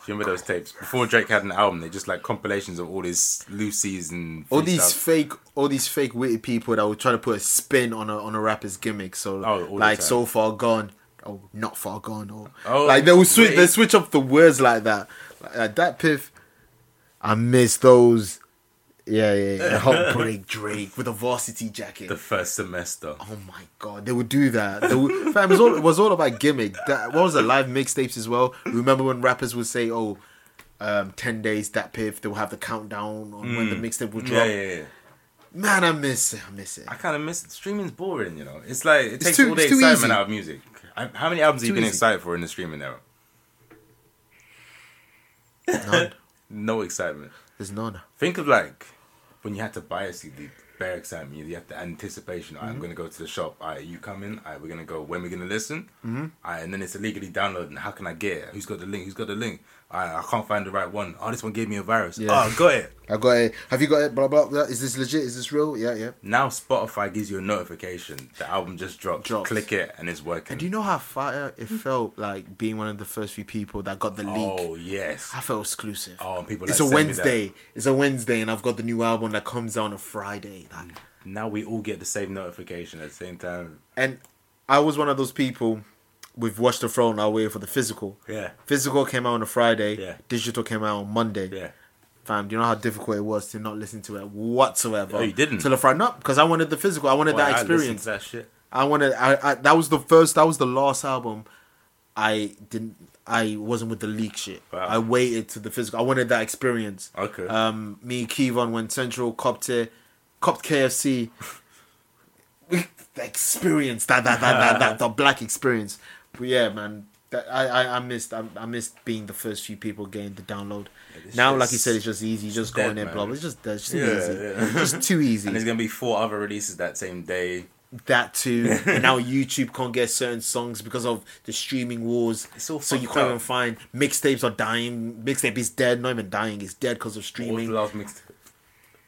Speaker 3: Do you remember those tapes? Before Drake had an album, they just like compilations of all his Lucy's and
Speaker 2: All these
Speaker 3: freestyle-
Speaker 2: fake, all these fake witty people that will try to put a spin on a on a rapper's gimmick. So
Speaker 3: Oh, all the
Speaker 2: like
Speaker 3: time.
Speaker 2: so far gone, oh not far gone, or
Speaker 3: Oh,
Speaker 2: like they will switch
Speaker 3: wait.
Speaker 2: they switch up the words like that. Like, like that piff, I miss those. Yeah, yeah,
Speaker 3: (laughs)
Speaker 2: yeah. Heartbreak Drake with a varsity jacket.
Speaker 3: the first semester.
Speaker 2: Oh my god, they would do that. They would, fam, it was all it was all about gimmick. That, what was it? Live mixtapes as well. Remember when rappers would say, "Oh, um, ten days that piff." They will have the countdown on when the mixtape would
Speaker 3: Yeah,
Speaker 2: drop.
Speaker 3: yeah, yeah.
Speaker 2: Man, I miss it. I miss it.
Speaker 3: I kind of miss it. Streaming's boring, you know. It's like it takes
Speaker 2: too-
Speaker 3: all the
Speaker 2: it's too
Speaker 3: excitement
Speaker 2: easy.
Speaker 3: out of music. I, how many albums have you
Speaker 2: too
Speaker 3: been
Speaker 2: easy.
Speaker 3: excited for in the streaming era?
Speaker 2: None.
Speaker 3: No excitement.
Speaker 2: There's none.
Speaker 3: Think of like when you had to buy a CD. bare excitement. You have the anticipation. I'm
Speaker 2: Mm-hmm.
Speaker 3: gonna go to the shop. All right, you coming? All right, we're gonna go. When we gonna listen? Mm-hmm. All right, and then it's illegally downloading. How can I get it? Who's got the link? Who's got the link? All right, I can't find the right one. Oh, this one gave me a virus.
Speaker 2: Yeah.
Speaker 3: Oh, I got it.
Speaker 10: I got it. Have you got it? Blah blah. blah. Is this legit? Is this real? Yeah, yeah.
Speaker 3: Now Spotify gives you a notification. The album just dropped.
Speaker 2: Dropped.
Speaker 3: Click it, and it's working.
Speaker 2: And do you know how fire it felt like being one of the first few people that got the leak?
Speaker 3: oh yes.
Speaker 2: I felt exclusive.
Speaker 3: Oh, and people.
Speaker 2: it's a
Speaker 3: like, send me that.
Speaker 2: Wednesday. It's a Wednesday, and I've got the new album that comes out on a Friday. Like,
Speaker 3: Now we all get the same notification at the same time.
Speaker 2: And I was one of those people. We've watched the throne. I waited for the physical.
Speaker 3: Yeah.
Speaker 2: Physical came out on a Friday.
Speaker 3: Yeah.
Speaker 2: Digital came out on Monday.
Speaker 3: Yeah.
Speaker 2: Fam, do you know how difficult it was to not listen to it whatsoever?
Speaker 3: Oh, you didn't?
Speaker 2: Till the Friday, no, because I wanted the physical. I wanted
Speaker 3: Well, I
Speaker 2: that
Speaker 3: listened to
Speaker 2: experience.
Speaker 3: that shit.
Speaker 2: I wanted. I, I that was the first. That was the last album. I didn't. I wasn't with the leak shit.
Speaker 3: Wow.
Speaker 2: I waited to the physical. I wanted that experience.
Speaker 3: Okay.
Speaker 2: Um, me and Kevon went central, copped it, copped KFC. We- the experience that that that that,
Speaker 3: (laughs)
Speaker 2: that the black experience. But yeah, man. That, I, I, I missed I, I missed being the first few people getting the download.
Speaker 3: this
Speaker 2: now,
Speaker 3: shit's
Speaker 2: like you said, it's just easy. You just go
Speaker 3: dead,
Speaker 2: in there,
Speaker 3: man.
Speaker 2: blah blah. It's just it's just
Speaker 3: Yeah,
Speaker 2: easy.
Speaker 3: yeah.
Speaker 2: It's
Speaker 3: (laughs)
Speaker 2: just too easy
Speaker 3: And there's gonna be four other releases that same day.
Speaker 2: that
Speaker 3: (laughs)
Speaker 2: too. and now YouTube can't get certain songs because of the streaming wars.
Speaker 3: It's all
Speaker 2: so you
Speaker 3: fucked
Speaker 2: can't
Speaker 3: up.
Speaker 2: even find mixtapes are dying. Mixtape is dead. Not even dying. It's dead because of
Speaker 3: What was
Speaker 2: streaming.
Speaker 3: the last mixtape?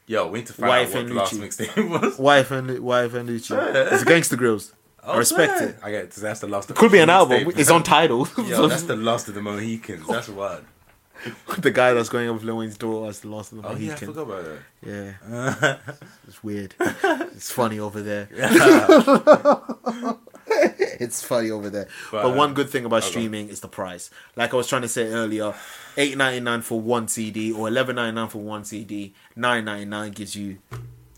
Speaker 3: Yo, we need to find
Speaker 2: Wife
Speaker 3: out what
Speaker 2: and
Speaker 3: the last
Speaker 2: Lucci.
Speaker 3: mixtape (laughs) was.
Speaker 2: Wife and wife and Lucci. it's Gangster Grills. I respect it.
Speaker 3: I get it. 'cause That's the last.
Speaker 2: Could be an
Speaker 3: official
Speaker 2: album.
Speaker 3: mixtape.
Speaker 2: It's on title.
Speaker 3: (laughs) Yo, that's the last of the Mohicans. That's wild.
Speaker 2: (laughs) the guy that's going up with Lil Wayne's door as the last of the
Speaker 3: Oh yeah, I
Speaker 2: Mohican.
Speaker 3: forgot about that.
Speaker 2: yeah,
Speaker 3: (laughs)
Speaker 2: it's weird. It's funny over there.
Speaker 10: It's funny over there.
Speaker 2: But,
Speaker 3: uh,
Speaker 2: one good thing about streaming is the price. Like I was trying to say earlier, eight ninety nine for one CD or eleven ninety nine for one CD. Nine ninety nine gives you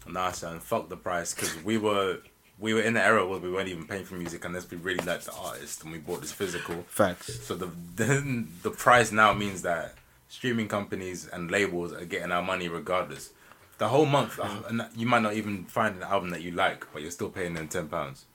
Speaker 3: Nah, son, fuck the price because we were we were in the era where we weren't even paying for music unless we really liked the artist and we bought this physical.
Speaker 2: facts.
Speaker 3: So the (laughs) then the price now means that streaming companies and labels are getting our money regardless. The whole month, uh, and that- you might not even find an album that you like, but you're still paying them ten pounds.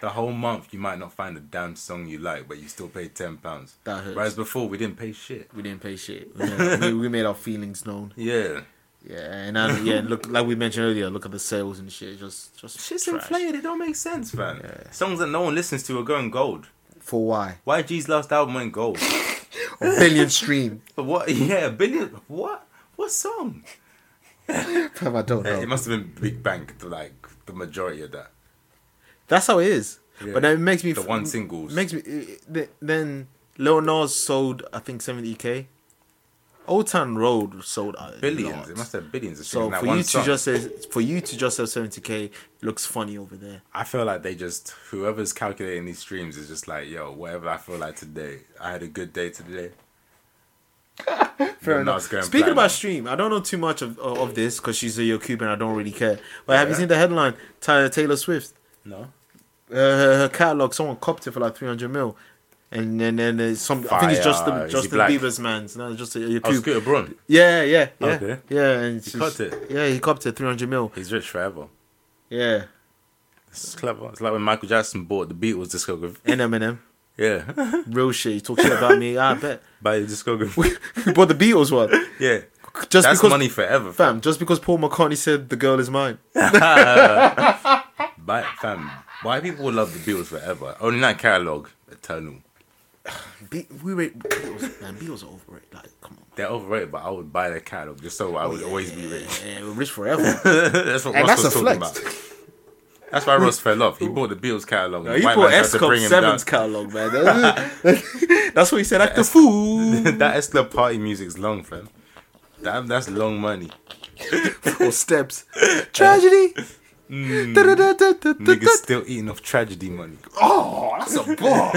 Speaker 3: The whole month, you might not find a damn song you like, but you still pay ten pounds.
Speaker 2: That hurts.
Speaker 3: Whereas before, we didn't pay shit.
Speaker 2: We didn't pay shit. We made, we, we made our feelings known.
Speaker 3: Yeah,
Speaker 2: Yeah, and I, yeah, and look like we mentioned earlier. Look at the sales and shit. Just just
Speaker 3: shit's
Speaker 2: trash.
Speaker 3: inflated. It don't make sense, man. Songs that no one listens to are going gold.
Speaker 2: for why
Speaker 3: YG's last album went (laughs) gold.
Speaker 2: billion stream. (laughs)
Speaker 3: but what? (laughs) Yeah, billion. What? What song?
Speaker 2: Fam, I don't
Speaker 3: It
Speaker 2: know.
Speaker 3: must have been Big Bang, the, like the majority of that.
Speaker 2: That's how it is.
Speaker 3: Yeah.
Speaker 2: But then it makes me
Speaker 3: The
Speaker 2: f-
Speaker 3: one singles.
Speaker 2: makes me it- it- then Lil Nas sold I think seventy k. Old Town Road sold a
Speaker 3: billions.
Speaker 2: lot.
Speaker 3: It must have billions. Of
Speaker 2: So
Speaker 3: that
Speaker 2: for
Speaker 3: one
Speaker 2: you
Speaker 3: song.
Speaker 2: to just say for you to just sell seventy k looks funny over there.
Speaker 3: I feel like they just whoever's calculating these streams is just like, yo, whatever I feel like today. I had a good
Speaker 2: (laughs)
Speaker 3: day today. Fair enough.
Speaker 2: Speaking about stream, I don't know too much of of this because she's a yo Cuban. I don't really care. But have you
Speaker 3: Yeah.
Speaker 2: seen the headline? Tyler Taylor Swift,
Speaker 3: no,
Speaker 2: uh, her, her catalog. Someone copped it for like three hundred mil. And then and, there's some, I think it's just
Speaker 3: Fire.
Speaker 2: the
Speaker 3: Is he
Speaker 2: Justin
Speaker 3: black?
Speaker 2: Bieber's man's, no, just a, a
Speaker 3: oh,
Speaker 2: Cube.
Speaker 3: Scooter Braun.
Speaker 2: Yeah, yeah, yeah,
Speaker 3: Okay.
Speaker 2: yeah. And he
Speaker 3: copped it.
Speaker 2: Yeah, he copped it, three hundred mil.
Speaker 3: He's rich forever.
Speaker 2: Yeah,
Speaker 3: It's clever. It's like when Michael Jackson bought the Beatles
Speaker 2: (laughs)
Speaker 3: discography.
Speaker 2: and Eminem,
Speaker 3: Yeah, (laughs)
Speaker 2: real shit. You talk shit about me, Ah, I bet. (laughs)
Speaker 3: buy the discography.
Speaker 2: but the Beatles one,
Speaker 3: (laughs) yeah,
Speaker 2: just
Speaker 3: that's
Speaker 2: because
Speaker 3: money forever. Fam.
Speaker 2: fam, just because Paul McCartney said the girl is mine.
Speaker 3: Buy fam. Why people love the Beatles forever? Only that catalog, eternal.
Speaker 2: Be- we rate Beatles, man. Beatles are overrated. Like, come on.
Speaker 3: They're overrated, but I would buy their catalog just so I would always be rich.
Speaker 2: Oh, Yeah, we're rich forever.
Speaker 3: (laughs) that's what Ross
Speaker 10: that's
Speaker 3: was
Speaker 10: a
Speaker 3: talking
Speaker 10: flex.
Speaker 3: about. That's why Ross fell off. He bought the Beatles catalog.
Speaker 2: No,
Speaker 3: and
Speaker 2: he
Speaker 3: White
Speaker 2: bought
Speaker 3: Man tried
Speaker 2: S
Speaker 3: to
Speaker 2: Club
Speaker 3: bring him
Speaker 2: 7's catalog, man. That's- (laughs) That's what he said.
Speaker 3: (laughs)
Speaker 2: Act the fool
Speaker 3: down. (laughs) that S Club party music's long, fam. That, that's long money.
Speaker 2: (laughs) or steps. Tragedy. Mm.
Speaker 3: Niggas
Speaker 2: Da-da-da-da-da-da.
Speaker 3: still eating off tragedy money.
Speaker 2: Oh, that's a bar.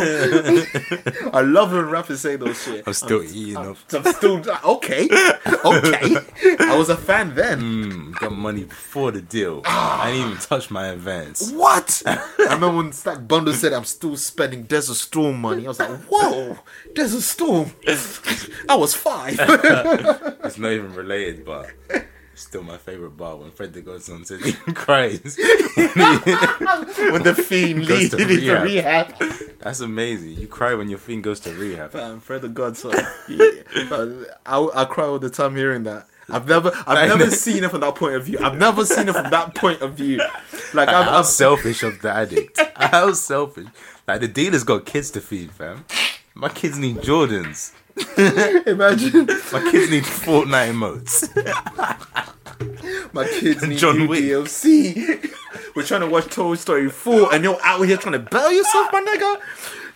Speaker 2: (laughs) I love when rappers say those shit.
Speaker 3: I'm still eating off.
Speaker 2: I'm still okay, (laughs) okay. I was a fan then.
Speaker 3: Mm, got money before the deal.
Speaker 2: Ah.
Speaker 3: I didn't even touch my advance.
Speaker 2: What? (laughs) I remember when Stack Bundle said I'm still spending Desert Storm money. I was like, whoa, Desert (laughs) Storm. I was five.
Speaker 3: It's not even
Speaker 2: (laughs)
Speaker 3: related, but it's still my favorite bar when Fred the Godson says he (laughs) cries.
Speaker 2: when the fiend
Speaker 3: Goes to
Speaker 2: leading into
Speaker 3: rehab.
Speaker 2: rehab.
Speaker 3: That's amazing. You cry when your thing goes to rehab. (laughs)
Speaker 2: uh, Man, Fred the Godson. Yeah. I, I cry all the time hearing that. I've never, I've never seen it from that point of view. I've never seen it from that point of view. Like I've,
Speaker 3: How (laughs)
Speaker 2: I've
Speaker 3: selfish of the addict. How selfish. Like the dealer's got kids to feed, fam. My kids need Jordans.
Speaker 2: imagine
Speaker 3: My kids need Fortnite emotes.
Speaker 2: (laughs) my
Speaker 3: (laughs)
Speaker 2: kids need
Speaker 3: John
Speaker 2: new
Speaker 3: Wick.
Speaker 2: DLC. (laughs) We're trying to watch Toy Story Four, and you're out here trying to bail yourself, my nigga.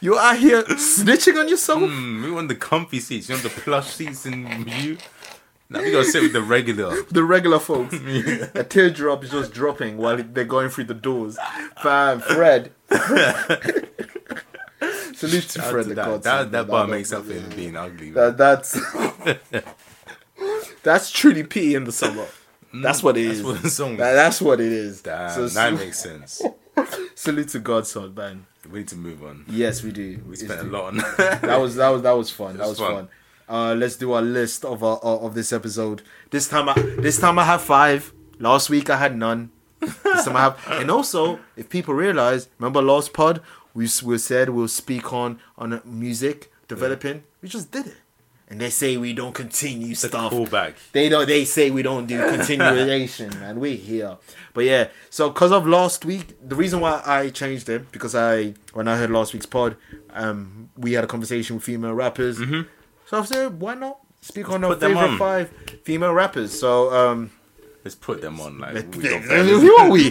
Speaker 2: You're out here snitching on yourself.
Speaker 3: Mm, we want the comfy seats. You want the plush seats in you. Now we gotta sit with
Speaker 2: (laughs)
Speaker 3: the regular.
Speaker 2: the regular
Speaker 3: (laughs)
Speaker 2: folks. A teardrop is just dropping while they're going through the doors. Fam,
Speaker 3: (laughs)
Speaker 2: Fred. (laughs)
Speaker 11: Salute to Fred the
Speaker 3: that that,
Speaker 11: God.
Speaker 3: that, bar makes up for it being ugly.
Speaker 2: That, that's (laughs) that's truly pity in the summer. That's what it is.
Speaker 3: Mm, That's what the song
Speaker 2: That-
Speaker 3: is.
Speaker 2: that's what it is.
Speaker 3: Damn,
Speaker 2: so,
Speaker 3: that
Speaker 2: sal-
Speaker 3: makes sense.
Speaker 2: salute to God, son, man.
Speaker 3: We need to move on.
Speaker 2: Yes, we do.
Speaker 3: We
Speaker 2: It's
Speaker 3: spent a
Speaker 2: the-
Speaker 3: lot on that.
Speaker 2: That was that was that was fun. That was
Speaker 3: was
Speaker 2: fun.
Speaker 3: fun.
Speaker 2: Uh, let's do our list of our of of this episode. This time, I, this time I have five. Last week I had none. This time I have, and also if people realize, remember last pod we s- we said we'll speak on on music developing. We just did it, and they say we don't continue stuff.
Speaker 3: Callback.
Speaker 2: They don't. They say we don't
Speaker 3: (laughs)
Speaker 2: do continuation, man. We here, but yeah. So because of last week, the reason why I changed it because I when I heard last week's pod, um, we had a conversation with female rappers. So I said, why not speak on our
Speaker 3: Mm-hmm. put them
Speaker 2: favorite
Speaker 3: on.
Speaker 2: five female rappers? So um,
Speaker 3: (laughs) Let's put them on. Like we
Speaker 2: (laughs)
Speaker 3: don't care.
Speaker 2: who are
Speaker 3: (laughs)
Speaker 2: we?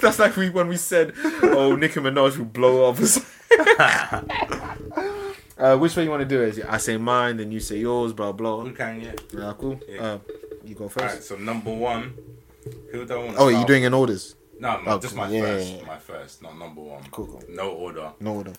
Speaker 2: That's like we when we said, oh, Nicki Minaj will blow up.
Speaker 3: (laughs)
Speaker 2: uh, which way you want to do it? I say mine, then you say yours, blah blah.
Speaker 3: We can, yeah.
Speaker 2: Yeah, cool.
Speaker 3: Yeah.
Speaker 2: Uh, you go first.
Speaker 3: Alright, so number one. Who do I want to
Speaker 2: Oh, you're doing in orders.
Speaker 3: No, my,
Speaker 2: Oh,
Speaker 3: just my
Speaker 2: yeah,
Speaker 3: first.
Speaker 2: yeah, yeah.
Speaker 3: My first, not number one.
Speaker 2: Cool, cool.
Speaker 3: No order.
Speaker 2: No order.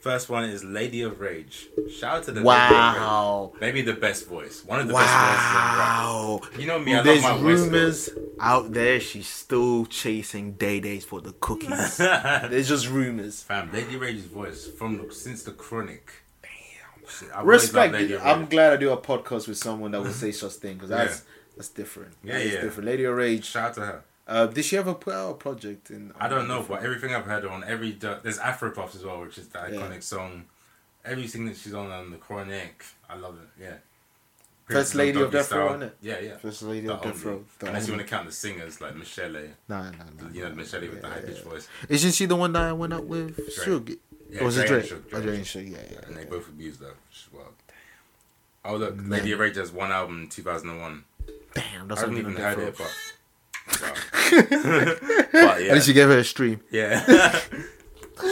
Speaker 3: First one is Lady of Rage. Shout out to the
Speaker 2: Wow.
Speaker 3: Lady of Rage. Maybe the best voice. One of the best voices.
Speaker 2: Wow.
Speaker 3: in rap. You know me, I love
Speaker 2: There's
Speaker 3: my voice.
Speaker 2: rumors out there she's still chasing day days for the
Speaker 3: (laughs)
Speaker 2: cookies. There's just rumors.
Speaker 3: Fam, Lady Rage's voice from the, since the Chronic. Damn.
Speaker 2: Respect. I'm glad I do a podcast with someone that will say such thing because that's that's different.
Speaker 3: Mm-hmm. Yeah,
Speaker 2: That is
Speaker 3: yeah.
Speaker 2: different. Lady of Rage.
Speaker 3: Shout out to her.
Speaker 2: Uh, did she ever put out a project? In
Speaker 3: I don't know, but everything I've heard on every there's Afropuffs as well, which is the iconic song. Everything that she's on on the Chronic, I love it. Yeah.
Speaker 2: First Lady of Death Row, innit?
Speaker 3: Yeah, yeah.
Speaker 2: First Lady
Speaker 3: The
Speaker 2: of Death
Speaker 3: only-
Speaker 2: Row, the
Speaker 3: Unless you
Speaker 2: only.
Speaker 3: want to count the singers like Michelle,
Speaker 2: Nah, nah, nah.
Speaker 3: you know Michelle with the high pitched voice,
Speaker 2: Isn't she the one that I went up with? Suge.
Speaker 3: Yeah,
Speaker 2: Or was it
Speaker 3: Dre
Speaker 2: Drake?
Speaker 3: and Suge,
Speaker 2: Drake?
Speaker 3: Dre and
Speaker 2: and Suge, yeah, yeah.
Speaker 3: and they both abused her, which is wild. Oh look, Lady of Rage has one album, two thousand and one.
Speaker 2: Damn,
Speaker 3: I
Speaker 2: that's
Speaker 3: haven't
Speaker 2: something
Speaker 3: even
Speaker 2: on
Speaker 3: heard
Speaker 2: Death Row.
Speaker 3: it, but. Wow. but (laughs)
Speaker 2: At
Speaker 3: yeah,
Speaker 2: least you gave her a stream.
Speaker 3: yeah. (laughs)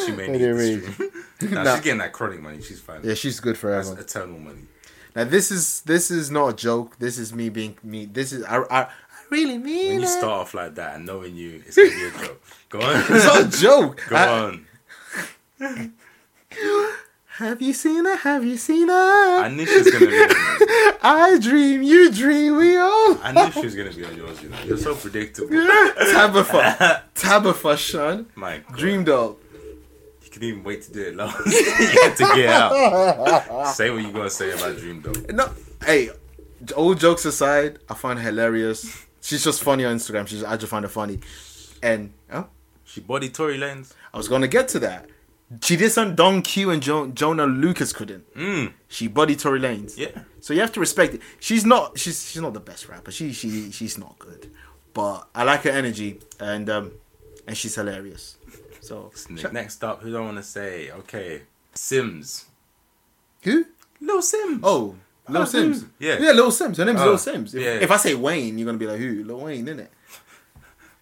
Speaker 3: she made
Speaker 2: Lady of
Speaker 3: me. Nah,
Speaker 2: Nah.
Speaker 3: she's getting that chronic money. She's fine.
Speaker 2: Yeah, she's good
Speaker 3: That's
Speaker 2: forever.
Speaker 3: eternal money.
Speaker 2: Now this is this is not a joke. This is me being me. This is I I, I really mean
Speaker 3: When you
Speaker 2: it.
Speaker 3: start off like that and knowing you, it's gonna be a joke. Go (laughs)
Speaker 2: It's
Speaker 3: on,
Speaker 2: not a joke.
Speaker 3: go
Speaker 2: I-
Speaker 3: on.
Speaker 2: Have you seen her? Have you seen her?
Speaker 3: I knew she was gonna be. on yours.
Speaker 2: I dream, you dream, we all.
Speaker 3: (laughs) I knew she was gonna be on yours. You know, you're so predictable. (laughs)
Speaker 2: Tabitha, Tabitha, son,
Speaker 3: My God.
Speaker 2: dream doll.
Speaker 3: You couldn't even wait to do it last. (laughs) you had to get out. say what you gonna say about Dream though.
Speaker 2: No, hey, old jokes aside, I find her hilarious. She's just funny on Instagram. She's I just find her funny, and oh,
Speaker 3: She body Tory Lanez.
Speaker 2: I was gonna get to that. She did some Don Q and jo- Jonah Lucas couldn't.
Speaker 3: Mm.
Speaker 2: She body Tory Lanez.
Speaker 3: Yeah.
Speaker 2: So you have to respect it. She's not she's she's not the best rapper. She she she's not good. But I like her energy and um and she's hilarious. So
Speaker 3: Nick, Next up, who do I want to say? Okay, Sims.
Speaker 2: who?
Speaker 3: Lil Sims.
Speaker 2: Oh, Lil
Speaker 3: Ah,
Speaker 2: Sims.
Speaker 3: Lil- yeah.
Speaker 2: Yeah, Lil Sims. Her name's
Speaker 3: Ah,
Speaker 2: Lil Sims. If,
Speaker 3: yeah.
Speaker 2: if I say Wayne, you're gonna be like who? Lil Wayne, innit?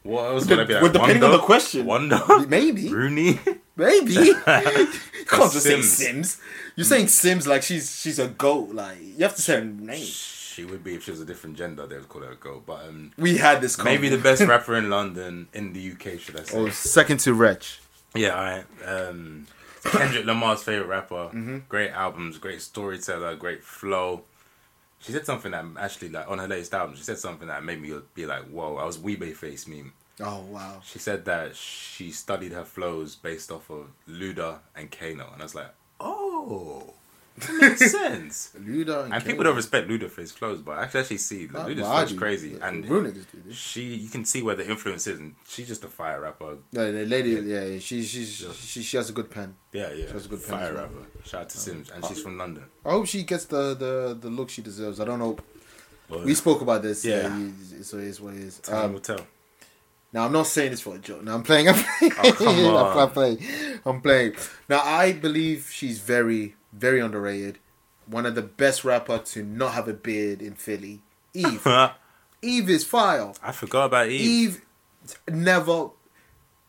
Speaker 3: What else would I be like?
Speaker 2: well, depending on
Speaker 3: Wando?
Speaker 2: the question.
Speaker 3: Wando.
Speaker 2: Maybe.
Speaker 3: Rooney. (laughs)
Speaker 2: Maybe. you can't just say
Speaker 3: Sims.
Speaker 2: Sims. You're saying Sims like she's she's a goat. Like you have to say her name.
Speaker 3: she would be if she was a different gender. They would call her a girl. But um,
Speaker 2: We had this combo.
Speaker 3: maybe
Speaker 2: (laughs)
Speaker 3: the best rapper in London, in the UK, should I say?
Speaker 2: Oh, second to Wretch.
Speaker 3: Yeah, all right. Um, Kendrick Lamar's favorite rapper.
Speaker 2: Mm-hmm.
Speaker 3: Great albums, great storyteller, great flow. She said something that actually, like on her latest album, she said something that made me be like, "Whoa!" I was Weebay face meme.
Speaker 2: Oh wow.
Speaker 3: She said that she studied her flows based off of Luda and Kano, and I was like, "Oh, that
Speaker 2: (laughs)
Speaker 3: makes sense."
Speaker 2: Luda and,
Speaker 3: And people don't respect Luda for his flows, but I can actually see like, Luda's
Speaker 2: well, I
Speaker 3: flows
Speaker 2: do.
Speaker 3: crazy,
Speaker 2: Yeah,
Speaker 3: and
Speaker 2: real niggas do this.
Speaker 3: she you can see where the influence is, and she's just a fire rapper.
Speaker 2: No, the lady, yeah, yeah she, she's, she, she has a good pen.
Speaker 3: Yeah, yeah. She
Speaker 2: has a good Uh, pen as
Speaker 3: fire
Speaker 2: well.
Speaker 3: rapper. Shout out to Sims, and she's from London.
Speaker 2: I hope she gets the, the, the look she deserves. I don't know.
Speaker 3: But
Speaker 2: We spoke about this. Yeah,
Speaker 3: Yeah.
Speaker 2: you, it's what it is. What it is.
Speaker 3: time
Speaker 2: Um,
Speaker 3: will tell. (laughs)
Speaker 2: now I'm not saying this for a joke. Now I'm playing. I'm playing.
Speaker 3: Oh, come
Speaker 2: (laughs)
Speaker 3: on.
Speaker 2: I'm playing. I'm playing. Now I believe she's very, very underrated. One of the best rapper to not have a beard in Philly.
Speaker 3: (laughs)
Speaker 2: Eve. Eve is fire.
Speaker 3: I forgot about Eve.
Speaker 2: Eve never.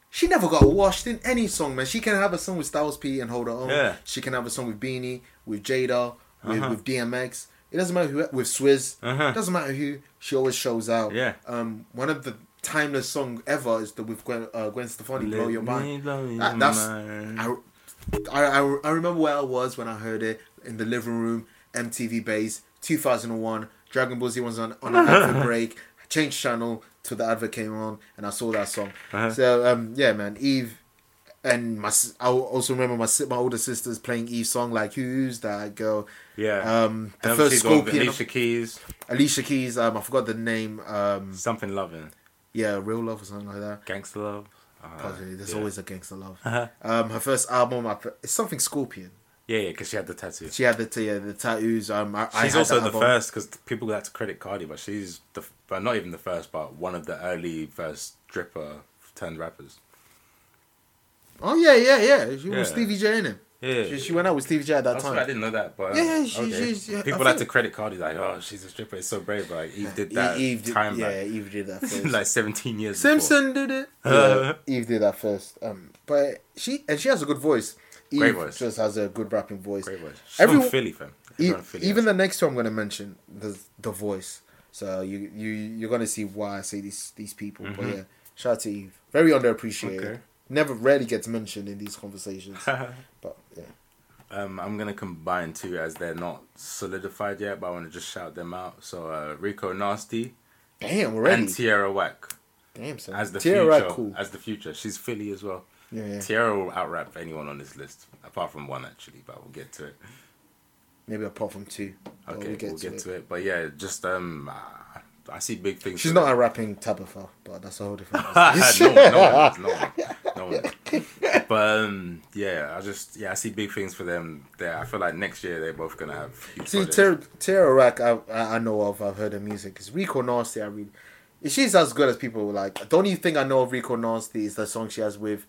Speaker 2: She never got washed in any song, man. She can have a song with Styles P and hold her own.
Speaker 3: Yeah.
Speaker 2: She can have a song with Beanie, with Jada, with, with DMX. It doesn't matter who with Swizz.
Speaker 3: Uh-huh.
Speaker 2: It doesn't matter who. She always shows out.
Speaker 3: Yeah.
Speaker 2: Um, one of the timeless song ever is the with Gwen, uh, Gwen Stefani,
Speaker 3: Let
Speaker 2: "Blow Your
Speaker 3: me
Speaker 2: Mind."
Speaker 3: blow your
Speaker 2: That- that's.
Speaker 3: mind.
Speaker 2: I, I, I I remember where I was when I heard it in the living room, MTV Base, 2001. Dragon Ball Z was on, on an
Speaker 3: (laughs)
Speaker 2: advert break. I changed channel till the advert came on and I saw that song.
Speaker 3: Uh-huh.
Speaker 2: So, um, yeah, man, Eve. And my, s- I also remember my si- my older sisters playing Eve's song, like, Who's That Girl?
Speaker 3: Yeah.
Speaker 2: Um, the
Speaker 3: And
Speaker 2: first
Speaker 3: obviously got
Speaker 2: Scorpion.
Speaker 3: Alicia Keys,
Speaker 2: Alicia Keys, um, I forgot the name. Um,
Speaker 3: something loving,
Speaker 2: yeah, Real Love or something like that.
Speaker 3: gangster love. Uh,
Speaker 2: Possibly. There's
Speaker 3: yeah. Uh-huh.
Speaker 2: always a gangster love. Um, her first album, I, it's something Scorpion.
Speaker 3: yeah, yeah, because she had the tattoo.
Speaker 2: She had the t- yeah, the tattoos. Um, I, I
Speaker 3: She's
Speaker 2: had
Speaker 3: also
Speaker 2: that
Speaker 3: the
Speaker 2: album.
Speaker 3: first because people like to credit Cardi, but she's the f- but not even the first, but one of the early first stripper turned rappers.
Speaker 2: Oh yeah, yeah, yeah. She
Speaker 3: Yeah.
Speaker 2: was Stevie J in it.
Speaker 3: Yeah.
Speaker 2: She, she went out with Stevie J at that
Speaker 3: That's
Speaker 2: time.
Speaker 3: why I didn't know that, but
Speaker 2: Yeah, she-
Speaker 3: okay.
Speaker 2: she's- yeah,
Speaker 3: people
Speaker 2: I
Speaker 3: like to
Speaker 2: think-
Speaker 3: credit Cardi like, oh, she's a stripper, it's so brave. But like, Eve did
Speaker 2: E-
Speaker 3: that
Speaker 2: Eve did,
Speaker 3: time
Speaker 2: yeah,
Speaker 3: back,
Speaker 2: Eve did
Speaker 3: (laughs)
Speaker 2: that first.
Speaker 3: like seventeen years. before.
Speaker 2: Simpson did
Speaker 3: (laughs)
Speaker 2: it. Yeah, Eve did that first. Um, but she and she has a good voice. Eve
Speaker 3: Great voice.
Speaker 2: Just has a good rapping voice.
Speaker 3: Great voice. She's
Speaker 2: Everyone-
Speaker 3: from Philly, fam.
Speaker 2: E-
Speaker 3: Everyone in Philly
Speaker 2: even
Speaker 3: has-
Speaker 2: the next two I'm gonna mention the the voice. So you you you're gonna see why I say these these people. But yeah, shout out to Eve. Very underappreciated.
Speaker 3: Mm-hmm. Okay.
Speaker 2: Never rarely gets mentioned in these
Speaker 3: (laughs)
Speaker 2: conversations. but yeah.
Speaker 3: um, I'm gonna combine two as they're not solidified yet, but I want to just shout them out. So uh, Rico Nasty
Speaker 2: Damn, already.
Speaker 3: and Tierra Whack
Speaker 2: Damn, son.
Speaker 3: as the
Speaker 2: Tierra
Speaker 3: future.
Speaker 2: Whack, cool.
Speaker 3: As the future, she's Philly as well.
Speaker 2: Yeah, yeah.
Speaker 3: Tierra will outrap anyone on this list, apart from one actually, but we'll get to it.
Speaker 2: Maybe apart from two. but
Speaker 3: Okay, we'll get, to, it. But yeah, just um, uh, I see big things.
Speaker 2: She's
Speaker 3: for
Speaker 2: not
Speaker 3: them.
Speaker 2: a rapping Tabitha, but that's a whole
Speaker 3: (laughs)
Speaker 2: different.
Speaker 3: no, one, no, one, is, no, one, no one. But um, yeah, I just yeah, I see big things for them. There, I feel like next year they're both gonna have.
Speaker 2: (laughs)
Speaker 3: Huge
Speaker 2: See,
Speaker 3: projects.
Speaker 2: Tara, Tara Rack, I, I I know of. I've heard her music. It's Rico Nasty. I read. She's as good as people were like. The only thing I know of Rico Nasty is the song she has with,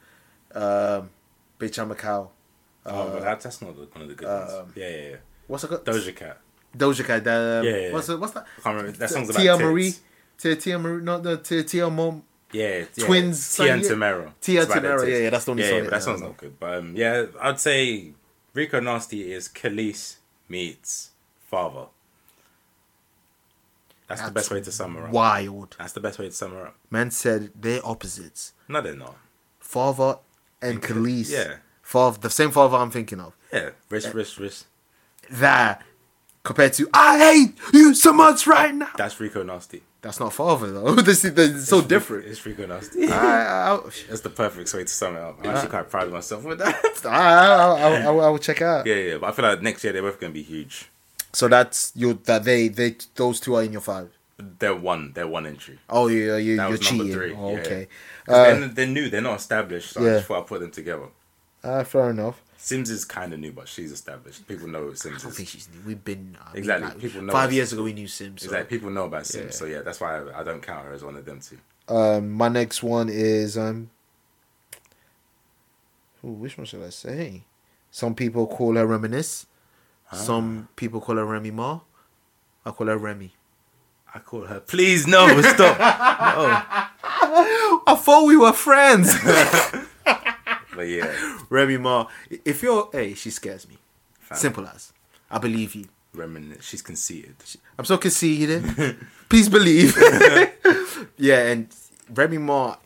Speaker 2: um, "Bitch I'm a Cow."
Speaker 3: oh, but that, that's not the- one of the good
Speaker 2: Um,
Speaker 3: ones. Yeah, yeah, yeah.
Speaker 2: What's it called?
Speaker 3: Doja Cat.
Speaker 2: Doja Cat. Um,
Speaker 3: Yeah, yeah,
Speaker 2: What's it, What's that?
Speaker 3: I can't remember. That song's about
Speaker 2: Tia
Speaker 3: tits.
Speaker 2: Marie. Tia Tia Marie. Not the Tia Tia Mom.
Speaker 3: Yeah, yeah.
Speaker 2: Twins,
Speaker 3: Tia and
Speaker 2: Sonny-
Speaker 3: Tamara.
Speaker 2: Tia
Speaker 3: It's about their
Speaker 2: Tamara,
Speaker 3: tits.
Speaker 2: yeah, yeah, that's the only song
Speaker 3: but
Speaker 2: that-
Speaker 3: that song's not good. But um, yeah, I'd say Rico Nasty is Khalees meets father. That's, the best way to sum her up.
Speaker 2: Wild.
Speaker 3: That's the best way to sum her up.
Speaker 2: Man said they're opposites.
Speaker 3: No, they're not.
Speaker 2: Father and Khalees.
Speaker 3: yeah.
Speaker 2: Father, the same father I'm thinking of.
Speaker 3: Yeah, wrist, wrist, wrist.
Speaker 2: That compared to I hate you so much right now.
Speaker 3: That's Rico Nasty.
Speaker 2: That's not father though. (laughs) this is this is so different.
Speaker 3: It's Rico Nasty.
Speaker 2: (laughs) I, I,
Speaker 3: That's the perfect way to sum it up. I'm actually quite proud of myself with that. (laughs)
Speaker 2: I, I, I, I will check out.
Speaker 3: yeah, yeah, but I feel like next year they're both going to be huge.
Speaker 2: So that's your that they they those two are in your five.
Speaker 3: They're one. They're one entry.
Speaker 2: Oh, you you you're
Speaker 3: That was number
Speaker 2: cheating.
Speaker 3: three,
Speaker 2: Oh,
Speaker 3: yeah.
Speaker 2: okay,
Speaker 3: 'Cause
Speaker 2: Uh,
Speaker 3: they're, they're new. They're not established, so I
Speaker 2: yeah.
Speaker 3: just thought I'd put them together.
Speaker 2: uh, fair enough.
Speaker 3: Sims is kind of new, but she's established. People know who Sims
Speaker 12: I don't
Speaker 3: is.
Speaker 12: think she's new. We've been I mean,
Speaker 3: Exactly,
Speaker 12: like,
Speaker 3: people know
Speaker 12: five
Speaker 3: us.
Speaker 12: years ago we knew Sims. So.
Speaker 3: Exactly. People know about Sims, so yeah, that's why I, I don't count her as one of them two.
Speaker 2: Um, my next one is um. Ooh, which one should I say? Some people call her reminisce. Some people call her Remy Ma. I call her Remy. (gasps)
Speaker 3: I call her.
Speaker 2: (laughs)
Speaker 3: Please no, stop.
Speaker 2: I thought we were friends. (laughs)
Speaker 3: but yeah,
Speaker 2: Remy Ma, if you're hey, she scares me. Simple as. I believe you.
Speaker 3: Remin, she's conceited.
Speaker 2: I'm so conceited. (laughs) Please believe. yeah, and Remy Ma,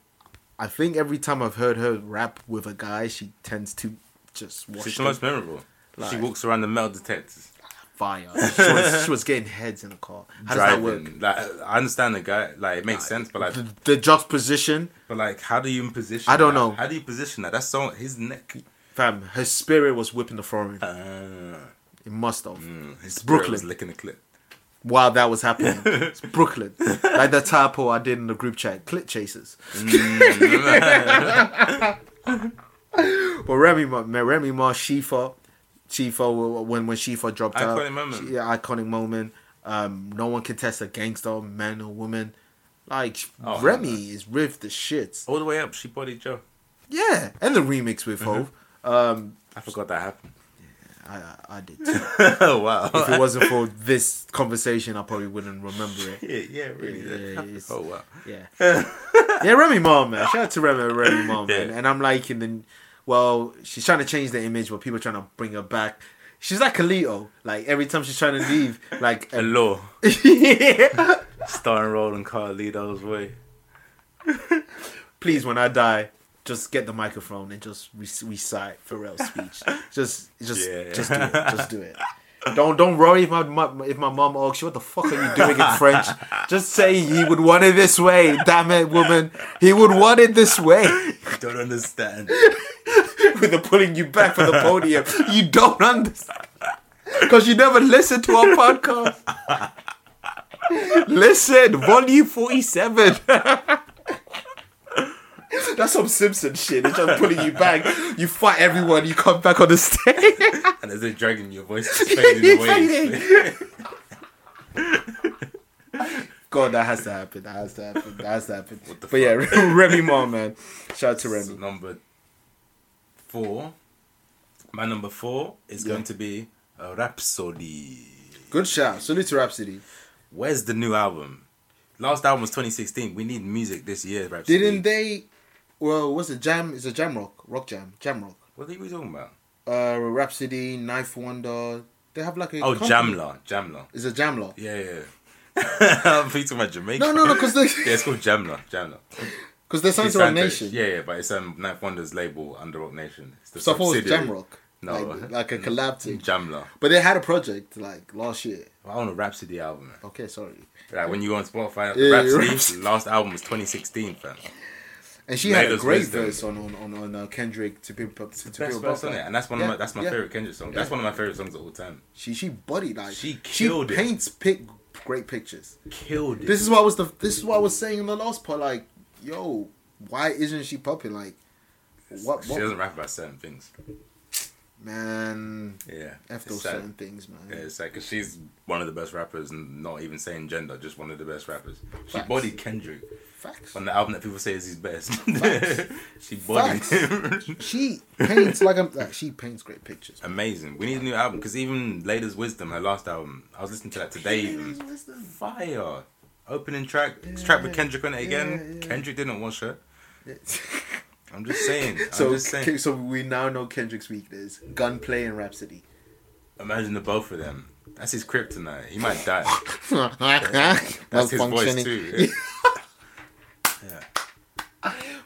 Speaker 2: I think every time I've heard her rap with a guy, she tends to just
Speaker 3: She's
Speaker 2: wash
Speaker 3: the
Speaker 2: the
Speaker 3: most memorable. she
Speaker 2: Like-
Speaker 3: walks around the metal detectors. (laughs)
Speaker 2: fire. She was, she was getting heads in the car. How does that work?
Speaker 3: driving. Like I understand the guy, like it makes sense, but like,
Speaker 2: The, the juxtaposition,
Speaker 3: but like, how do you position?
Speaker 2: I don't
Speaker 3: that?
Speaker 2: know. Mm,
Speaker 3: How do you position that? That's so his neck.
Speaker 2: fam. Her spirit was whipping the foreign.
Speaker 3: Uh,
Speaker 2: It must have.
Speaker 3: his spirit
Speaker 2: Brooklyn.
Speaker 3: was licking the clip.
Speaker 2: While that was
Speaker 3: (laughs)
Speaker 2: happening, it's Brooklyn. Like the typo I did in the group chat, clit chasers.
Speaker 3: Mm.
Speaker 2: (laughs) But Remy Ma, Ma- Remy Ma, Shifa, Shifa when when Shifa dropped
Speaker 3: Iconic
Speaker 2: out,
Speaker 3: moment.
Speaker 2: She- yeah, iconic moment. Um, no one can test a gangster, man or woman. Like
Speaker 3: Oh,
Speaker 2: Remy is with the shits.
Speaker 3: All the way up, she bodied Joe.
Speaker 2: Yeah, and the remix with Hove. Um,
Speaker 3: I forgot that happened. (laughs)
Speaker 2: I, I, I did. Too.
Speaker 3: oh wow.
Speaker 2: if it wasn't for this conversation, I probably wouldn't remember
Speaker 3: (laughs)
Speaker 2: it.
Speaker 3: (laughs) Yeah, yeah, really.
Speaker 2: Yeah, it's-
Speaker 3: Oh wow.
Speaker 2: Yeah. yeah, Remy Ma, man. Shout out to Remy, Remy Ma, man. And I'm liking the, well, she's trying to change the image, but people are trying to bring her back. She's like Kalito. Like, every time she's trying to leave, like, (laughs) a-
Speaker 3: Hello.
Speaker 2: Yeah.
Speaker 3: Starring role in Carlito's way.
Speaker 2: please, when I die, just get the microphone and just re- recite Pharrell's speech. Just, just,
Speaker 3: Yeah.
Speaker 2: just do it. Just do it. Don't don't worry if my mu- if my mom asks you what the fuck are you doing in French. Just say he would want it this way. Damn it, woman, he would want it this way.
Speaker 3: You (laughs)
Speaker 2: (laughs)
Speaker 3: don't understand.
Speaker 2: with the pulling you back from the podium. You don't understand. Because you never listen to our podcast. listen, volume 47. (laughs) That's some Simpson shit. It's just pulling you back. You fight everyone, you come back on the stage.
Speaker 3: And there's a dragon, your voice is fading away.
Speaker 2: God, that has to happen. That has to happen. That has to happen. But yeah, (laughs) Remy Ma, man. Shout out to
Speaker 3: So
Speaker 2: Remy.
Speaker 3: number four. My number four is going to be uh, Rhapsody.
Speaker 2: Good shout. Salute to Rhapsody.
Speaker 3: Where's the new album? Last album was 2016. We need music this year, Rhapsody.
Speaker 2: Didn't they? Well, what's the jam? It's a jam rock. Rock jam. Jam rock.
Speaker 3: What are we talking about?
Speaker 2: uh, Rhapsody, Knife Wonder. They have like a
Speaker 3: Oh,
Speaker 2: company.
Speaker 3: Jamla. Jamla.
Speaker 2: It's a Jamla.
Speaker 3: Yeah, yeah. (laughs) I'm talking about Jamaica.
Speaker 2: No, no, no, because
Speaker 3: (laughs) yeah,
Speaker 2: they
Speaker 3: it's called Jamla. Jamla.
Speaker 2: because they're signed
Speaker 3: It's
Speaker 2: to Rock
Speaker 3: Santo.
Speaker 2: Nation.
Speaker 3: Yeah, yeah, but it's um, Knife Wonders label under Rock Nation. It's the
Speaker 2: So I thought it was
Speaker 3: subsidiary.
Speaker 2: Jamrock.
Speaker 3: No.
Speaker 2: like, like a collab thing.
Speaker 3: Jamla.
Speaker 2: But they had a project like last year.
Speaker 3: I want a Rhapsody album. Man.
Speaker 2: Okay, sorry.
Speaker 3: Like when you go on Spotify,
Speaker 2: Yeah,
Speaker 3: Rhapsody,
Speaker 2: Rhapsody.
Speaker 3: last album was 2016, fam.
Speaker 2: And she had a
Speaker 3: Layla's
Speaker 2: great
Speaker 3: Wisdom.
Speaker 2: verse on on on, on uh, Kendrick to people to, to
Speaker 3: Best
Speaker 2: people
Speaker 3: verse on it, and that's one of my that's my favorite Kendrick song. That's
Speaker 2: Yeah.
Speaker 3: one of my favorite songs of all time.
Speaker 2: She she bodied like
Speaker 3: She killed it.
Speaker 2: paints pic- great pictures.
Speaker 3: Killed it.
Speaker 2: This is what I was the this is what I was saying in the last part. Like, yo, why isn't she popping? Like, what
Speaker 3: she
Speaker 2: what
Speaker 3: doesn't rap about certain things.
Speaker 2: man?
Speaker 3: Yeah,
Speaker 2: F
Speaker 3: it's
Speaker 2: those
Speaker 3: sad.
Speaker 2: certain things, man.
Speaker 3: Yeah, it's like 'cause she's one of the best rappers, and not even saying gender, just one of the best rappers. She
Speaker 2: Facts.
Speaker 3: bodied Kendrick
Speaker 2: Facts.
Speaker 3: on the album that people say is his best. (laughs) she bodied
Speaker 2: Facts.
Speaker 3: him. (laughs)
Speaker 2: She paints like I'm. Like, she paints great pictures.
Speaker 3: Amazing. We need a new album because even Latest Wisdom, her last album, I was listening to that today. Even fire. Opening track, track with Kendrick on it again. Kendrick didn't wash her. I'm just saying. (laughs) I'm
Speaker 2: So,
Speaker 3: just saying.
Speaker 2: K- so we now know Kendrick's weakness: gunplay and rhapsody. (laughs)
Speaker 3: (laughs) Imagine the both of them. That's his kryptonite. He might
Speaker 2: (laughs)
Speaker 3: die. That's his voice
Speaker 2: Malfunctioning.
Speaker 3: too.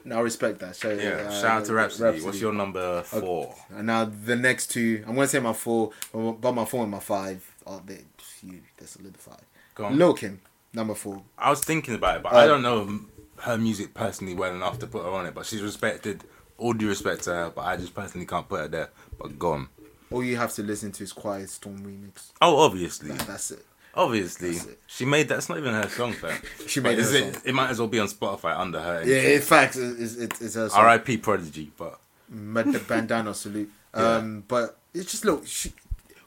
Speaker 2: No, I respect that. So, uh,
Speaker 3: Yeah. Yeah. Shout out to Rhapsody. What's your number four?
Speaker 2: And now the next two, I'm gonna say my four, but my four and my five are they, you, they're solidified.
Speaker 3: Go on.
Speaker 2: Lil Kim, number four.
Speaker 3: I was thinking about it, but
Speaker 2: Uh,
Speaker 3: I don't know m- her music personally well enough to put her on it. But she's respected. All due respect to her, but I just personally can't put her there. But gone.
Speaker 2: All you have to listen to is Quiet Storm remix.
Speaker 3: Oh, obviously,
Speaker 2: That- that's it.
Speaker 3: obviously,
Speaker 2: that's it.
Speaker 3: she made that's not even her song, fam.
Speaker 2: (laughs) She
Speaker 3: But
Speaker 2: made
Speaker 3: is
Speaker 2: her
Speaker 3: it,
Speaker 2: song.
Speaker 3: it might as well be on Spotify under her.
Speaker 2: Yeah, in fact, it's it's, it's her song.
Speaker 3: R.I.P. Prodigy, but
Speaker 2: Mad the bandana (laughs) salute. Um, But it's just look, she,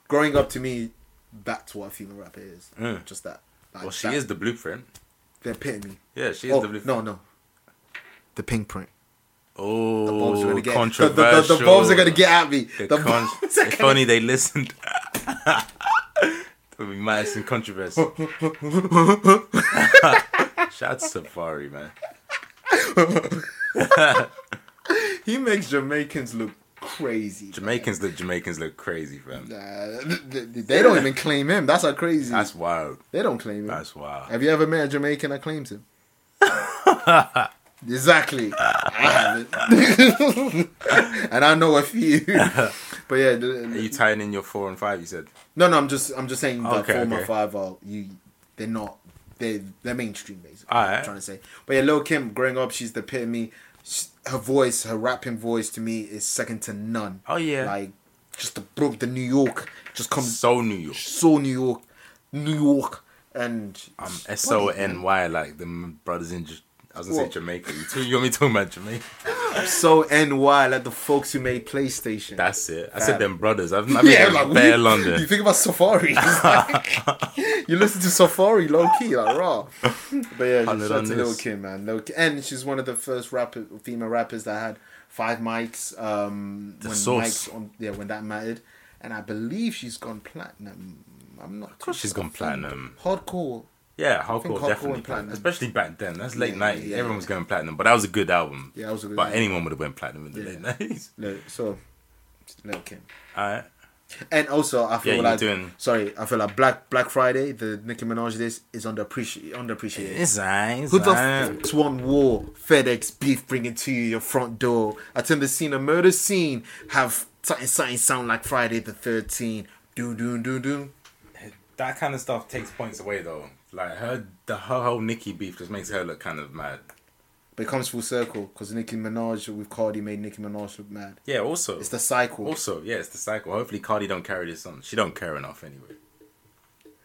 Speaker 2: growing up to me, that's what a female rapper is.
Speaker 3: Mm.
Speaker 2: Just that. Like,
Speaker 3: well, she
Speaker 2: that-
Speaker 3: is the blueprint.
Speaker 2: the epitome.
Speaker 3: Yeah, she is
Speaker 2: Oh,
Speaker 3: the blueprint.
Speaker 2: no, no. The pink print.
Speaker 3: Oh,
Speaker 2: The bulbs are gonna get. (laughs) The, the,
Speaker 3: controversial.
Speaker 2: the, the bulbs are gonna get at me.
Speaker 3: Oh, The
Speaker 2: The,
Speaker 3: con-
Speaker 2: bulbs are
Speaker 3: if
Speaker 2: gonna-
Speaker 3: only they listened. (laughs) we might have some controversy. (laughs) Shout out to Safari, man.
Speaker 2: (laughs) He makes Jamaicans look crazy.
Speaker 3: Jamaicans look Jamaicans look crazy, fam.
Speaker 2: Nah, they, they don't even claim him. That's how crazy.
Speaker 3: That's wild.
Speaker 2: they don't claim him.
Speaker 3: That's wild.
Speaker 2: Have you ever met a Jamaican that claims
Speaker 3: (laughs)
Speaker 2: him? exactly. I haven't. (laughs) and I know a
Speaker 3: (laughs)
Speaker 2: few. but yeah, the-
Speaker 3: Are you tying in your four and five? You said.
Speaker 2: no, no. I'm just, I'm just saying that
Speaker 3: Okay,
Speaker 2: four and
Speaker 3: okay.
Speaker 2: five are you. They're not. They are they're mainstream basically.
Speaker 3: Alright.
Speaker 2: I'm trying to say. But yeah, Lil Kim, growing up, she's the epitome. She, her voice, her rapping voice, to me is second to none.
Speaker 3: Oh, yeah.
Speaker 2: Like just the broke the New York just comes so,
Speaker 3: So New York.
Speaker 2: New York, New York, and
Speaker 3: I'm S O N Y like the brothers in. J- I was gonna
Speaker 2: What?
Speaker 3: say Jamaica. You, two, you want me talking about Jamaica?
Speaker 13: I'm so NY like the folks who made PlayStation.
Speaker 2: (laughs)
Speaker 3: That's it. I said them brothers. I've, I've yeah, like, bare
Speaker 2: you,
Speaker 3: London.
Speaker 2: you think about Safari. it's
Speaker 3: (laughs)
Speaker 2: like- you listen to Safari low key, like raw. But yeah,
Speaker 3: Hundred
Speaker 2: shout out
Speaker 3: on
Speaker 2: to Lil
Speaker 3: this.
Speaker 2: Kim, man. Lil Kim. And she's one of the first rapper, female rappers that had five mics. Um, when
Speaker 3: source.
Speaker 2: mics on, yeah, when that mattered. And I believe she's gone platinum. I'm not. Of
Speaker 3: course (laughs) she's gone platinum.
Speaker 2: Hardcore.
Speaker 3: Yeah,
Speaker 2: think
Speaker 3: hardcore
Speaker 2: hardcore
Speaker 3: definitely
Speaker 2: went
Speaker 3: platinum.
Speaker 2: platinum.
Speaker 3: Especially back then. That's late
Speaker 2: Yeah,
Speaker 3: 90s.
Speaker 2: yeah.
Speaker 3: Everyone was going platinum, but that was a good album.
Speaker 2: Yeah, that was a good
Speaker 3: But
Speaker 2: album.
Speaker 3: anyone would have went platinum in the
Speaker 2: Yeah.
Speaker 3: late 90s.
Speaker 2: No, so Lil Kim.
Speaker 3: Alright.
Speaker 2: And also, I feel
Speaker 3: Yeah, you were
Speaker 2: like
Speaker 3: doing-
Speaker 2: sorry, I feel like Black Black Friday, the Nicki Minaj, this is underappreci- underappreciated.
Speaker 3: It's alright.
Speaker 2: Who the
Speaker 3: f-
Speaker 2: f- Swan War, FedEx beef bringing to you your front door. Attend the scene, a murder scene. Have something, something sound like Friday the 13th. Do do do do.
Speaker 3: That kind of stuff takes points away though. Like her, the her whole Nicki beef just makes her look kind of mad.
Speaker 2: But it comes full circle because Nicki Minaj with Cardi made Nicki Minaj look mad.
Speaker 3: Yeah. Also,
Speaker 2: It's the cycle.
Speaker 3: also, yeah, it's the cycle. Hopefully, Cardi don't carry this on. She don't care enough anyway.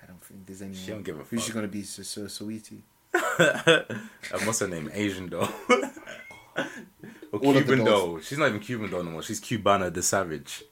Speaker 2: I don't think there's any.
Speaker 3: She don't give a
Speaker 2: Who's she
Speaker 3: fuck.
Speaker 2: gonna be? So, so sweetie.
Speaker 3: And what's her name? Asian doll. or
Speaker 2: All of the
Speaker 3: Cuban
Speaker 2: dolls.
Speaker 3: doll. She's not even Cuban doll no more. She's Cubana the Savage.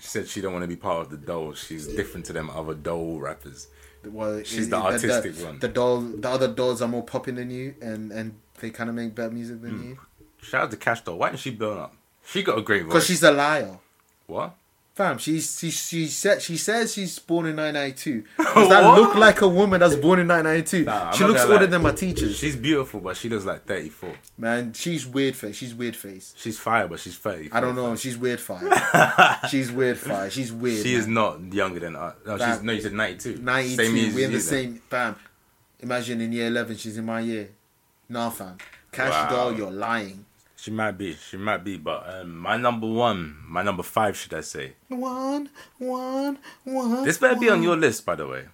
Speaker 3: She said she don't want to be part of the doll. She's different to them other doll rappers.
Speaker 2: Well,
Speaker 3: She's the artistic one.
Speaker 2: The doll, the other dolls are more popping than you, and and they kind of make better music than
Speaker 3: Hmm,
Speaker 2: you.
Speaker 3: Shout out to Cash Doll. Why didn't she blown up? She got a great voice.
Speaker 2: Because she's a liar.
Speaker 3: what?
Speaker 2: Fam, she's she she said she says she's born in
Speaker 3: (laughs)
Speaker 2: 1992. Does that look like a woman that's born in 1992?
Speaker 3: Nah, I'm
Speaker 2: she
Speaker 3: not
Speaker 2: looks
Speaker 3: gonna
Speaker 2: older
Speaker 3: lie.
Speaker 2: than my teachers.
Speaker 3: She's beautiful, but she looks like thirty four.
Speaker 2: Man, she's weird face. She's weird face.
Speaker 3: She's fire, but she's thirty.
Speaker 2: I don't know. She's weird fire.
Speaker 3: (laughs)
Speaker 2: she's weird fire. She's weird.
Speaker 3: She is
Speaker 2: man.
Speaker 3: not younger than us. No, she's
Speaker 2: That-
Speaker 3: no. You said ninety two.
Speaker 2: 92. We're in the same. Fam, imagine in year 11, she's in my year. Nah, fam. Cash
Speaker 3: Wow.
Speaker 2: doll, you're lying.
Speaker 3: She might be. She might be. But um, my number one, my number five, should I say?
Speaker 2: One, one, one.
Speaker 3: This better be on your list, by the way.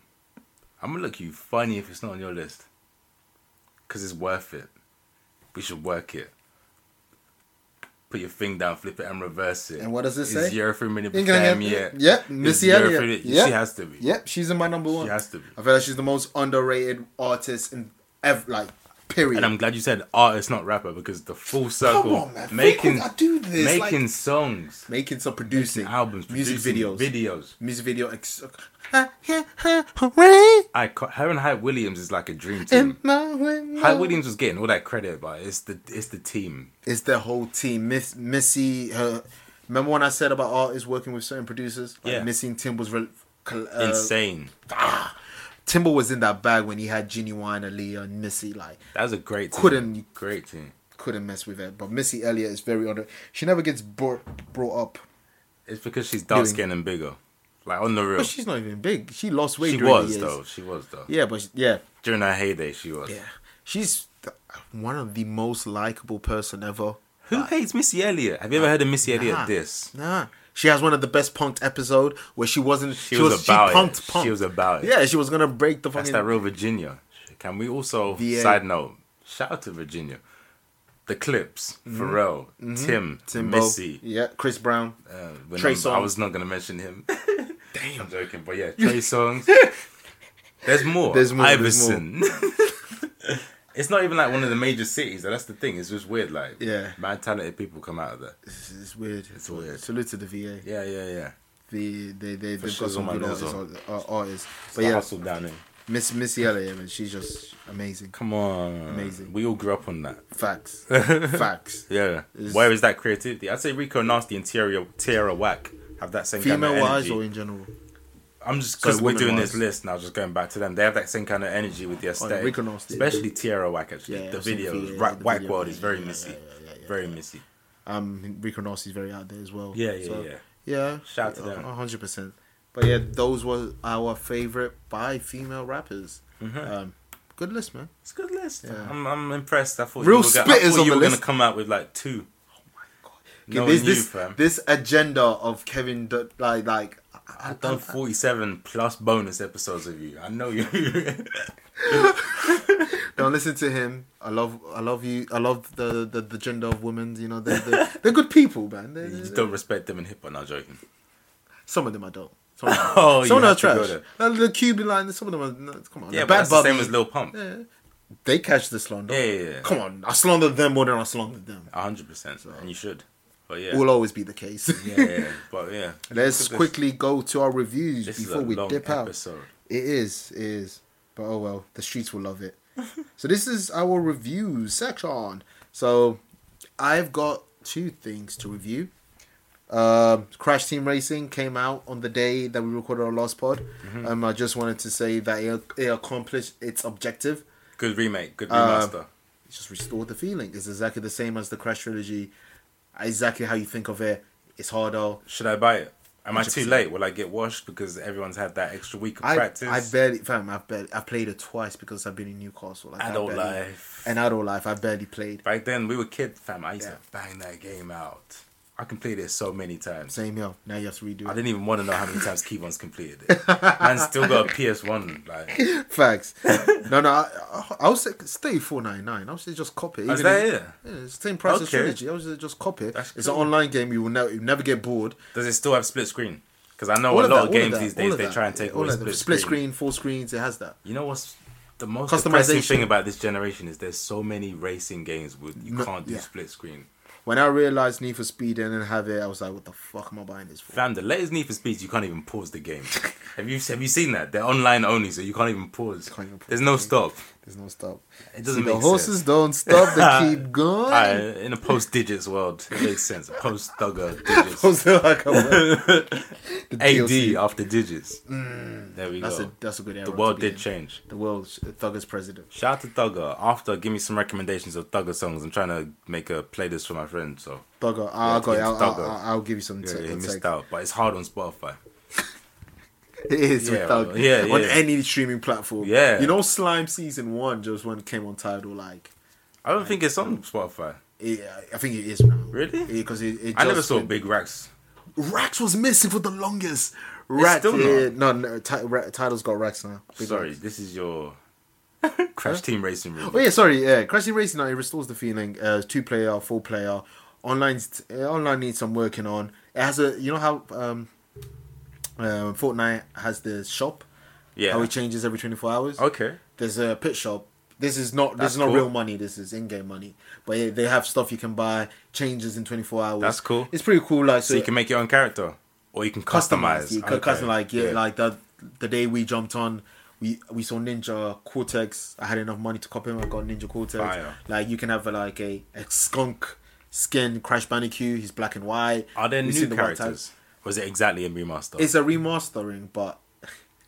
Speaker 3: I'm gonna look you funny if it's not on your list. Cause it's worth it. We should work it. Put your thing down, flip it, and reverse it.
Speaker 2: And what does it
Speaker 3: It's
Speaker 2: say?
Speaker 3: Zero three minute per
Speaker 2: Ain't gonna happen.
Speaker 3: damn year.
Speaker 2: Yep,
Speaker 3: It's
Speaker 2: Missy
Speaker 3: zero
Speaker 2: Elliott.
Speaker 3: three minute-
Speaker 2: Yep.
Speaker 3: She has to be.
Speaker 2: Yep, she's in my number one.
Speaker 3: has to be.
Speaker 2: I feel like she's the most underrated artist in ever, like, period.
Speaker 3: And I'm glad you said artist, not rapper, because the full circle
Speaker 2: Come on, man.
Speaker 3: making
Speaker 2: Making, I do this.
Speaker 3: making
Speaker 2: Making, like,
Speaker 3: songs,
Speaker 2: making some producing.
Speaker 3: albums,
Speaker 2: music
Speaker 3: producing
Speaker 2: videos.
Speaker 3: videos.
Speaker 2: music video. Ex- hooray!
Speaker 3: I ca- her and Hype Williams is like a dream
Speaker 2: In
Speaker 3: team.
Speaker 2: my window.
Speaker 3: Hype Williams was getting all that credit, but it's the it's the team.
Speaker 2: It's their whole team. Miss, Missy, her. Remember when I said about artists working with certain producers? Like
Speaker 3: Yeah.
Speaker 2: Missy and Tim was re- col- uh,
Speaker 3: Insane.
Speaker 2: Timber was in that bag when he had Genuine, Aaliyah, and Missy. Like,
Speaker 3: That was a great team.
Speaker 2: Couldn't-
Speaker 3: great team.
Speaker 2: couldn't mess with it. But Missy Elliott is very under. She never gets brought brought up.
Speaker 3: It's because she's dark
Speaker 2: Doing-
Speaker 3: skinned and bigger. Like on the real.
Speaker 2: But she's not even big. She lost weight.
Speaker 3: She
Speaker 2: during the
Speaker 3: was
Speaker 2: years.
Speaker 3: though. She was though.
Speaker 2: Yeah, but she- yeah,
Speaker 3: During her heyday she was.
Speaker 2: yeah. She's th- one of the most likable person ever.
Speaker 3: Who hates Missy Elliott? Have you ever heard of Missy Elliott
Speaker 2: Nah,
Speaker 3: diss?
Speaker 2: Nah. She has one of the best punked episode where she wasn't. She,
Speaker 3: was
Speaker 2: was,
Speaker 3: about it.
Speaker 2: she punked,
Speaker 3: She
Speaker 2: punked.
Speaker 3: was about it.
Speaker 2: Yeah, she was gonna break the
Speaker 3: That's
Speaker 2: fucking. (laughs)
Speaker 3: that real Virginia. Can we also
Speaker 2: VA.
Speaker 3: side note, shout out to Virginia. The clips, Pharrell, Tim,
Speaker 2: Mm-hmm. Timbo.
Speaker 3: Missy.
Speaker 2: Yeah, Chris Brown.
Speaker 3: Uh, when
Speaker 2: Trey
Speaker 3: I'm- I
Speaker 2: Songz.
Speaker 3: was not gonna
Speaker 2: (laughs)
Speaker 3: mention him. Damn, I'm joking, but yeah, Trey songs. There's
Speaker 2: There's more,
Speaker 3: more.
Speaker 2: there's more.
Speaker 3: Iverson. (laughs) it's not even like one of the major cities. and That's the thing. It's just weird. Like,
Speaker 2: Yeah.
Speaker 3: mad talented people come out of there.
Speaker 2: It's, it's weird.
Speaker 3: It's weird.
Speaker 2: Salute to the VA.
Speaker 3: Yeah, yeah, yeah.
Speaker 2: The they they they've
Speaker 3: sure,
Speaker 2: got some
Speaker 3: it's on
Speaker 2: good
Speaker 3: my
Speaker 2: artists.
Speaker 3: list,
Speaker 2: uh, artists. But
Speaker 3: But yeah,
Speaker 2: yeah,
Speaker 3: hustle down in.
Speaker 2: Miss Missy Elliott, man, she's just amazing.
Speaker 3: Come on,
Speaker 2: Amazing.
Speaker 3: We all grew up on that. (laughs)
Speaker 2: Facts. Facts.
Speaker 3: Yeah.
Speaker 2: It's-
Speaker 3: Where is that creativity? I'd say Rico Nasty and Tierra Tierra Whack have that same kind of
Speaker 2: Female wise
Speaker 3: energy.
Speaker 2: or in general?
Speaker 3: I'm just because we're
Speaker 2: women Oh,
Speaker 3: doing this
Speaker 2: wise.
Speaker 3: list now, just going back to them. They have that same kind of energy with the aesthetic,
Speaker 2: Rick and Austin.
Speaker 3: especially Tierra Whack. Actually,
Speaker 2: Yeah,
Speaker 3: the
Speaker 2: I've seen
Speaker 3: videos,
Speaker 2: Tierra,
Speaker 3: Ra-
Speaker 2: the
Speaker 3: Whack
Speaker 2: video.
Speaker 3: World is very
Speaker 2: Yeah,
Speaker 3: missy,
Speaker 2: yeah, yeah, yeah,
Speaker 3: very missy.
Speaker 2: Um, Rico Rossi's very out there as well.
Speaker 3: Yeah, yeah,
Speaker 2: So,
Speaker 3: yeah.
Speaker 2: Yeah.
Speaker 3: Shout out to them.
Speaker 2: A hundred percent. But yeah, those were our favorite by female rappers.
Speaker 3: Mm-hmm.
Speaker 2: Um, good list, man.
Speaker 3: It's a good list.
Speaker 2: Yeah.
Speaker 3: I'm, I'm impressed. I thought
Speaker 2: Real
Speaker 3: you were, gonna, I
Speaker 2: spit is
Speaker 3: thought
Speaker 2: on
Speaker 3: you
Speaker 2: the
Speaker 3: were gonna
Speaker 2: list.
Speaker 3: come out with like two.
Speaker 2: Okay,
Speaker 3: No
Speaker 2: this
Speaker 3: one knew,
Speaker 2: this
Speaker 3: fam.
Speaker 2: this agenda of Kevin, Dut- like like, I,
Speaker 3: I've
Speaker 2: (laughs)
Speaker 3: done 47 plus bonus episodes of you. I know you. (laughs)
Speaker 2: don't listen to him. I love I love you. I love the the, the gender of women. You know they're they're, they're good people, man. They're,
Speaker 3: you
Speaker 2: they're-
Speaker 3: don't respect them in hip hop. Not joking.
Speaker 2: some of them I don't.
Speaker 3: (laughs)
Speaker 2: Some of them,
Speaker 3: Oh,
Speaker 2: some of them
Speaker 3: you
Speaker 2: are
Speaker 3: have to go
Speaker 2: trash. Uh, The Cuban line. Some of them are no, come on.
Speaker 3: Yeah,
Speaker 2: the
Speaker 3: but that's the
Speaker 2: Bunny.
Speaker 3: same as Lil Pump.
Speaker 2: Yeah. They catch the slander.
Speaker 3: Yeah, yeah, yeah.
Speaker 2: Come on, I slander them more than I slander them.
Speaker 3: A hundred percent, and you should. But yeah,
Speaker 2: Will always be the case.
Speaker 3: (laughs) yeah, yeah, but yeah.
Speaker 2: (laughs) Let's
Speaker 3: Look at this.
Speaker 2: quickly go to our reviews
Speaker 3: This
Speaker 2: before
Speaker 3: is a
Speaker 2: we
Speaker 3: long
Speaker 2: dip out.
Speaker 3: episode.
Speaker 2: It is, it is. But oh well, the streets will love it. so this is our reviews section. So I've got two things to review. Um, Crash Team Racing came out on the day that we recorded our last pod.
Speaker 3: Mm-hmm.
Speaker 2: Um, I just wanted to say that it, it accomplished its objective.
Speaker 3: Good remake, good
Speaker 2: Um,
Speaker 3: remaster.
Speaker 2: It just restored the feeling. It's exactly the same as the Crash trilogy. Exactly how you think of it. It's harder.
Speaker 3: should I buy it? Am I too
Speaker 2: 100%.
Speaker 3: late? Will I get washed because everyone's had that extra week of
Speaker 2: I,
Speaker 3: practice?
Speaker 2: I barely, fam, I've barely, I played it twice because I've been in Newcastle. Like, I
Speaker 3: Adult
Speaker 2: barely-
Speaker 3: life.
Speaker 2: And adult life, I barely played.
Speaker 3: Back then, we were kids, fam. I used
Speaker 2: Yeah.
Speaker 3: to bang that game out. I completed it so many times.
Speaker 2: Same here. Now you have to redo
Speaker 3: I
Speaker 2: it.
Speaker 3: didn't even want to know how many times Kevon's completed it. Man's
Speaker 2: (laughs)
Speaker 3: still got a PS1. Like, is
Speaker 2: Facts. no, no, I, I, I would say stay four ninety nine. I would say just copy it.
Speaker 3: Oh, that
Speaker 2: even if-
Speaker 3: it?
Speaker 2: Yeah, it's the same price as
Speaker 3: Okay.
Speaker 2: Trilogy. I would say just copy it.
Speaker 3: That's
Speaker 2: It's
Speaker 3: cool.
Speaker 2: an online game. You will never, you never get bored.
Speaker 3: Does it still have split screen? Because I know
Speaker 2: All
Speaker 3: Oh, a lot
Speaker 2: that,
Speaker 3: of
Speaker 2: all
Speaker 3: games
Speaker 2: that,
Speaker 3: these
Speaker 2: all
Speaker 3: days
Speaker 2: of
Speaker 3: they
Speaker 2: that.
Speaker 3: try and take
Speaker 2: All
Speaker 3: away
Speaker 2: of
Speaker 3: split,
Speaker 2: them. split
Speaker 3: screen.
Speaker 2: screen, full screens. It has that.
Speaker 3: You know what's the most depressing
Speaker 2: Customization.
Speaker 3: thing about this generation is there's so many racing games with you
Speaker 2: No,
Speaker 3: can't do
Speaker 2: yeah.
Speaker 3: split screen.
Speaker 2: When I realized Need for Speed didn't have it, I was like, "What the fuck am I buying this for?"
Speaker 3: Fam, the latest Need for Speeds, you can't even pause the
Speaker 2: (laughs)
Speaker 3: game. have you have you seen that? They're online only, so you can't even pause.
Speaker 2: Can't even pause
Speaker 3: There's no
Speaker 2: the game.
Speaker 3: stop.
Speaker 2: There's no stop.
Speaker 3: It doesn't
Speaker 2: the
Speaker 3: make
Speaker 2: horses
Speaker 3: sense.
Speaker 2: don't stop.
Speaker 3: (laughs)
Speaker 2: They keep going.
Speaker 3: Ah, in a post digits world, it makes sense. Post thugger digits.
Speaker 2: (laughs) I was like, oh, well. The DLC.
Speaker 3: AD after digits. there we
Speaker 2: Mm. That's
Speaker 3: go.
Speaker 2: a that's a good era.
Speaker 3: the
Speaker 2: to
Speaker 3: world
Speaker 2: be
Speaker 3: did
Speaker 2: in.
Speaker 3: change.
Speaker 2: The world, Thugger's president.
Speaker 3: Shout out to Thugger. After, give me some recommendations of Thugger songs. I'm trying to make a playlist for my friend, so
Speaker 2: Thugger, I'll,
Speaker 3: Yeah,
Speaker 2: go,
Speaker 3: it's
Speaker 2: I'll, I'll,
Speaker 3: Thugger.
Speaker 2: I'll, I'll give you some.
Speaker 3: yeah,
Speaker 2: tech-
Speaker 3: he
Speaker 2: tech.
Speaker 3: missed out. But it's hard on Spotify.
Speaker 2: (laughs) It is
Speaker 3: Yeah,
Speaker 2: with Thug.
Speaker 3: yeah,
Speaker 2: on
Speaker 3: yeah.
Speaker 2: any streaming platform.
Speaker 3: Yeah.
Speaker 2: you know, Slime season one just when it came on title. Like,
Speaker 3: I don't think it's on Spotify.
Speaker 2: yeah, I think it is now.
Speaker 3: Really?
Speaker 2: Because it, it
Speaker 3: I never
Speaker 2: just
Speaker 3: saw
Speaker 2: went-
Speaker 3: Big Racks.
Speaker 2: Rax was missing for the longest. Rax,
Speaker 3: still
Speaker 2: yeah, no, no, ti- Ra- title's got Rax now. Big
Speaker 3: Sorry,
Speaker 2: Rax.
Speaker 3: this is
Speaker 2: (laughs)
Speaker 3: your Crash Team Racing review.
Speaker 2: Oh yeah, sorry. Yeah, Crash Team Racing. Night, It restores the feeling. Uh, two player, four player. Online, uh, online needs some working on. It has a, you know how um, uh, Fortnite has the shop.
Speaker 3: Yeah.
Speaker 2: How it changes every twenty four hours.
Speaker 3: Okay.
Speaker 2: There's a pit shop. This is not this
Speaker 3: That's
Speaker 2: is not
Speaker 3: cool.
Speaker 2: real money. This is in game money. But yeah, they have stuff you can buy, changes in twenty four hours.
Speaker 3: That's cool.
Speaker 2: It's pretty cool. Like
Speaker 3: So you can make your own character, or you can customize.
Speaker 2: You could
Speaker 3: Okay.
Speaker 2: customize like yeah, like the the day we jumped on. We, we saw Ninja Cortex. I had enough money to cop him. I got Ninja Cortex.
Speaker 3: Fire.
Speaker 2: Like you can have a, like a, a skunk skin Crash Bandicoot. He's black and white.
Speaker 3: Are there
Speaker 2: We've
Speaker 3: new
Speaker 2: seen the white
Speaker 3: characters?
Speaker 2: tags.
Speaker 3: Or is it exactly a remaster?
Speaker 2: It's a remastering, but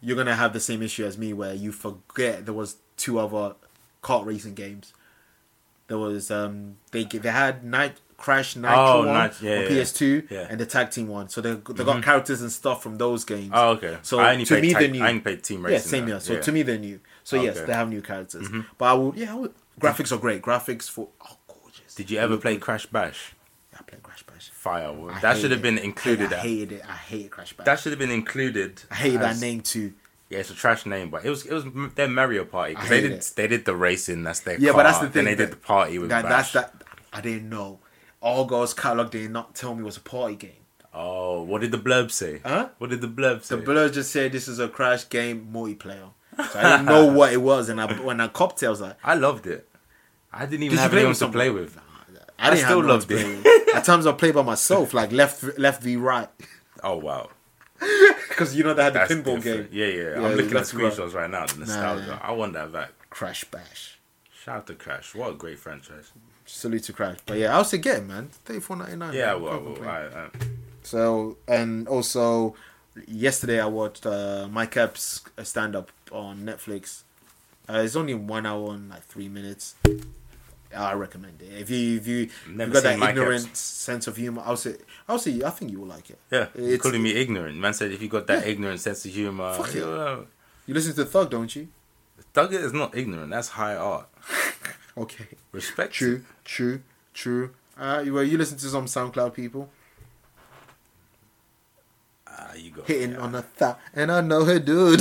Speaker 2: you're gonna have the same issue as me where you forget there was two other kart racing games. There was um they g- they had Night Crash Nitro
Speaker 3: Oh,
Speaker 2: one
Speaker 3: Nit- yeah,
Speaker 2: on
Speaker 3: yeah,
Speaker 2: PS2
Speaker 3: yeah. Mm-hmm.
Speaker 2: and the tag team one. So they they got characters and stuff from those games.
Speaker 3: Oh, okay.
Speaker 2: So
Speaker 3: I only
Speaker 2: to
Speaker 3: played
Speaker 2: me
Speaker 3: tag-
Speaker 2: they new.
Speaker 3: I only played team
Speaker 2: Yeah,
Speaker 3: racing
Speaker 2: same
Speaker 3: though.
Speaker 2: here. So
Speaker 3: Yeah.
Speaker 2: to me they're new. So yes,
Speaker 3: Okay. Mm-hmm.
Speaker 2: they have new characters. But I would yeah, I would, graphics are great. Graphics for oh gorgeous.
Speaker 3: Did you ever play Crash Bash?
Speaker 2: I played Crash Bash.
Speaker 3: Fire.
Speaker 2: Mm. I
Speaker 3: that
Speaker 2: hate
Speaker 3: should have
Speaker 2: it.
Speaker 3: been
Speaker 2: I-
Speaker 3: included.
Speaker 2: I,
Speaker 3: at-
Speaker 2: hated it. I hated Crash Bash.
Speaker 3: that should have been included.
Speaker 2: I hated
Speaker 3: as-
Speaker 2: that name too.
Speaker 3: Yeah, it's a trash name, but it was it was m- their Mario Party because
Speaker 2: I
Speaker 3: they
Speaker 2: hate
Speaker 3: did
Speaker 2: it.
Speaker 3: they did the racing. That's their
Speaker 2: Yeah,
Speaker 3: car,
Speaker 2: but that's the thing.
Speaker 3: Then they did
Speaker 2: that-
Speaker 3: the party with
Speaker 2: that.
Speaker 3: Bash.
Speaker 2: That's that. I didn't know. All Girls catalog did not tell me it was a party game.
Speaker 3: Oh, what did the blurb say?
Speaker 2: Huh?
Speaker 3: What did the blurb say?
Speaker 2: The blur just said this is a crash game multiplayer. So I
Speaker 3: (laughs)
Speaker 2: didn't know what it was, and I when I copped it, I was like,
Speaker 3: I loved it. I didn't even
Speaker 2: Did you
Speaker 3: have
Speaker 2: play
Speaker 3: anyone
Speaker 2: with
Speaker 3: to play
Speaker 2: someone?
Speaker 3: with.
Speaker 2: I didn't
Speaker 3: still
Speaker 2: have no one
Speaker 3: loved
Speaker 2: to play
Speaker 3: it.
Speaker 2: with. At times I played by myself, like left left v right, (laughs)
Speaker 3: Oh wow,
Speaker 2: because you know they had the
Speaker 3: that's
Speaker 2: pinball
Speaker 3: different.
Speaker 2: game.
Speaker 3: Yeah, yeah. I'm
Speaker 2: Yeah,
Speaker 3: looking at
Speaker 2: left v right.
Speaker 3: screenshots right now. The nostalgia.
Speaker 2: yeah.
Speaker 3: I want that back.
Speaker 2: Crash Bash.
Speaker 3: Shout out to Crash. What a great franchise.
Speaker 2: Salute to Crash. But yeah, I was get it, man. Thirty four ninety nine.
Speaker 3: Yeah, well, well I, uh, I,
Speaker 2: So and also yesterday I watched uh, Mike Epps stand up on Netflix. Uh, it's only one hour and like three minutes. I recommend it. If you if you if
Speaker 3: Never
Speaker 2: you got that
Speaker 3: seen Mike
Speaker 2: ignorant
Speaker 3: Epps.
Speaker 2: sense of humor, I'll say I'll say I think you will like it.
Speaker 3: yeah. You're
Speaker 2: It's-
Speaker 3: calling me ignorant. Man said if you got that ignorant sense of humor,
Speaker 2: Fuck it.
Speaker 3: you know,
Speaker 2: You listen to Thug, don't you?
Speaker 3: Thugger is not ignorant. That's high art.
Speaker 2: Okay.
Speaker 3: Respect.
Speaker 2: True, true, true. Uh, well, you listen to some SoundCloud people
Speaker 3: Ah, you go. (laughs)
Speaker 2: hitting on a thot, and I know her dude.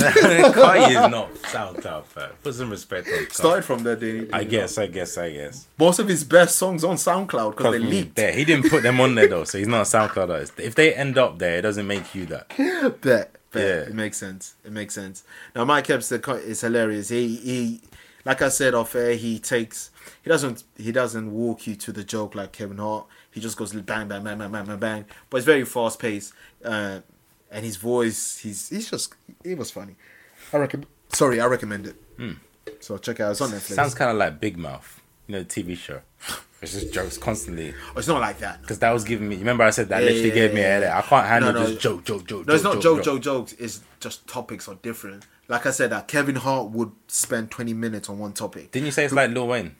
Speaker 2: (laughs)
Speaker 3: Kanye is not SoundCloud fam. Put some respect on. Kanye.
Speaker 2: Started from there, didn't
Speaker 3: I guess. I guess. I guess.
Speaker 2: Most of his best songs on SoundCloud because they
Speaker 3: Mm,
Speaker 2: leaked.
Speaker 3: There, he didn't put them on there though, so he's not a SoundCloud artist. If they end up there, it doesn't make you that.
Speaker 2: bet, bet.
Speaker 3: Yeah.
Speaker 2: It makes sense. It makes sense. Now, Mike Epps the co- is hilarious. He he Like I said off air, he takes he doesn't he doesn't walk you to the joke like Kevin Hart. He just goes bang bang bang bang bang bang bang. But it's very fast paced, uh, and his voice he's he's just it was funny. I recommend. Sorry, I recommend it.
Speaker 3: Hmm.
Speaker 2: So check it out. It's on Netflix.
Speaker 3: Sounds kind of like Big Mouth, you know, the TV show. It's just jokes constantly.
Speaker 2: Oh, it's not like that.
Speaker 3: Because that was giving me. Remember, I said that
Speaker 2: Yeah,
Speaker 3: literally
Speaker 2: yeah,
Speaker 3: gave me
Speaker 2: yeah,
Speaker 3: a headache. I can't handle
Speaker 2: No, no.
Speaker 3: just joke, joke, joke.
Speaker 2: No, it's not joke, joke, jokes. It's just topics are different. Like I said, that Kevin Hart would spend twenty minutes on one topic.
Speaker 3: Didn't you say it's like Lil
Speaker 2: (laughs)
Speaker 3: Wayne?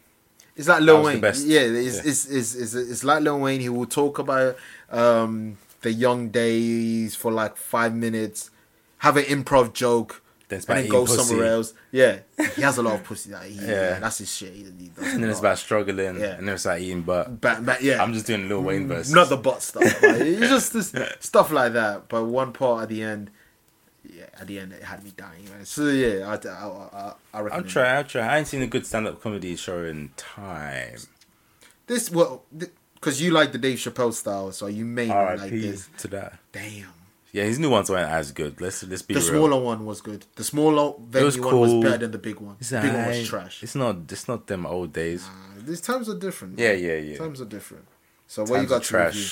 Speaker 2: It's like Lil
Speaker 3: was the
Speaker 2: Wayne.
Speaker 3: best.
Speaker 2: Yeah, it's,
Speaker 3: Yeah.
Speaker 2: It's, it's, it's, it's like Lil Wayne. He will talk about um, the young days for like five minutes, have an improv joke,
Speaker 3: Then it's
Speaker 2: and
Speaker 3: about
Speaker 2: then go
Speaker 3: eating pussy.
Speaker 2: somewhere else. Yeah, he has a lot of pussy. Like, he,
Speaker 3: Yeah.
Speaker 2: that's his shit. He, he does
Speaker 3: And then it's
Speaker 2: not.
Speaker 3: about struggling.
Speaker 2: Yeah.
Speaker 3: And then it's like eating butt.
Speaker 2: Ba- ba- yeah, Mm,
Speaker 3: I'm just doing Lil Wayne verse.
Speaker 2: not the bot stuff. Like,
Speaker 3: (laughs)
Speaker 2: it's just this stuff like that. But one part at the end, yeah, at the end it had me dying. Man. So yeah, I, I, I, I
Speaker 3: I'll
Speaker 2: recommend. it.
Speaker 3: try, I'll try. I ain't seen a good stand up comedy show in time.
Speaker 2: This well, because you like the Dave Chappelle style, so you may not like
Speaker 3: RIP
Speaker 2: this.
Speaker 3: to that.
Speaker 2: Damn.
Speaker 3: Yeah, his new ones weren't as good. Let's let's be
Speaker 2: The
Speaker 3: real.
Speaker 2: smaller one was good. The smaller venue
Speaker 3: was
Speaker 2: one
Speaker 3: cool.
Speaker 2: was better than the big one.
Speaker 3: It's
Speaker 2: The big one
Speaker 3: aight.
Speaker 2: was trash.
Speaker 3: It's not it's not them old days.
Speaker 2: Uh, these times are different.
Speaker 3: Yeah, yeah, yeah.
Speaker 2: Times are different. So what you
Speaker 3: Times are
Speaker 2: got to review?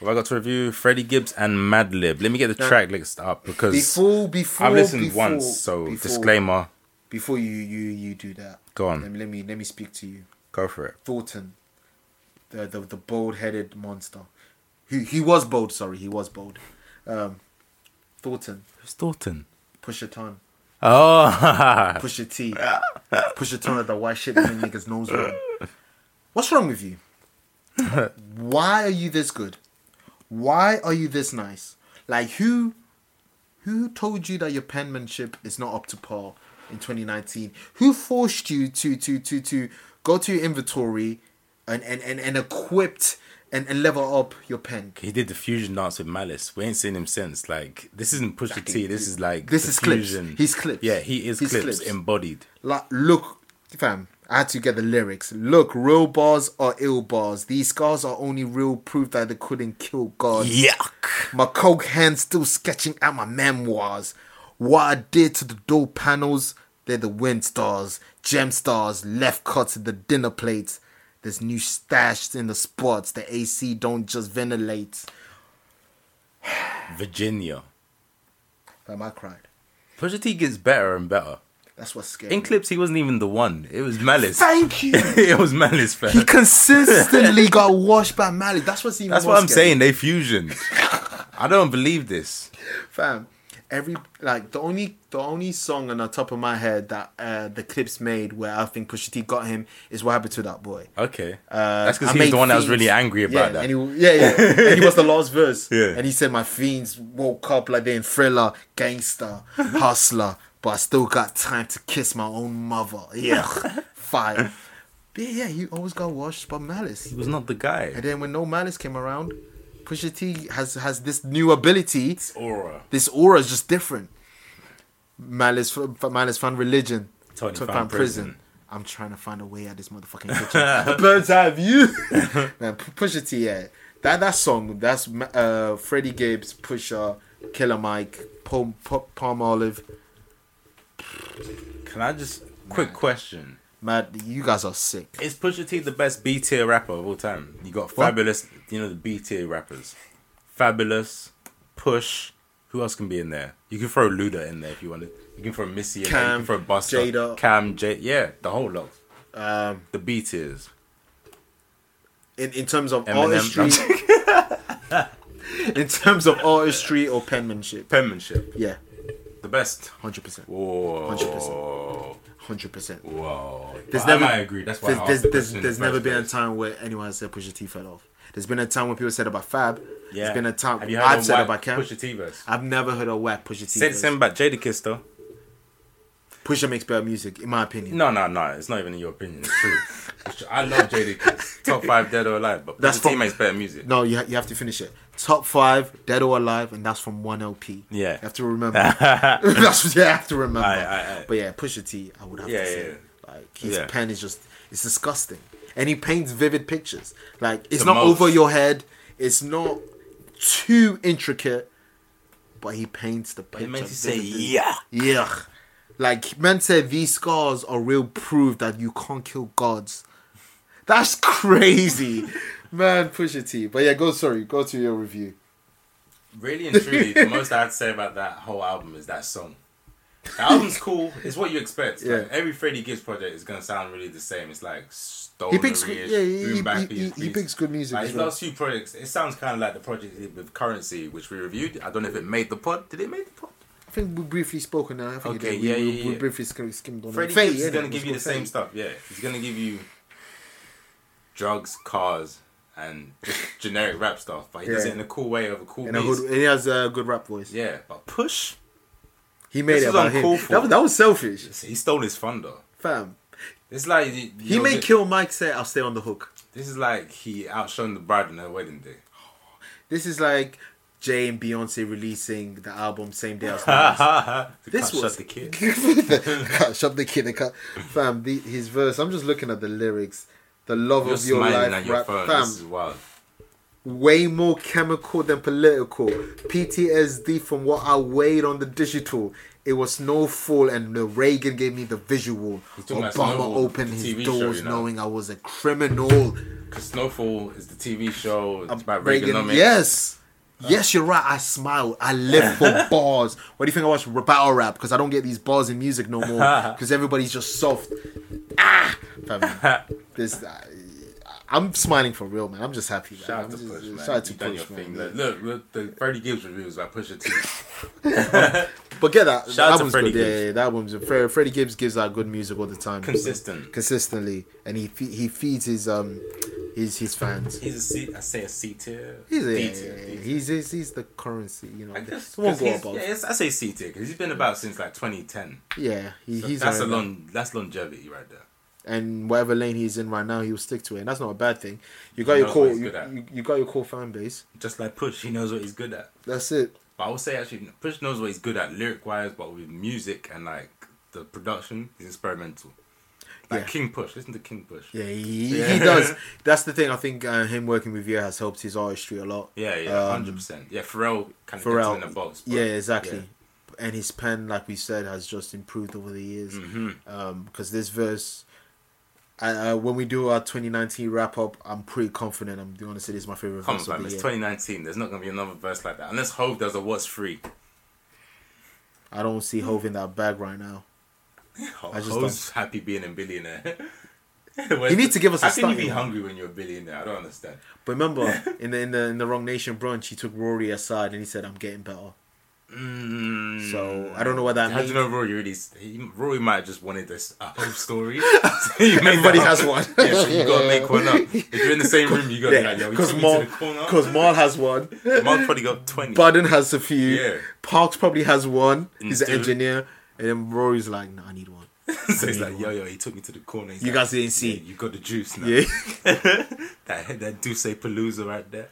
Speaker 3: What I got to review Freddie Gibbs and Madlib. Let me get the
Speaker 2: Now-
Speaker 3: track list up because
Speaker 2: Before, before
Speaker 3: I've listened
Speaker 2: before,
Speaker 3: once, so
Speaker 2: before-
Speaker 3: disclaimer.
Speaker 2: Before you, you, you do that.
Speaker 3: Go on.
Speaker 2: Let me, let me, let me speak to you.
Speaker 3: Go for it.
Speaker 2: Thornton, the the, the bald headed monster. He he was bald. Sorry, he was bald. Um, Thornton,
Speaker 3: Who's Thornton?
Speaker 2: Pusha Ton,
Speaker 3: Oh, (laughs)
Speaker 2: Pusha T, Pusha Ton of the white shit that make niggas nose ring. What's wrong with you? Why are you this good? Why are you this nice? Like who? Who told you that your penmanship is not up to par in 2019? Who forced you to to to to go to your inventory and and and, and equipped and, and level up your pen?
Speaker 3: he did the fusion dance with Malice. We ain't seen him since. Like this isn't Pusha T. This is like
Speaker 2: This
Speaker 3: the
Speaker 2: is Clips.
Speaker 3: fusion.
Speaker 2: He's Clips.
Speaker 3: Yeah, he is
Speaker 2: He's
Speaker 3: clips,
Speaker 2: Clips.
Speaker 3: embodied.
Speaker 2: Like look, fam, I had to get the lyrics. Look, real bars are ill bars. These scars are only real proof that they couldn't kill God.
Speaker 3: Yuck.
Speaker 2: My coke hand still sketching out my memoirs. What I did to the door panels, they're the wind stars, gem stars, left cuts in the dinner plates. There's new stashed in the spots. The AC don't just ventilate.
Speaker 3: Virginia.
Speaker 2: Fam, I cried.
Speaker 3: Pusha T gets better and better.
Speaker 2: That's what's scary.
Speaker 3: In clips, he wasn't even the one. It was Malice.
Speaker 2: Thank you.
Speaker 3: (laughs) it was Malice, fam.
Speaker 2: He
Speaker 3: (laughs)
Speaker 2: consistently got washed by Malik. That's what's even.
Speaker 3: That's
Speaker 2: more
Speaker 3: what I'm
Speaker 2: scary.
Speaker 3: saying. They fusioned. I don't believe this.
Speaker 2: fam. Every like the only the only song on the top of my head that uh, the clips made where I think Pusha T got him is "What Happened to That Boy."
Speaker 3: Okay.
Speaker 2: Uh,
Speaker 3: That's because
Speaker 2: I
Speaker 3: he's
Speaker 2: made
Speaker 3: the one that was
Speaker 2: fiends.
Speaker 3: really angry
Speaker 2: yeah,
Speaker 3: about that.
Speaker 2: And he, yeah, yeah. and he was the last verse.
Speaker 3: (laughs) Yeah.
Speaker 2: And he said, "My fiends woke up like they're in thriller, gangster, hustler, but I still got time to kiss my own mother."
Speaker 3: (laughs)
Speaker 2: Yeah, fire. But yeah, yeah, he always got washed by Malice.
Speaker 3: he was not the guy.
Speaker 2: And then when No Malice came around, Pusha T has has this new ability.
Speaker 3: (laughs) Aura.
Speaker 2: This aura is just different. Malice, f- f- Malice found religion.
Speaker 3: Tony
Speaker 2: Tony
Speaker 3: found
Speaker 2: found prison.
Speaker 3: prison.
Speaker 2: I'm trying to find a way out this motherfucking kitchen.
Speaker 3: (laughs)
Speaker 2: A Bird's eye view. (laughs) Man, P- Pusha T, yeah. That that song, that's Ma- uh, Freddie Gibbs, Pusha, Killer Mike, Palm, P- Palm Olive.
Speaker 3: Can I just quick question?
Speaker 2: Mad, you guys are sick.
Speaker 3: Is Pusha T the best B tier rapper of all time? You got fabulous. You know the B tier rappers. Fabulous. Push. Who else can be in there? You can throw Luda in there if you wanted. You can throw Missy in there. You
Speaker 2: Cam,
Speaker 3: can throw Buster.
Speaker 2: Jada.
Speaker 3: Cam. J. Yeah, the whole lot.
Speaker 2: Um,
Speaker 3: The B tiers.
Speaker 2: in in terms of
Speaker 3: Eminem.
Speaker 2: artistry, (laughs) in terms of artistry or penmanship,
Speaker 3: Penmanship.
Speaker 2: yeah,
Speaker 3: The best.
Speaker 2: hundred percent,
Speaker 3: Whoa.
Speaker 2: 100%. hundred percent.
Speaker 3: Whoa.
Speaker 2: There's
Speaker 3: But I
Speaker 2: never.
Speaker 3: might agree. That's why I
Speaker 2: There's,
Speaker 3: asked
Speaker 2: there's,
Speaker 3: the
Speaker 2: there's,
Speaker 3: question in
Speaker 2: there's
Speaker 3: the
Speaker 2: never
Speaker 3: first
Speaker 2: been a
Speaker 3: place.
Speaker 2: time where anyone said Pusha T fell off. There's been a time when people said about Fab.
Speaker 3: Yeah.
Speaker 2: There's been a time
Speaker 3: Have you heard
Speaker 2: I've
Speaker 3: of
Speaker 2: said
Speaker 3: Wack
Speaker 2: about Cam.
Speaker 3: Pusha T verse?
Speaker 2: I've never heard a whack Pusha T.
Speaker 3: Send
Speaker 2: verse.
Speaker 3: send back Jada Kiss though.
Speaker 2: Pusha makes better music, in my opinion.
Speaker 3: No, no, no. It's not even in your opinion.
Speaker 2: (laughs)
Speaker 3: It's true. It's true. I love Jada Kiss. Top five dead or alive, but
Speaker 2: That's
Speaker 3: that's
Speaker 2: from-
Speaker 3: team makes better music.
Speaker 2: No, you, ha- you have to finish it. Top five, dead or alive, and that's from one LP.
Speaker 3: Yeah.
Speaker 2: you have to
Speaker 3: (laughs)
Speaker 2: remember. (laughs) that's what you have to remember.
Speaker 3: Aye, aye, aye.
Speaker 2: But yeah, Pusha T, I would have
Speaker 3: Yeah,
Speaker 2: to
Speaker 3: yeah,
Speaker 2: say, like his
Speaker 3: Yeah.
Speaker 2: pen is just—it's disgusting, and he paints vivid pictures. Like it's
Speaker 3: The
Speaker 2: not
Speaker 3: most.
Speaker 2: over your head. It's not too intricate, but he paints the picture.
Speaker 3: It makes you say
Speaker 2: vividly.
Speaker 3: yeah.
Speaker 2: Yuck. Like man said, these scars are real proof that you can't kill gods. That's (laughs) crazy, man. Push your T. But yeah, go. Sorry, go to your review.
Speaker 3: Really and truly, the most I have to say about that whole album is that song. The album's cool. It's what you expect. Like,
Speaker 2: Yeah.
Speaker 3: every Freddie Gibbs project is gonna sound really the same. It's like
Speaker 2: He
Speaker 3: stolen
Speaker 2: picks good, yeah, he, he, he, he picks good music.
Speaker 3: Like
Speaker 2: As
Speaker 3: his
Speaker 2: well.
Speaker 3: last few projects, it sounds kind of like the project he did with Currency, which we reviewed. I don't know if it made the pod. Did it make the pod?
Speaker 2: I think we briefly spoke on that. I think
Speaker 3: Okay,
Speaker 2: we,
Speaker 3: yeah,
Speaker 2: we,
Speaker 3: yeah,
Speaker 2: we
Speaker 3: yeah.
Speaker 2: briefly skim- skimmed on it.
Speaker 3: Freddie
Speaker 2: Fate,
Speaker 3: Gibbs is
Speaker 2: innit?
Speaker 3: gonna
Speaker 2: Let's
Speaker 3: give you
Speaker 2: go
Speaker 3: the same
Speaker 2: Fate.
Speaker 3: stuff. Yeah, he's gonna give you drugs, cars, and just generic rap stuff, but he does
Speaker 2: Yeah.
Speaker 3: it in a cool way of a cool
Speaker 2: And a
Speaker 3: beat.
Speaker 2: good, he has a good rap voice.
Speaker 3: Yeah, but Push,
Speaker 2: He made
Speaker 3: This
Speaker 2: it
Speaker 3: is
Speaker 2: about him.
Speaker 3: uncalled for.
Speaker 2: That was, that was selfish,
Speaker 3: he stole his thunder.
Speaker 2: fam.
Speaker 3: It's like you-
Speaker 2: He
Speaker 3: you
Speaker 2: may
Speaker 3: know,
Speaker 2: kill Mike. Say, I'll stay on the hook.
Speaker 3: This is like he outshone the bride on her wedding day.
Speaker 2: This is like Jay and Beyonce releasing the album same day
Speaker 3: (laughs)
Speaker 2: as Nas. This
Speaker 3: This was
Speaker 2: was-
Speaker 3: shut the kid.
Speaker 2: Can't Shove the kid. and cut. Fam, the, his verse. I'm just looking at the lyrics. The love
Speaker 3: You're
Speaker 2: of your
Speaker 3: smiling
Speaker 2: life,
Speaker 3: at your
Speaker 2: rap,
Speaker 3: phone.
Speaker 2: fam.
Speaker 3: This is wild.
Speaker 2: way more chemical than political. PTSD from what I weighed on the digital. It was snowfall, and the Reagan gave me the visual.
Speaker 3: talking about
Speaker 2: Obama
Speaker 3: Snowfall,
Speaker 2: opened
Speaker 3: the
Speaker 2: his
Speaker 3: TV show,
Speaker 2: doors,
Speaker 3: you know.
Speaker 2: knowing I was a criminal.
Speaker 3: Because Snowfall is the TV show. It's
Speaker 2: Uh,
Speaker 3: about Reaganomics. Uh.
Speaker 2: Yes. Yes, you're right. I smile. I live
Speaker 3: (laughs)
Speaker 2: for bars. What do you think I watch r- battle rap? Because I don't get these bars in music no
Speaker 3: (laughs)
Speaker 2: more. Because everybody's just soft. Ah,
Speaker 3: (laughs)
Speaker 2: Fam, this. I, I'm smiling for real, man. I'm just happy. man.
Speaker 3: Shout
Speaker 2: I'm
Speaker 3: out to
Speaker 2: just-
Speaker 3: Push, man.
Speaker 2: Shout out to
Speaker 3: you done
Speaker 2: Push,
Speaker 3: your thing.
Speaker 2: man.
Speaker 3: Look, look, look, the Freddie Gibbs review is about Pusha T.
Speaker 2: But get that.
Speaker 3: Shout
Speaker 2: that
Speaker 3: out to
Speaker 2: album's
Speaker 3: Freddie
Speaker 2: good. Yeah,
Speaker 3: Gibbs.
Speaker 2: yeah, yeah, that album's Fre- Freddie Gibbs gives out good music all the time.
Speaker 3: Consistent.
Speaker 2: Consistently, and he fe- he feeds his um his his fans.
Speaker 3: He's a C. I say a C tier.
Speaker 2: He's,
Speaker 3: D
Speaker 2: yeah,
Speaker 3: tier. D tier.
Speaker 2: he's, he's he's the currency, you know.
Speaker 3: I
Speaker 2: It
Speaker 3: guess
Speaker 2: won't
Speaker 3: 'cause
Speaker 2: go
Speaker 3: he's-
Speaker 2: above.
Speaker 3: yeah, it's- I say C tier because he's been about since like 2010.
Speaker 2: Yeah, he,
Speaker 3: So
Speaker 2: he's
Speaker 3: that's a
Speaker 2: alright, man.
Speaker 3: long, that's longevity right there.
Speaker 2: and whatever lane he's in right now, he'll stick to it. And that's not a bad thing. You got
Speaker 3: He
Speaker 2: your
Speaker 3: knows what
Speaker 2: core,
Speaker 3: he's
Speaker 2: you,
Speaker 3: good at.
Speaker 2: you, you got your core fan base.
Speaker 3: Just like Push, he knows what he's good at.
Speaker 2: That's it.
Speaker 3: But I would say actually, Push knows what he's good at lyric wise, but with music and like the production, he's experimental. Like
Speaker 2: Yeah.
Speaker 3: King Push, listen to King Push.
Speaker 2: Yeah, he, he
Speaker 3: (laughs)
Speaker 2: does. That's the thing. I think uh, him working with you has helped his artistry a lot.
Speaker 3: Yeah,
Speaker 2: Um,
Speaker 3: yeah, hundred percent. Yeah, Pharrell kind of gets
Speaker 2: Pharrell.
Speaker 3: him in the box. but-
Speaker 2: yeah, exactly.
Speaker 3: yeah.
Speaker 2: And his pen, like we said, has just improved over the years. Because
Speaker 3: Mm-hmm.
Speaker 2: this verse, I, uh, when we do our 2019 wrap up, I'm pretty confident. I'm going to say this is my favorite
Speaker 3: Come on,
Speaker 2: verse of
Speaker 3: fam.
Speaker 2: the
Speaker 3: It's
Speaker 2: year.
Speaker 3: 2019. There's not gonna be another verse like that unless Hove does a "What's Free."
Speaker 2: I don't see Hove in that bag right now. I just
Speaker 3: Hove's happy being a billionaire. (laughs) Where's
Speaker 2: need
Speaker 3: the-
Speaker 2: to give us a
Speaker 3: How can you
Speaker 2: starting
Speaker 3: be
Speaker 2: one.
Speaker 3: hungry when you're a billionaire? I don't understand.
Speaker 2: But
Speaker 3: (laughs)
Speaker 2: remember, in the in the in the Wrong Nation brunch, he took Rory aside and he said, "I'm getting better."
Speaker 3: Mm.
Speaker 2: So I don't know what that
Speaker 3: How do
Speaker 2: means.
Speaker 3: you know Rory really? He, Rory might have just wanted this a whole (laughs) story. So you made
Speaker 2: Everybody
Speaker 3: that
Speaker 2: has
Speaker 3: up.
Speaker 2: one.
Speaker 3: Yeah, so you gotta make one up. If you're in the same room, you gotta be like,
Speaker 2: Yeah,
Speaker 3: yo,
Speaker 2: because
Speaker 3: because
Speaker 2: Maul,
Speaker 3: to the corner.
Speaker 2: because Maul has
Speaker 3: (laughs)
Speaker 2: one.
Speaker 3: Mark probably got twenty.
Speaker 2: Budden has a few.
Speaker 3: Yeah. Mm,
Speaker 2: Parks probably has one. He's an
Speaker 3: Still-
Speaker 2: engineer, and then Rory's like, "No, I need
Speaker 3: (laughs)
Speaker 2: one."
Speaker 3: (laughs) so he's like, yo, yo, he took me to the corner. He's
Speaker 2: You
Speaker 3: like,
Speaker 2: guys didn't see.
Speaker 3: yeah, you got the juice now.
Speaker 2: Yeah,
Speaker 3: That that Duce Palooza right there.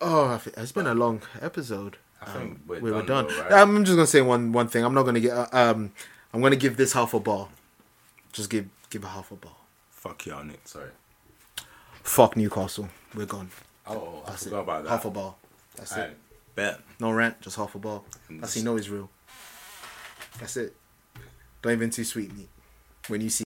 Speaker 2: Oh, I think- it's been a long episode. Um,
Speaker 3: I think we're
Speaker 2: we were done.
Speaker 3: done though, right?
Speaker 2: I'm just gonna say one one thing. I'm not gonna get. Uh, um, I'm gonna give this half a bar. Just give give a half a bar.
Speaker 3: Fuck you on it. Sorry.
Speaker 2: Fuck Newcastle. We're gone.
Speaker 3: Oh, I
Speaker 2: That's it.
Speaker 3: forgot about that.
Speaker 2: Half a bar. That's it.
Speaker 3: Alright, bet.
Speaker 2: No rant, just half a ball. That's how you know it's real. That's it. Don't even too sweet me. When you see